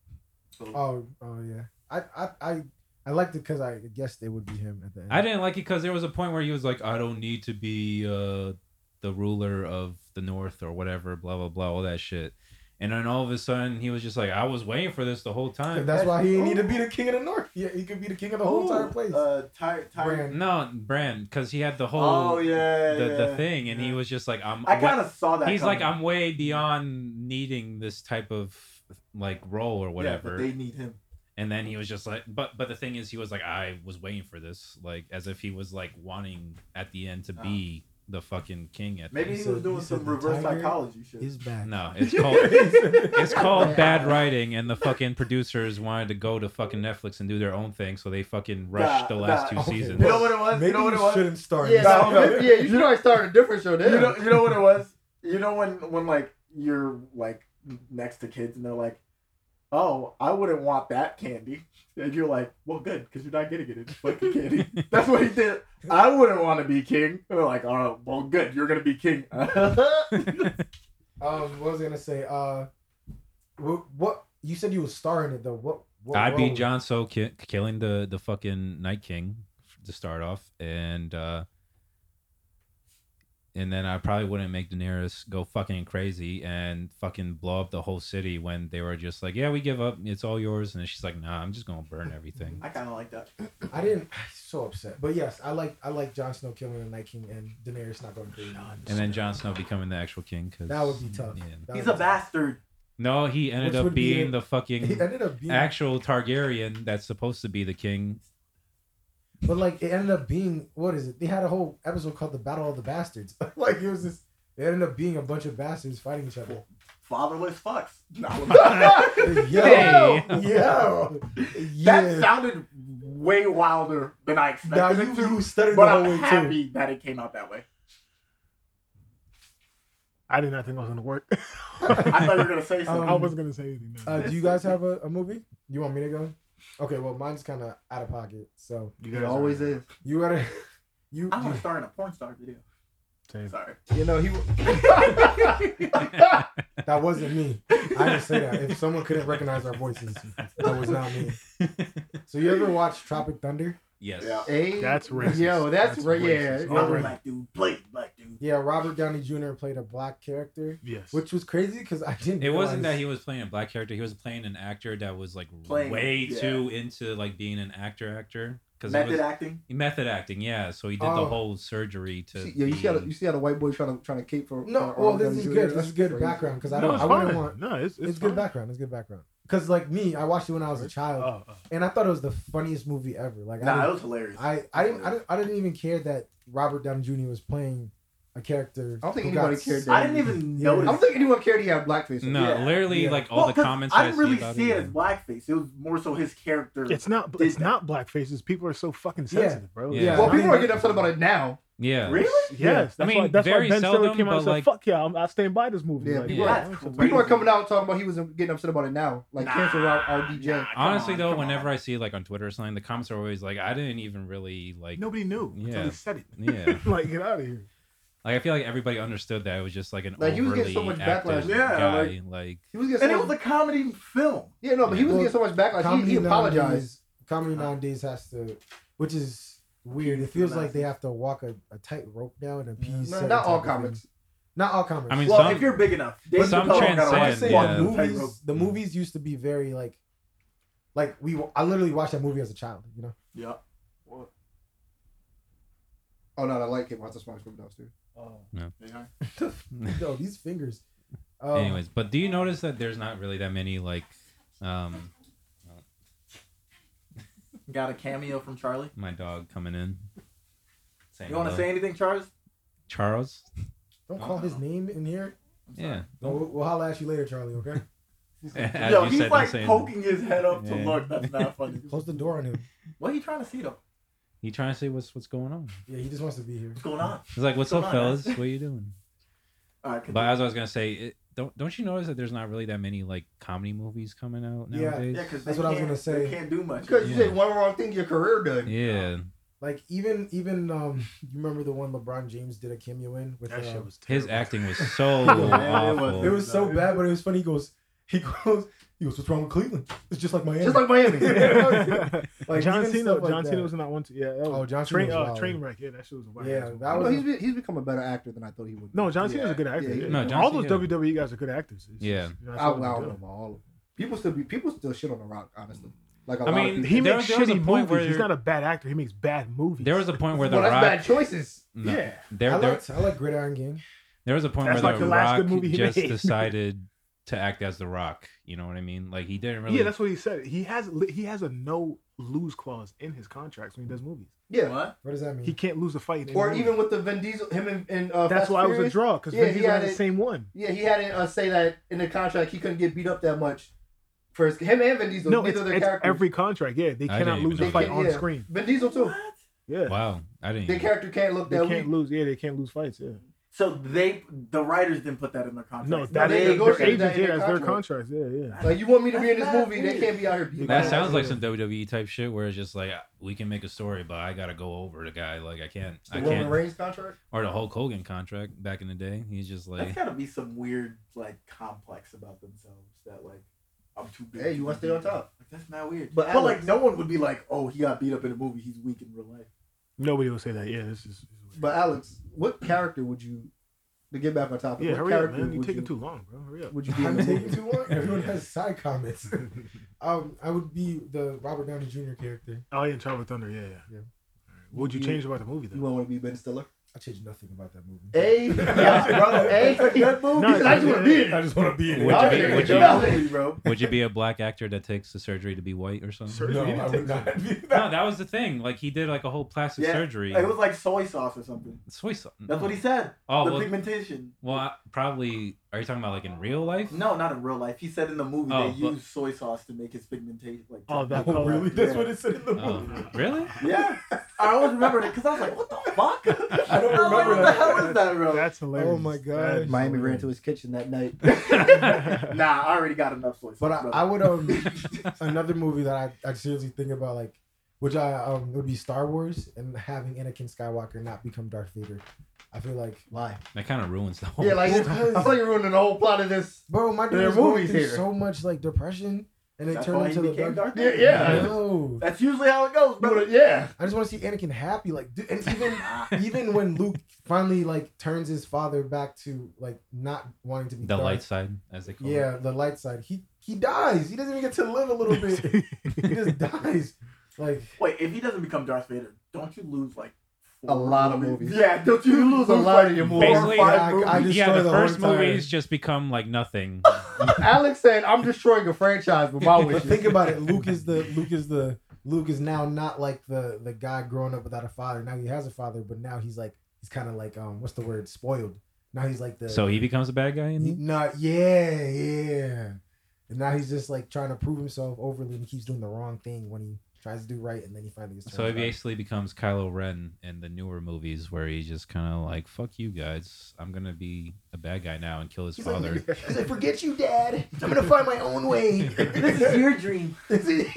Speaker 2: oh oh yeah. I I I I liked it because I guessed it would be him at the end.
Speaker 4: I didn't like it because there was a point where he was like, I don't need to be uh, the ruler of the North or whatever, blah, blah, blah, all that shit. And then all of a sudden, he was just like, I was waiting for this the whole time.
Speaker 2: That's why he need to be the king of the north. Yeah, he could be the king of the whole entire place.
Speaker 3: Uh, Ty, Ty,
Speaker 2: Brand.
Speaker 4: no, Brand, because he had the whole
Speaker 3: Oh yeah,
Speaker 4: the,
Speaker 3: yeah.
Speaker 4: the thing, and he
Speaker 3: yeah.
Speaker 4: was just like, I'm.
Speaker 3: I kind of saw that.
Speaker 4: he's like,
Speaker 3: coming.
Speaker 4: I'm way beyond needing this type of like role or
Speaker 3: Yeah,
Speaker 4: whatever.
Speaker 3: but they need him.
Speaker 4: and then he was just like, but but the thing is, he was like, I was waiting for this, like as if he was like wanting at the end to
Speaker 3: Ah.
Speaker 4: be the fucking king. At
Speaker 3: Maybe
Speaker 4: the
Speaker 3: he
Speaker 2: So
Speaker 3: was doing
Speaker 2: you said
Speaker 3: some
Speaker 2: the
Speaker 3: reverse
Speaker 2: tiger
Speaker 3: psychology shit.
Speaker 2: He's back.
Speaker 4: no, it's called. It's called bad writing, and the fucking producers wanted to go to fucking Netflix and do their own thing, so they fucking rushed the
Speaker 3: Nah,
Speaker 4: last
Speaker 3: nah,
Speaker 4: two
Speaker 2: okay.
Speaker 4: seasons.
Speaker 3: you know what it was?
Speaker 2: Maybe
Speaker 3: you know what it was?
Speaker 2: shouldn't start.
Speaker 1: Yeah,
Speaker 2: this.
Speaker 3: no,
Speaker 1: nah,
Speaker 3: no.
Speaker 1: yeah, you should probably start a different show
Speaker 3: You
Speaker 1: then.
Speaker 3: know, you know what it was? You know when when like you're like next to kids and they're like, "Oh, I wouldn't want that candy," and you're like, "Well, good, because you're not getting it. It's fucking candy." That's what he did. I wouldn't want to be king. And they're like, "Oh, well, good, you're gonna be king."
Speaker 2: Um, what was I gonna say? Uh, what, what you said you was starring it though? What? what
Speaker 4: I'd
Speaker 2: role
Speaker 4: be
Speaker 2: was-
Speaker 4: John So ki- killing the the fucking Night King to start off, and uh and then I probably wouldn't make Daenerys go fucking crazy and fucking blow up the whole city when they were just like, "Yeah, we give up. It's all yours." And then she's like, "Nah, I'm just gonna burn everything."
Speaker 3: I kind of like that.
Speaker 2: I didn't. So upset. But yes, I like I like Jon Snow killing the Night King and Daenerys not going crazy.
Speaker 4: And then Jon Snow becoming the actual king because
Speaker 2: That would be tough. That
Speaker 3: He's
Speaker 2: was-
Speaker 3: a bastard.
Speaker 4: No, he ended
Speaker 2: Which
Speaker 4: up
Speaker 2: would be
Speaker 4: being
Speaker 2: it.
Speaker 4: the
Speaker 2: He
Speaker 4: fucking
Speaker 2: ended up being,
Speaker 4: actual Targaryen that's supposed to be the king.
Speaker 2: but like it ended up being what is it? They had a whole episode called the Battle of the Bastards. like it was just it ended up being a bunch of bastards fighting each other.
Speaker 3: Fatherless fucks. No.
Speaker 2: Yo,
Speaker 4: Hey.
Speaker 2: yo,
Speaker 3: That
Speaker 2: yeah.
Speaker 3: sounded way wilder than I
Speaker 2: Now
Speaker 3: expected.
Speaker 2: you,
Speaker 3: it to,
Speaker 2: you stuttered the
Speaker 3: but
Speaker 2: whole
Speaker 3: I'm
Speaker 2: way too.
Speaker 3: happy that it came out that way.
Speaker 5: I did not think I was gonna work.
Speaker 3: I thought you were gonna
Speaker 2: Um,
Speaker 3: say something.
Speaker 5: I wasn't gonna say anything. no.
Speaker 2: Uh, do you guys have a, a movie? You want me to go? Okay, well mine's kind of out of pocket, so
Speaker 5: you
Speaker 1: It always
Speaker 5: are-
Speaker 1: is.
Speaker 2: you gotta you.
Speaker 3: I want
Speaker 2: you
Speaker 3: to star in a porn star video.
Speaker 5: Same.
Speaker 3: Sorry.
Speaker 1: You know, he
Speaker 2: that wasn't me. I didn't say that. If someone couldn't recognize our voices, that was not me. So you ever watch Tropic Thunder?
Speaker 4: yes.
Speaker 3: Yeah.
Speaker 1: Hey,
Speaker 5: That's racist.
Speaker 1: Yo, that's,
Speaker 5: That's
Speaker 1: ra-
Speaker 5: racist.
Speaker 1: Yeah,
Speaker 3: I'm a
Speaker 5: Alright.
Speaker 3: black dude. Play black dude.
Speaker 2: Yeah, Robert Downey Jr. played a black character,
Speaker 5: Yes.
Speaker 2: which was crazy because I didn't.
Speaker 4: It wasn't that
Speaker 2: realize-
Speaker 4: he was playing a black character. He was playing an actor that was like
Speaker 3: Playing-
Speaker 4: way
Speaker 3: yeah.
Speaker 4: too into like being an actor actor because
Speaker 3: Method
Speaker 4: was
Speaker 3: acting.
Speaker 4: method acting. Yeah, so he did
Speaker 2: Oh.
Speaker 4: the whole surgery to.
Speaker 1: See- yeah, you see, how, the- you see how the white boy trying to trying to cape for.
Speaker 2: No,
Speaker 1: for
Speaker 2: well,
Speaker 1: Robert
Speaker 2: this
Speaker 1: Downey
Speaker 2: is
Speaker 1: Jr.
Speaker 2: good. This
Speaker 1: That's
Speaker 2: is good
Speaker 1: crazy.
Speaker 2: background because I
Speaker 5: no,
Speaker 2: don't.
Speaker 5: it's
Speaker 2: I wouldn't
Speaker 5: fine.
Speaker 2: want.
Speaker 5: No, it's it's,
Speaker 2: It's, good
Speaker 5: fine.
Speaker 2: background. It's good background. Because like me, I watched it when I was a child,
Speaker 4: Uh.
Speaker 5: Oh, oh.
Speaker 2: and I thought it was the funniest movie ever. Like I
Speaker 3: Nah, it
Speaker 2: didn't-
Speaker 3: was hilarious.
Speaker 2: I I didn't, I didn't I didn't even care that Robert Downey Jr. was playing a character.
Speaker 1: I don't think
Speaker 2: who got
Speaker 1: anybody cared
Speaker 2: s-
Speaker 1: that.
Speaker 3: I didn't even
Speaker 2: Yeah.
Speaker 1: I
Speaker 3: notice.
Speaker 1: don't think anyone cared he had blackface.
Speaker 4: No,
Speaker 3: Yeah,
Speaker 4: literally,
Speaker 2: yeah.
Speaker 4: like all
Speaker 3: Well,
Speaker 4: the
Speaker 3: 'cause
Speaker 4: comments.
Speaker 3: I didn't really
Speaker 4: about
Speaker 3: see it as
Speaker 4: yeah.
Speaker 3: blackface. It was more so his character.
Speaker 5: It's not.
Speaker 3: Did
Speaker 5: It's
Speaker 3: that.
Speaker 5: not blackfaces. People are so fucking sensitive, bro.
Speaker 4: Yeah.
Speaker 5: It's
Speaker 1: Well,
Speaker 5: not-
Speaker 1: people are getting upset about it now.
Speaker 4: Yeah.
Speaker 3: really?
Speaker 5: Yes, that's
Speaker 4: I
Speaker 5: why.
Speaker 4: mean,
Speaker 5: That's
Speaker 4: very
Speaker 5: why Ben Stiller
Speaker 4: seldom,
Speaker 5: came out
Speaker 4: but,
Speaker 5: and said,
Speaker 4: like-
Speaker 5: "Fuck yeah, I'm, I stand by this movie."
Speaker 1: Yeah,
Speaker 5: like,
Speaker 1: people-
Speaker 3: That's
Speaker 5: it's a-
Speaker 3: crazy.
Speaker 1: People are coming out talking about he was getting upset about it now. Like
Speaker 3: Nah,
Speaker 1: cancel out our DJ.
Speaker 3: nah, come
Speaker 4: Honestly,
Speaker 3: on,
Speaker 4: though,
Speaker 3: come
Speaker 4: whenever
Speaker 3: on.
Speaker 4: I see like on Twitter or something, the comments are always like, "I didn't even really like."
Speaker 5: Nobody knew until
Speaker 4: Yeah.
Speaker 5: he said it.
Speaker 4: Yeah.
Speaker 5: like, get out of here.
Speaker 4: Like I feel like everybody understood that it was just like an
Speaker 1: Like, he was
Speaker 4: overly
Speaker 1: getting so much
Speaker 4: active
Speaker 1: backlash.
Speaker 3: Yeah,
Speaker 4: guy. Like,
Speaker 1: He was getting
Speaker 3: And
Speaker 1: so
Speaker 3: it was a
Speaker 1: much,
Speaker 3: comedy film.
Speaker 1: yeah, no, but he was
Speaker 2: Well,
Speaker 1: getting so much backlash. He, he apologized. Uh-huh.
Speaker 2: Nowadays, comedy nowadays has to, which is weird. It feels like they have to walk a, a tight rope now and appease.
Speaker 1: No,
Speaker 2: certain
Speaker 1: not all
Speaker 2: type of
Speaker 1: comics.
Speaker 2: things. Not all comics.
Speaker 4: I mean,
Speaker 3: Well,
Speaker 4: some-
Speaker 3: if you're big enough, Dave
Speaker 4: some
Speaker 3: Chappelle
Speaker 4: transcend,
Speaker 3: got a
Speaker 2: I
Speaker 3: lot
Speaker 2: wanna
Speaker 3: of
Speaker 2: say
Speaker 4: yeah.
Speaker 2: the
Speaker 3: Tightrope.
Speaker 2: movies. The movies used to be very like, like we. I literally watched that movie as a child. You know.
Speaker 3: Yeah.
Speaker 1: Oh no, the light came out the smoke from downstairs.
Speaker 3: Oh.
Speaker 4: No.
Speaker 3: Yeah.
Speaker 4: like
Speaker 2: Yo, these fingers. Um,
Speaker 4: Anyways, but do you notice that there's not really that many like, um,
Speaker 3: Got a cameo from Charlie.
Speaker 4: my dog coming in? Saying
Speaker 3: You want to
Speaker 4: hello.
Speaker 3: say anything, Charles?
Speaker 4: Charles?
Speaker 2: don't call his name in here.
Speaker 4: Yeah.
Speaker 2: We'll, we'll holler at you later, Charlie. Okay.
Speaker 4: As
Speaker 3: Yo,
Speaker 4: you
Speaker 3: he's
Speaker 4: said, don't
Speaker 3: like
Speaker 4: say anything.
Speaker 3: poking his head up to
Speaker 4: Yeah.
Speaker 3: look. That's not funny.
Speaker 2: Close the door on him.
Speaker 3: what are you trying to see though?
Speaker 4: He trying to see what's what's going on.
Speaker 2: Yeah, he just wants to be here.
Speaker 3: What's going on?
Speaker 4: He's like, "What's
Speaker 3: What's
Speaker 4: up,
Speaker 3: going on, guys?"
Speaker 4: fellas? What are you doing?"
Speaker 3: All right.
Speaker 4: But as I was gonna say, it, don't don't you notice that there's not really that many like comedy movies coming out
Speaker 2: Yeah.
Speaker 4: nowadays?
Speaker 3: Yeah, because
Speaker 2: That's what I was gonna say.
Speaker 3: They can't do much.
Speaker 1: Because you
Speaker 4: Yeah.
Speaker 1: did one wrong thing, your career done.
Speaker 4: Yeah.
Speaker 2: Like even even um, you remember the one LeBron James did a cameo in with
Speaker 5: That
Speaker 2: uh,
Speaker 5: shit was
Speaker 4: His
Speaker 5: terrible.
Speaker 4: acting was so
Speaker 2: Yeah, it was-
Speaker 4: awful.
Speaker 2: It was so bad, but it was funny. He goes, he goes, He goes, "What's wrong with Cleveland? It's just like Miami."
Speaker 1: Just like Miami.
Speaker 2: Like,
Speaker 5: John
Speaker 2: even
Speaker 5: Cena,
Speaker 2: stuff like
Speaker 5: John
Speaker 2: that.
Speaker 5: Cena was in that one. Too. Yeah, that was
Speaker 2: Oh, John Cena
Speaker 5: train,
Speaker 2: was
Speaker 5: uh,
Speaker 2: wild.
Speaker 5: train wreck. Yeah, that shit was wild.
Speaker 2: Yeah, that
Speaker 1: no,
Speaker 2: was-
Speaker 1: he's, be- he's become a better actor than I thought he would. be.
Speaker 5: no. John Cena's
Speaker 3: Yeah.
Speaker 5: a good actor.
Speaker 1: Yeah, he-
Speaker 5: Yeah,
Speaker 1: No,
Speaker 4: John
Speaker 5: all those
Speaker 4: Cena-
Speaker 5: WWE guys are good actors. It's
Speaker 4: Yeah.
Speaker 5: just- John
Speaker 1: I
Speaker 5: Cena's
Speaker 1: out
Speaker 5: dope.
Speaker 1: him all of them. People still be people still shit on the Rock, honestly. Like a
Speaker 4: I
Speaker 1: lot
Speaker 4: mean,
Speaker 1: of people.
Speaker 5: He
Speaker 4: There-
Speaker 5: makes
Speaker 4: there was a
Speaker 5: shitty
Speaker 4: point
Speaker 5: movies.
Speaker 4: where-
Speaker 5: He's not a bad actor. He makes bad movies.
Speaker 4: There was a point where the
Speaker 1: well, that's
Speaker 4: Rock. Mm.
Speaker 1: bad choices.
Speaker 4: no,
Speaker 5: yeah.
Speaker 4: there,
Speaker 2: I
Speaker 4: there-
Speaker 2: like I like Gridiron Gang.
Speaker 4: There was a point
Speaker 5: That's
Speaker 4: where
Speaker 5: like
Speaker 4: the,
Speaker 5: the last
Speaker 4: Rock
Speaker 5: good movie he
Speaker 4: just
Speaker 5: made.
Speaker 4: decided to act as the Rock. You know what I mean? Like he didn't really.
Speaker 5: Yeah, that's what he said. He has li- he has a no lose clause in his contracts when he
Speaker 2: Mm.
Speaker 5: does movies.
Speaker 1: Yeah.
Speaker 3: What?
Speaker 2: What does that mean?
Speaker 5: He can't lose a fight. in any
Speaker 1: Or
Speaker 5: movie.
Speaker 1: even with the Vin Diesel, him and, and uh,
Speaker 5: that's
Speaker 1: Fast
Speaker 5: why it was a
Speaker 1: Furious.
Speaker 5: draw because
Speaker 1: Yeah,
Speaker 5: Vin
Speaker 1: he
Speaker 5: Diesel
Speaker 1: had
Speaker 5: had the
Speaker 1: it-
Speaker 5: same one.
Speaker 1: Yeah, he had it uh, say that in the contract he couldn't get beat up that much. For his, him and Vin Diesel,
Speaker 5: No,
Speaker 1: neither
Speaker 5: it's,
Speaker 1: of their
Speaker 5: it's
Speaker 1: characters.
Speaker 5: every contract. Yeah, they
Speaker 4: I
Speaker 5: cannot
Speaker 4: didn't
Speaker 5: lose
Speaker 4: even
Speaker 5: a
Speaker 4: know
Speaker 5: fight
Speaker 1: that.
Speaker 5: on
Speaker 1: Yeah.
Speaker 5: screen.
Speaker 1: Vin Diesel too.
Speaker 3: What?
Speaker 5: Yeah,
Speaker 4: Wow, I didn't.
Speaker 1: Their character can't look
Speaker 5: they
Speaker 1: that
Speaker 5: can't
Speaker 1: weak.
Speaker 5: lose. Yeah, they can't lose fights. Yeah,
Speaker 3: So they, the writers, didn't put that in their contract.
Speaker 5: no, that
Speaker 1: they
Speaker 5: is their
Speaker 1: negotiated that
Speaker 5: agents.
Speaker 1: in
Speaker 5: Yeah,
Speaker 1: their
Speaker 5: that's their
Speaker 1: contract.
Speaker 5: contracts. Yeah, yeah.
Speaker 1: Like you want me to be in this
Speaker 3: That's not
Speaker 1: movie, they
Speaker 3: good.
Speaker 1: can't be out here beating.
Speaker 4: that
Speaker 1: us.
Speaker 4: sounds like
Speaker 5: Yeah.
Speaker 4: some WWE type shit where it's just like we can make a story, but I gotta go over the guy. Like I can't,
Speaker 1: The
Speaker 4: I
Speaker 1: Roman
Speaker 4: can't.
Speaker 1: Reigns contract.
Speaker 4: Or the Hulk Hogan contract back in the day. He's just
Speaker 3: That's
Speaker 4: like,
Speaker 3: gotta be some weird like complex about themselves that like I'm too big.
Speaker 1: Hey, you wanna stay on top.
Speaker 3: Like, that's not weird.
Speaker 1: But
Speaker 3: But,
Speaker 1: Alex-
Speaker 3: like no one would be like, oh, he got beat up in a movie. He's weak in real life.
Speaker 5: Nobody will say that. Yeah, this is.
Speaker 1: But Alex, what character would you? To get back on topic,
Speaker 5: yeah,
Speaker 1: what
Speaker 5: hurry up,
Speaker 1: character
Speaker 5: man. You're
Speaker 1: would
Speaker 5: taking
Speaker 1: you,
Speaker 5: too long, bro. Hurry up.
Speaker 1: Would you be in
Speaker 2: I'm
Speaker 1: the
Speaker 2: taking
Speaker 1: movie?
Speaker 2: too long. Everyone has side comments. Um, I would be the Robert Downey Jr. character.
Speaker 5: Oh, yeah, Trouble with Thunder. Yeah, yeah.
Speaker 2: Yeah.
Speaker 5: All right. What would you
Speaker 1: You-
Speaker 5: change about the movie
Speaker 1: You
Speaker 5: though?
Speaker 1: wouldn't want to be Ben Stiller?
Speaker 2: I changed nothing about that movie.
Speaker 1: Hey, yes, brother. Hey, good move.
Speaker 5: No,
Speaker 1: He said, I
Speaker 5: it's-
Speaker 1: just want to be in
Speaker 2: I
Speaker 1: it.
Speaker 2: just want to be in it.
Speaker 4: Would you
Speaker 1: I
Speaker 4: be-
Speaker 1: ain't
Speaker 4: would
Speaker 1: gonna
Speaker 4: you-
Speaker 1: do nothing, bro.
Speaker 4: would you be a black actor that takes the surgery to be white or something?
Speaker 5: Surgery?
Speaker 2: No, I would not be that.
Speaker 4: No, that was the thing. Like he did like a whole plastic
Speaker 3: Yeah,
Speaker 4: surgery.
Speaker 3: It was like soy sauce or something.
Speaker 4: soy sauce.
Speaker 3: That's what he said.
Speaker 4: Oh
Speaker 3: the
Speaker 4: well,
Speaker 3: pigmentation.
Speaker 4: well, I- probably. Are you talking about like in real life?
Speaker 3: No, not in real life. He said in the movie
Speaker 4: Oh,
Speaker 3: they
Speaker 4: but-
Speaker 3: used soy sauce to make his pigmentation like.
Speaker 5: Oh, that
Speaker 2: Oh,
Speaker 5: color.
Speaker 2: really? That's
Speaker 3: Yeah.
Speaker 2: what it said in the
Speaker 4: Oh,
Speaker 2: movie.
Speaker 4: really?
Speaker 3: Yeah, I always remembered it because I was like, what the fuck?
Speaker 2: I don't
Speaker 3: I'm like,
Speaker 2: remember
Speaker 3: What the
Speaker 2: that.
Speaker 3: hell is that, bro?
Speaker 5: That's hilarious.
Speaker 2: Oh my
Speaker 5: That is
Speaker 2: gosh.
Speaker 1: Miami ran
Speaker 5: hilarious.
Speaker 1: to his kitchen that night.
Speaker 3: nah, I already got enough soy sauce.
Speaker 2: But I,
Speaker 3: brother.
Speaker 2: I would um another movie that I, I seriously think about like which I um would be Star Wars and having Anakin Skywalker not become Darth Vader. I feel like
Speaker 1: Why?
Speaker 4: That kind of ruins the whole.
Speaker 1: Yeah, like,
Speaker 2: Because-
Speaker 1: I thought you ruining the whole plot of this.
Speaker 2: bro, my dude
Speaker 1: There are
Speaker 2: was going
Speaker 1: movies
Speaker 2: through
Speaker 1: here.
Speaker 2: so much like depression and it
Speaker 3: That's
Speaker 2: turned
Speaker 3: why he
Speaker 2: into the
Speaker 3: became
Speaker 2: dark.
Speaker 3: Darth
Speaker 1: Yeah,
Speaker 3: Vader.
Speaker 1: yeah.
Speaker 2: No.
Speaker 3: That's usually how it goes,
Speaker 1: You
Speaker 3: bro.
Speaker 1: would've- Yeah.
Speaker 2: I just want to see Anakin happy, like, dude, and even even when Luke finally like turns his father back to like not wanting to be
Speaker 4: the
Speaker 2: Darth-
Speaker 4: light side, as they call it.
Speaker 2: yeah, the light side. He he dies. He doesn't even get to live a little bit. he just dies. Like
Speaker 3: Wait, if he doesn't become Darth Vader, don't you lose like
Speaker 1: A lot of movies.
Speaker 3: Yeah, don't you,
Speaker 1: You
Speaker 3: lose a lot of your
Speaker 1: movies.
Speaker 4: Basically,
Speaker 3: Four or five
Speaker 2: I- I
Speaker 3: movies.
Speaker 2: just-
Speaker 4: Yeah,
Speaker 2: destroy
Speaker 4: the
Speaker 2: the whole
Speaker 4: first
Speaker 2: entire-
Speaker 4: movies just become like nothing.
Speaker 1: Alex said, "I'm destroying a franchise with my
Speaker 2: But
Speaker 1: wishes."
Speaker 2: think about it. Luke is the Luke is the Luke is now not like the the guy growing up without a father. Now he has a father, but now he's like he's kind of like um what's the word spoiled. Now he's like the
Speaker 4: so he becomes a bad guy in the
Speaker 2: not yeah yeah, and now he's just like trying to prove himself overly and he keeps doing the wrong thing when he tries to do right and then he finally gets.
Speaker 4: So he
Speaker 2: turned back.
Speaker 4: basically becomes Kylo Ren in the newer movies, where he's just kind of like, "Fuck you guys, I'm gonna be a bad guy now and kill his
Speaker 2: He's like,
Speaker 4: father."
Speaker 2: He's like, forget you, Dad. I'm gonna find my own way.
Speaker 3: this is your dream.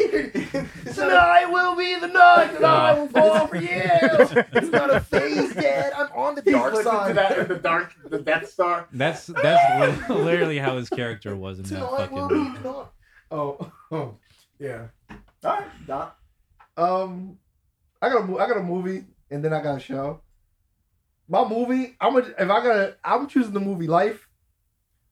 Speaker 2: it's not,
Speaker 1: I will be the nun, and I will fall for you.
Speaker 2: it's not a phase, Dad. I'm on the
Speaker 3: He's
Speaker 2: dark
Speaker 3: listening
Speaker 2: side.
Speaker 3: to that in the dark, the Death Star.
Speaker 4: that's that's li- literally how his character was in that
Speaker 2: Tonight will
Speaker 4: fucking.
Speaker 2: be not. Oh, oh, yeah.
Speaker 3: All right, Doc.
Speaker 1: Um, I got a mo- I got a movie, and then I got a show. My movie, I'm gonna if I gotta, I'm choosing the movie Life,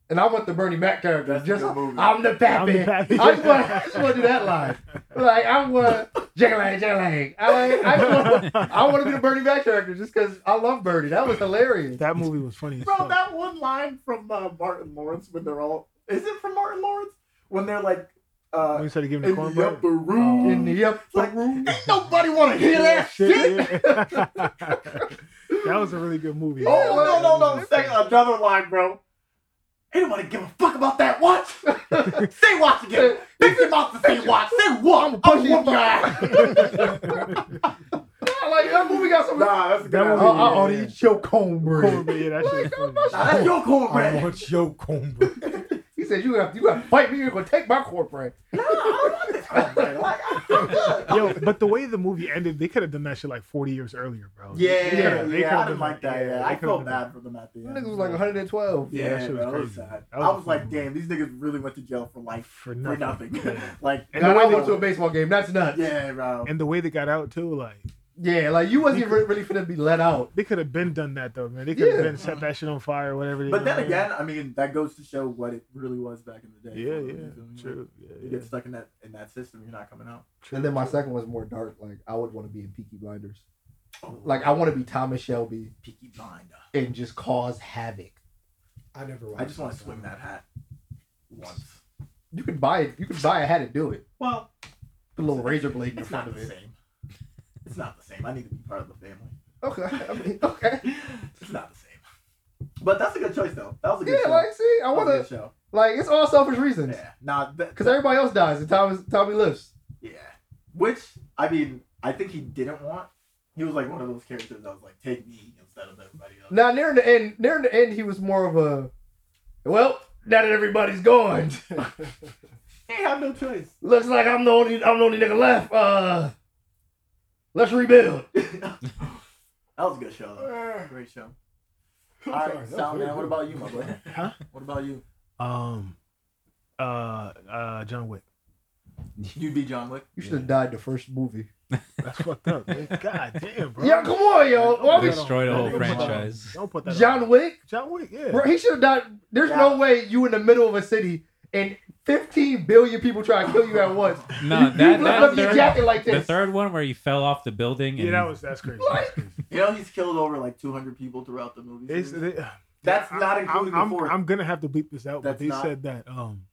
Speaker 1: and I want the Bernie Mac character.
Speaker 3: That's a
Speaker 1: just
Speaker 3: good movie.
Speaker 1: I'm the
Speaker 5: I'm
Speaker 1: Batman.
Speaker 5: happy.
Speaker 1: I just want, I just want to do that line. Like I'm gonna jangling, jangling. I like, I, just wanna- I want to be the Bernie Mac character just because I love Bernie. That was hilarious.
Speaker 5: That movie was funny. as
Speaker 3: Bro,
Speaker 5: fuck.
Speaker 3: that one line from uh, Martin Lawrence when they're all is it from Martin Lawrence when they're like
Speaker 5: when
Speaker 3: uh,
Speaker 5: he started
Speaker 3: in
Speaker 5: giving the
Speaker 3: the
Speaker 5: cornbread.
Speaker 3: upper room.
Speaker 1: Oh. In the upper
Speaker 3: Like-
Speaker 1: room.
Speaker 3: Ain't nobody want to hear that shit.
Speaker 5: yeah. that was a really good movie.
Speaker 3: Oh no no no! Say another line, bro. Ain't nobody give a fuck about that watch. say watch again. Fix your mouth to say watch. Say what?
Speaker 1: punch
Speaker 3: I'm
Speaker 1: you in
Speaker 3: whooping
Speaker 1: the
Speaker 3: your ass.
Speaker 1: I like that movie got some.
Speaker 3: Nah, that's a good.
Speaker 5: That
Speaker 3: ass
Speaker 5: was-
Speaker 1: I,
Speaker 3: line.
Speaker 1: I ought to eat your cornbread.
Speaker 5: Cornbread, yeah, that shit was funny.
Speaker 3: Nah, that's your
Speaker 2: I
Speaker 3: cornbread.
Speaker 2: want your cornbread.
Speaker 1: He said, says you have you got to fight me. You're gonna take my corporate.
Speaker 3: No, I don't want this corporate. Like, I feel good.
Speaker 5: Yo, but the way the movie ended, they could have done that shit like 40 years earlier, bro.
Speaker 3: Yeah,
Speaker 5: They
Speaker 3: yeah,
Speaker 5: coulda- they coulda
Speaker 3: I
Speaker 5: done
Speaker 3: didn't like that.
Speaker 5: Yeah,
Speaker 3: Yeah,
Speaker 5: they
Speaker 3: I
Speaker 5: coulda
Speaker 3: felt
Speaker 5: done
Speaker 3: bad for them at the
Speaker 1: Them
Speaker 3: end.
Speaker 1: niggas was like 112.
Speaker 5: Yeah,
Speaker 3: yeah,
Speaker 5: that shit was
Speaker 3: bro, it was
Speaker 5: crazy.
Speaker 3: sad.
Speaker 5: That was
Speaker 3: I was like,
Speaker 5: crazy.
Speaker 3: damn, these niggas really went to jail for like
Speaker 5: For
Speaker 3: for
Speaker 5: nothing.
Speaker 3: nothing.
Speaker 5: Yeah.
Speaker 3: like,
Speaker 5: And
Speaker 1: God,
Speaker 5: the way
Speaker 1: I
Speaker 5: they-
Speaker 1: went to a baseball game. That's nuts.
Speaker 3: yeah, bro.
Speaker 5: And the way they got out too, like
Speaker 1: Yeah, like you wasn't even really finna be let out.
Speaker 5: they could have been done that though, man. They could have
Speaker 1: Yeah.
Speaker 5: been set that shit on fire, whatever. They
Speaker 3: But then
Speaker 5: did.
Speaker 3: again, I mean, that goes to show what it really was back in the day.
Speaker 5: yeah,
Speaker 3: You
Speaker 5: yeah,
Speaker 3: feel me?
Speaker 5: true.
Speaker 3: You
Speaker 5: Yeah, yeah.
Speaker 3: get stuck in that in that system, you're not coming out.
Speaker 1: And then my second one's more dark. Like I would want to be in Peaky Blinders. Like I want to be Thomas Shelby
Speaker 3: Peaky Blinder.
Speaker 1: and just cause havoc.
Speaker 2: I never watched.
Speaker 3: I just want to
Speaker 2: it.
Speaker 3: swing that hat once.
Speaker 1: You can buy it. You can buy a hat and do it.
Speaker 3: Well,
Speaker 1: Put a little razor blade in the
Speaker 3: it's
Speaker 1: front
Speaker 3: not
Speaker 1: of
Speaker 3: the
Speaker 1: it.
Speaker 3: same. It's not the same. I need to be part of the family.
Speaker 1: Okay. I mean, okay.
Speaker 3: it's not the same. But that's a good choice though. That was a good
Speaker 1: Yeah,
Speaker 3: show.
Speaker 1: like see, I
Speaker 3: That was
Speaker 1: want
Speaker 3: a good
Speaker 1: to
Speaker 3: show.
Speaker 1: like it's all selfish reasons.
Speaker 3: Yeah. Nah, that,
Speaker 1: Cause everybody else dies and Thomas Tommy lives.
Speaker 3: yeah. Which I mean, I think he didn't want. He was like one of those characters that was like, take me instead of everybody else.
Speaker 1: Now near the end, near the end, he was more of a well. Now that everybody's gone,
Speaker 3: He had no choice.
Speaker 1: looks like I'm the only I'm the only nigga left. Uh, let's rebuild.
Speaker 3: that was a good show. Though. Great show. All right, sound man. What about you, my boy?
Speaker 5: Huh?
Speaker 3: What about you?
Speaker 5: Um, uh, uh, John Wick.
Speaker 3: You'd be John Wick.
Speaker 1: You should have died the first movie.
Speaker 5: That's fucked up. man. God damn, bro.
Speaker 1: Yeah, come on, yo. Why
Speaker 5: Don't
Speaker 1: we-
Speaker 5: put that
Speaker 4: Destroy the
Speaker 5: on-
Speaker 4: whole
Speaker 5: don't put that on-
Speaker 4: franchise.
Speaker 5: Don't put that.
Speaker 1: John
Speaker 5: on.
Speaker 1: Wick,
Speaker 5: John Wick. Yeah.
Speaker 1: bro, he should have died. There's no way you in the middle of a city and 15 billion people try to kill you at once.
Speaker 4: No,
Speaker 1: you
Speaker 4: that,
Speaker 1: you
Speaker 4: that
Speaker 1: lift up your
Speaker 4: third-
Speaker 1: jacket like
Speaker 4: the
Speaker 1: this.
Speaker 4: third one where he fell off the building. And
Speaker 5: Yeah, that was that's crazy. That's crazy.
Speaker 3: You know he's killed over like 200 people throughout the movie.
Speaker 5: It's,
Speaker 3: series.
Speaker 5: they,
Speaker 3: That's
Speaker 5: I-
Speaker 3: not
Speaker 5: I'm-
Speaker 3: including
Speaker 5: I'm,
Speaker 3: the fourth.
Speaker 5: I'm gonna have to bleep this out,
Speaker 3: That's
Speaker 5: but they
Speaker 3: not-
Speaker 5: said that um,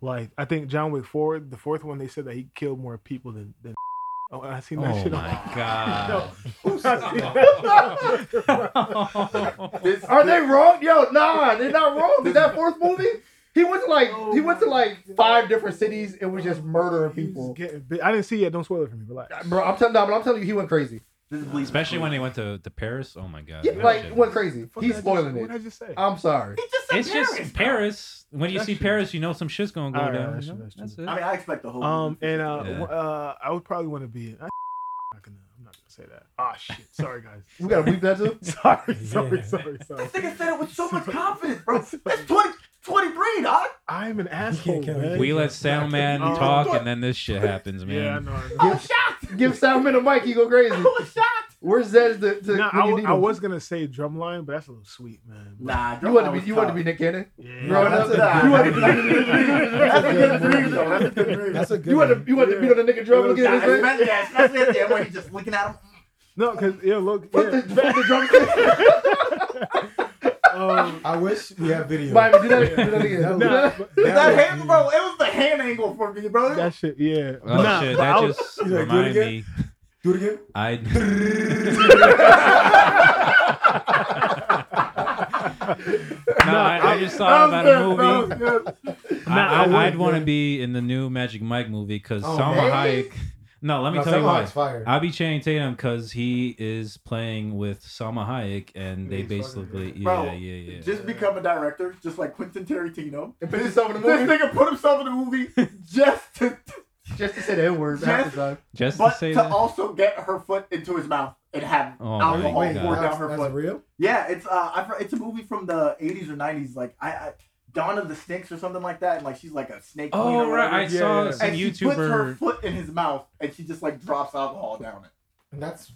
Speaker 5: like I think John Wick four, the fourth one, they said that he killed more people than than. Oh, I seen that
Speaker 4: Oh
Speaker 5: shit.
Speaker 4: my
Speaker 5: on-
Speaker 4: god!
Speaker 5: I seen that.
Speaker 3: This-
Speaker 1: Are they wrong? Yo, nah, they're not wrong. Did that fourth movie? He went to like he went to like five different cities and was just murdering
Speaker 5: He was
Speaker 1: people.
Speaker 5: getting big. I didn't see it. Don't spoil it for me. Relax.
Speaker 1: Bro, I'm telling, nah, but I'm telling you, he went crazy.
Speaker 3: This is bleep.
Speaker 4: Especially when they went to, to Paris. Oh my god!
Speaker 1: Yeah,
Speaker 4: that
Speaker 1: like
Speaker 4: shit.
Speaker 1: went crazy. He's
Speaker 5: Fuck did I just-
Speaker 1: spoiling
Speaker 5: What did I
Speaker 1: it.
Speaker 5: just say?
Speaker 1: I'm sorry.
Speaker 3: He just said
Speaker 4: It's
Speaker 3: Paris,
Speaker 4: just
Speaker 3: bro.
Speaker 4: Paris. When you
Speaker 5: That's
Speaker 4: see
Speaker 5: true.
Speaker 4: Paris, you know some shit's gonna go
Speaker 5: Alright,
Speaker 4: down.
Speaker 5: that's
Speaker 4: you know?
Speaker 5: true, that's
Speaker 4: it.
Speaker 3: I mean, I expect the whole.
Speaker 5: Um
Speaker 3: movie.
Speaker 5: and uh,
Speaker 4: Yeah.
Speaker 5: uh I would probably want to be. I, I'm not gonna. I'm not gonna say that. Ah shit. Sorry guys.
Speaker 1: We gotta bleep that too.
Speaker 5: sorry, sorry,
Speaker 2: Yeah.
Speaker 5: sorry, sorry.
Speaker 3: this nigga said it with so much confidence, bro. That's 20, 20 brain, dog.
Speaker 5: I'm an asshole.
Speaker 2: can't
Speaker 5: man.
Speaker 4: we let Soundman
Speaker 5: Um,
Speaker 4: talk, and then this shit happens,
Speaker 5: Yeah, I
Speaker 4: man.
Speaker 5: know. I know.
Speaker 3: I was shocked.
Speaker 1: Give Salman a mic, he go crazy.
Speaker 3: I was shocked.
Speaker 1: Where's Zed to, to
Speaker 5: Nah,
Speaker 1: when
Speaker 5: I,
Speaker 1: you
Speaker 5: wa-
Speaker 1: need
Speaker 5: I
Speaker 1: him?
Speaker 5: was gonna say drumline, but that's a little sweet, man. But-
Speaker 3: Nah,
Speaker 1: You
Speaker 3: Drumline
Speaker 1: wanted to
Speaker 3: was
Speaker 1: be you wanted to
Speaker 3: tough.
Speaker 1: be Nick Cannon.
Speaker 5: Yeah.
Speaker 1: Growing
Speaker 3: that's
Speaker 1: up,
Speaker 3: a-
Speaker 1: you wanted to
Speaker 5: that's
Speaker 1: be-
Speaker 3: That's a good dream, though. That's a good dream.
Speaker 2: That's a good.
Speaker 1: you wanted to,
Speaker 2: one.
Speaker 1: you wanted to beat on the nigga drum and look
Speaker 3: Nah,
Speaker 1: at his face.
Speaker 3: especially, yeah, especially at the end when he's just looking at him.
Speaker 5: No, because yeah, look,
Speaker 1: Put the, put the drum.
Speaker 5: yeah, um,
Speaker 2: I wish we have video.
Speaker 1: Miami, do that, do that again.
Speaker 2: That
Speaker 1: Do
Speaker 2: was-
Speaker 5: nah,
Speaker 1: that.
Speaker 5: but
Speaker 3: That,
Speaker 2: That was-
Speaker 3: hand, bro, it was the hand angle for me, bro.
Speaker 5: that shit, yeah.
Speaker 4: Oh
Speaker 5: Nah,
Speaker 4: shit!
Speaker 5: but I
Speaker 4: That
Speaker 5: was-
Speaker 4: just
Speaker 2: You like, do it
Speaker 4: reminded
Speaker 2: again?
Speaker 4: me.
Speaker 2: Do it again.
Speaker 4: I no, I, I just thought about a movie.
Speaker 5: Nah,
Speaker 4: I,
Speaker 5: I would,
Speaker 4: I, I'd want to
Speaker 5: yeah.
Speaker 4: be in the new Magic Mike movie because
Speaker 2: Oh,
Speaker 4: Salma
Speaker 1: man.
Speaker 4: Hayek. No, let me
Speaker 2: No,
Speaker 4: tell you
Speaker 2: Salma
Speaker 4: why.
Speaker 2: Hayek's fire.
Speaker 4: I'll be Channing Tatum because he is playing with Salma Hayek, and they
Speaker 5: He's fucking-
Speaker 4: basically, yeah,
Speaker 3: Bro,
Speaker 4: yeah, yeah.
Speaker 3: Just become a director, just like Quentin Tarantino.
Speaker 1: And put yourself in the
Speaker 3: This
Speaker 1: movie.
Speaker 3: nigga put himself in the movie just to,
Speaker 1: Just to say the N word half the time.
Speaker 4: Just to
Speaker 3: but
Speaker 4: say
Speaker 3: to
Speaker 4: that.
Speaker 3: also get her foot into his mouth and have
Speaker 4: Oh my
Speaker 3: alcohol
Speaker 4: God.
Speaker 3: pour down
Speaker 2: that's,
Speaker 3: her
Speaker 2: that's
Speaker 3: foot.
Speaker 2: real.
Speaker 3: Yeah, it's uh, I, for- it's a movie from the '80s or '90s, like I, I Dawn of the Snakes or something like that, and like she's like a snake. queen
Speaker 4: oh
Speaker 3: or
Speaker 4: right, I
Speaker 3: whatever.
Speaker 5: Yeah,
Speaker 4: saw
Speaker 5: yeah.
Speaker 4: some
Speaker 3: and she puts her
Speaker 4: YouTuber.
Speaker 3: foot in his mouth, and she just like drops alcohol down it.
Speaker 2: And that's.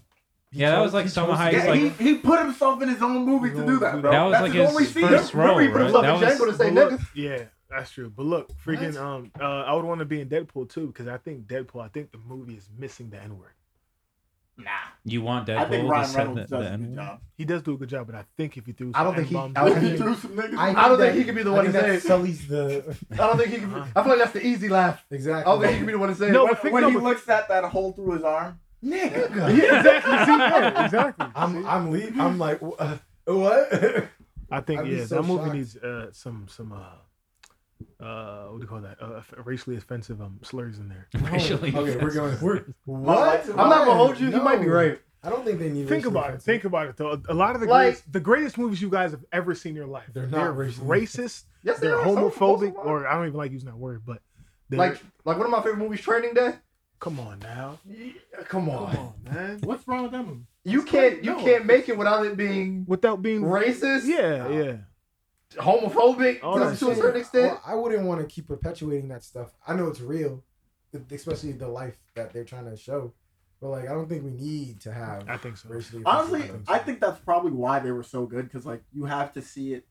Speaker 2: he
Speaker 4: Yeah, that
Speaker 2: chose-
Speaker 4: was like
Speaker 2: he
Speaker 4: Salma
Speaker 2: chose to
Speaker 4: Hayek's,
Speaker 2: get
Speaker 3: Yeah,
Speaker 4: like-
Speaker 3: he, he put himself in his own movie to do that, bro.
Speaker 4: That was
Speaker 3: That's
Speaker 4: like
Speaker 3: his,
Speaker 4: his
Speaker 3: only scene.
Speaker 4: first role,
Speaker 1: Remember he put
Speaker 4: right?
Speaker 1: himself
Speaker 4: That
Speaker 1: in
Speaker 4: was-
Speaker 1: Django to say
Speaker 5: But look,
Speaker 1: nigga.
Speaker 5: Yeah, that's true. But look, freaking um, uh, I would want to be in Deadpool too because I think Deadpool. I think the movie is missing the N word.
Speaker 3: Nah,
Speaker 4: You want
Speaker 3: I
Speaker 4: Deadpool
Speaker 3: think
Speaker 4: to
Speaker 3: Ryan
Speaker 4: say
Speaker 3: Reynolds
Speaker 4: the,
Speaker 3: does
Speaker 4: the
Speaker 3: a good
Speaker 4: N-word?
Speaker 3: job.
Speaker 5: He does do a good job, but I think if he threw,
Speaker 1: I don't
Speaker 5: some
Speaker 1: think he-
Speaker 5: N-bombs
Speaker 1: I
Speaker 5: in
Speaker 1: don't
Speaker 5: there-
Speaker 3: he threw some niggas.
Speaker 1: I don't think he
Speaker 2: that-
Speaker 1: could be the
Speaker 2: I
Speaker 1: one to
Speaker 2: think
Speaker 1: say
Speaker 2: that
Speaker 1: it.
Speaker 2: sullies the
Speaker 1: I don't think he could. I feel like that's the easy laugh. I
Speaker 2: exactly.
Speaker 1: don't think he could be the one to say it.
Speaker 5: No,
Speaker 3: when
Speaker 5: but think
Speaker 3: when he
Speaker 5: about-
Speaker 3: looks at that hole through his arm,
Speaker 2: nigga.
Speaker 5: yeah, exactly. See, yeah, exactly.
Speaker 2: I'm I'm leaving. I'm like wh- uh, what?
Speaker 5: I think
Speaker 2: I'd be
Speaker 5: yeah,
Speaker 2: so
Speaker 5: that movie
Speaker 2: shocked.
Speaker 5: needs uh, some some uh, uh, what do you call that? Uh, f- racially offensive um slurs in there.
Speaker 4: Racially
Speaker 2: okay, we're
Speaker 4: offensive.
Speaker 2: going. We're,
Speaker 1: What?
Speaker 2: what?
Speaker 1: I'm not gonna hold you. He
Speaker 2: No.
Speaker 1: might be right.
Speaker 2: I don't think they need.
Speaker 5: Think
Speaker 2: racially
Speaker 5: about it.
Speaker 2: offensive.
Speaker 5: Think about it though. A lot of the
Speaker 1: Like-
Speaker 5: greatest, the greatest movies you guys have ever seen in your life.
Speaker 2: They're not racially
Speaker 5: racist.
Speaker 1: Yes,
Speaker 5: they're
Speaker 1: are. Some- most of
Speaker 5: homophobic,
Speaker 1: them are.
Speaker 5: or I don't even like using that word, but they're,
Speaker 1: like like one of my favorite movies, Training Day.
Speaker 5: come on now,
Speaker 1: Come
Speaker 5: come
Speaker 1: on,
Speaker 5: on, man.
Speaker 3: What's wrong with that movie?
Speaker 1: you can't you
Speaker 3: No.
Speaker 1: can't make it without it being
Speaker 5: Without being
Speaker 1: racist,
Speaker 5: yeah, yeah.
Speaker 1: homophobic
Speaker 5: All
Speaker 1: to,
Speaker 5: that
Speaker 1: to a
Speaker 5: shit.
Speaker 1: certain extent.
Speaker 2: I wouldn't want to keep perpetuating that stuff. I know it's real, especially the life that they're trying to show. But like, I don't think we need to have
Speaker 5: I think so.
Speaker 2: racially. offensive
Speaker 3: Honestly,
Speaker 2: items.
Speaker 3: I think that's probably why they were so good because like you have to see it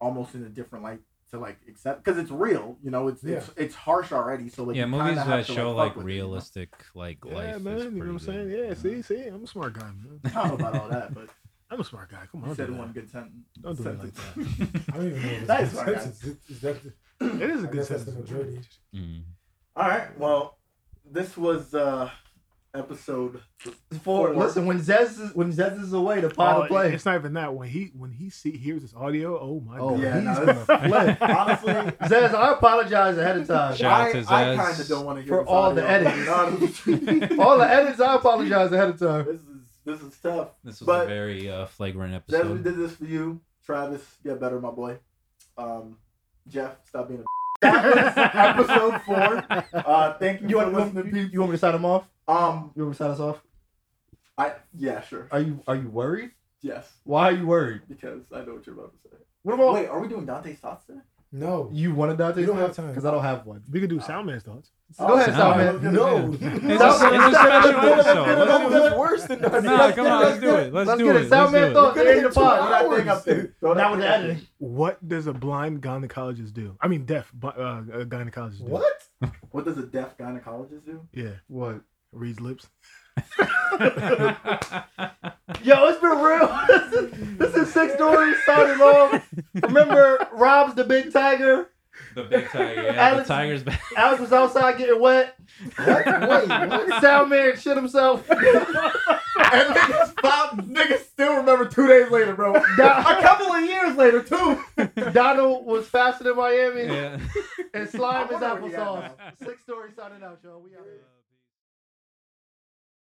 Speaker 3: almost in a different light to like accept because it's real. You know, it's it's it's harsh already. So like
Speaker 4: yeah,
Speaker 3: you kinda
Speaker 4: movies
Speaker 3: have
Speaker 4: that
Speaker 3: to,
Speaker 4: show
Speaker 3: fuck
Speaker 4: like
Speaker 3: with it, you know?
Speaker 4: realistic like life.
Speaker 5: Yeah,
Speaker 4: is
Speaker 5: man. You know what I'm
Speaker 4: pretty
Speaker 5: saying?
Speaker 4: good,
Speaker 5: Yeah,
Speaker 4: you
Speaker 5: see,
Speaker 4: know?
Speaker 5: see, I'm a smart guy, man.
Speaker 3: I don't know about all that, but
Speaker 5: I'm a smart guy. Come on,
Speaker 3: you
Speaker 5: don't
Speaker 3: said
Speaker 5: do
Speaker 3: one
Speaker 5: that.
Speaker 3: good sentence.
Speaker 5: Don't do it like that.
Speaker 2: I don't even know. If
Speaker 3: That
Speaker 2: it's
Speaker 3: is all right.
Speaker 2: consensus. Is that the-
Speaker 5: It is a
Speaker 2: I
Speaker 5: good
Speaker 2: guess that's
Speaker 5: sentence.
Speaker 2: the majority.
Speaker 4: Mm.
Speaker 3: all right, well, this was uh episode.
Speaker 1: For
Speaker 3: Or-
Speaker 1: listen, when Zez is, when Zez is away, the pot
Speaker 5: Oh,
Speaker 1: will play.
Speaker 5: It's not even that. When he when he see hears this audio, oh my
Speaker 1: Oh,
Speaker 5: god,
Speaker 3: Yeah,
Speaker 1: he's
Speaker 3: no,
Speaker 1: gonna flip.
Speaker 3: Honestly,
Speaker 1: Zez, I apologize ahead of time.
Speaker 4: Shout out
Speaker 3: I,
Speaker 4: to
Speaker 3: I
Speaker 4: Zaz.
Speaker 3: kind of don't want to hear
Speaker 1: For
Speaker 3: this
Speaker 1: all the
Speaker 3: audio.
Speaker 1: edits.
Speaker 3: You know what I
Speaker 4: Mm.
Speaker 3: mean?
Speaker 1: All the edits, I apologize ahead of time.
Speaker 3: this is this is tough.
Speaker 4: This was
Speaker 3: But-
Speaker 4: a very uh, flagrant
Speaker 3: Jeff, we
Speaker 4: episode.
Speaker 3: did this for you. Travis, get better, my boy. Um, Jeff, stop being a. That was episode four. Uh, thank you,
Speaker 1: You
Speaker 3: for
Speaker 1: want, you, want me
Speaker 3: listening.
Speaker 1: to, you want me to sign them off?
Speaker 3: Um,
Speaker 1: You want me to sign us off?
Speaker 3: I yeah, sure.
Speaker 1: Are you are you worried?
Speaker 3: Yes,
Speaker 1: Why are you worried?
Speaker 3: because I know what you're about to say.
Speaker 1: What about
Speaker 3: Wait, are we doing Dante's thoughts today?
Speaker 2: No,
Speaker 1: you? Want to Dante?
Speaker 2: You don't have time.
Speaker 1: because I don't have one.
Speaker 5: we could do Soundman's thoughts.
Speaker 3: Oh,
Speaker 1: Go ahead,
Speaker 4: Sound
Speaker 1: Salman.
Speaker 4: man.
Speaker 2: no.
Speaker 4: It's a- it's a special episode. Let's do it.
Speaker 2: That's worse than that.
Speaker 4: Nah, come on, let's do it. Let's,
Speaker 1: Let's
Speaker 4: do
Speaker 1: get
Speaker 4: it.
Speaker 1: it. Soundman
Speaker 4: Let's do it.
Speaker 1: thoughts they're in the
Speaker 2: Two
Speaker 3: Throw that
Speaker 1: pod.
Speaker 2: hours.
Speaker 3: thing up there. Throw
Speaker 1: Not with the
Speaker 3: thing up there.
Speaker 1: editing.
Speaker 5: What does a blind gynecologist do? I mean, deaf bi- uh, gynecologist do?
Speaker 2: What?
Speaker 3: What does a deaf gynecologist do?
Speaker 5: Yeah,
Speaker 1: What?
Speaker 5: reads lips.
Speaker 1: Yo, it's been real. this is six stories signing off. Remember, Rob's the big tiger.
Speaker 4: the big tiger. Yeah,
Speaker 1: Alex-
Speaker 4: the tiger's back.
Speaker 1: Alex was outside getting wet.
Speaker 2: What? Wait, what?
Speaker 1: Salman shit himself.
Speaker 3: And niggas, Bob, niggas still remember two days later, bro. A
Speaker 1: Don-
Speaker 3: couple of years later, too.
Speaker 1: Donald was faster than Miami,
Speaker 4: Yeah.
Speaker 1: and slime is
Speaker 3: I wonder where he at
Speaker 1: applesauce.
Speaker 3: now.
Speaker 1: Six stories signing out, y'all. We out. here.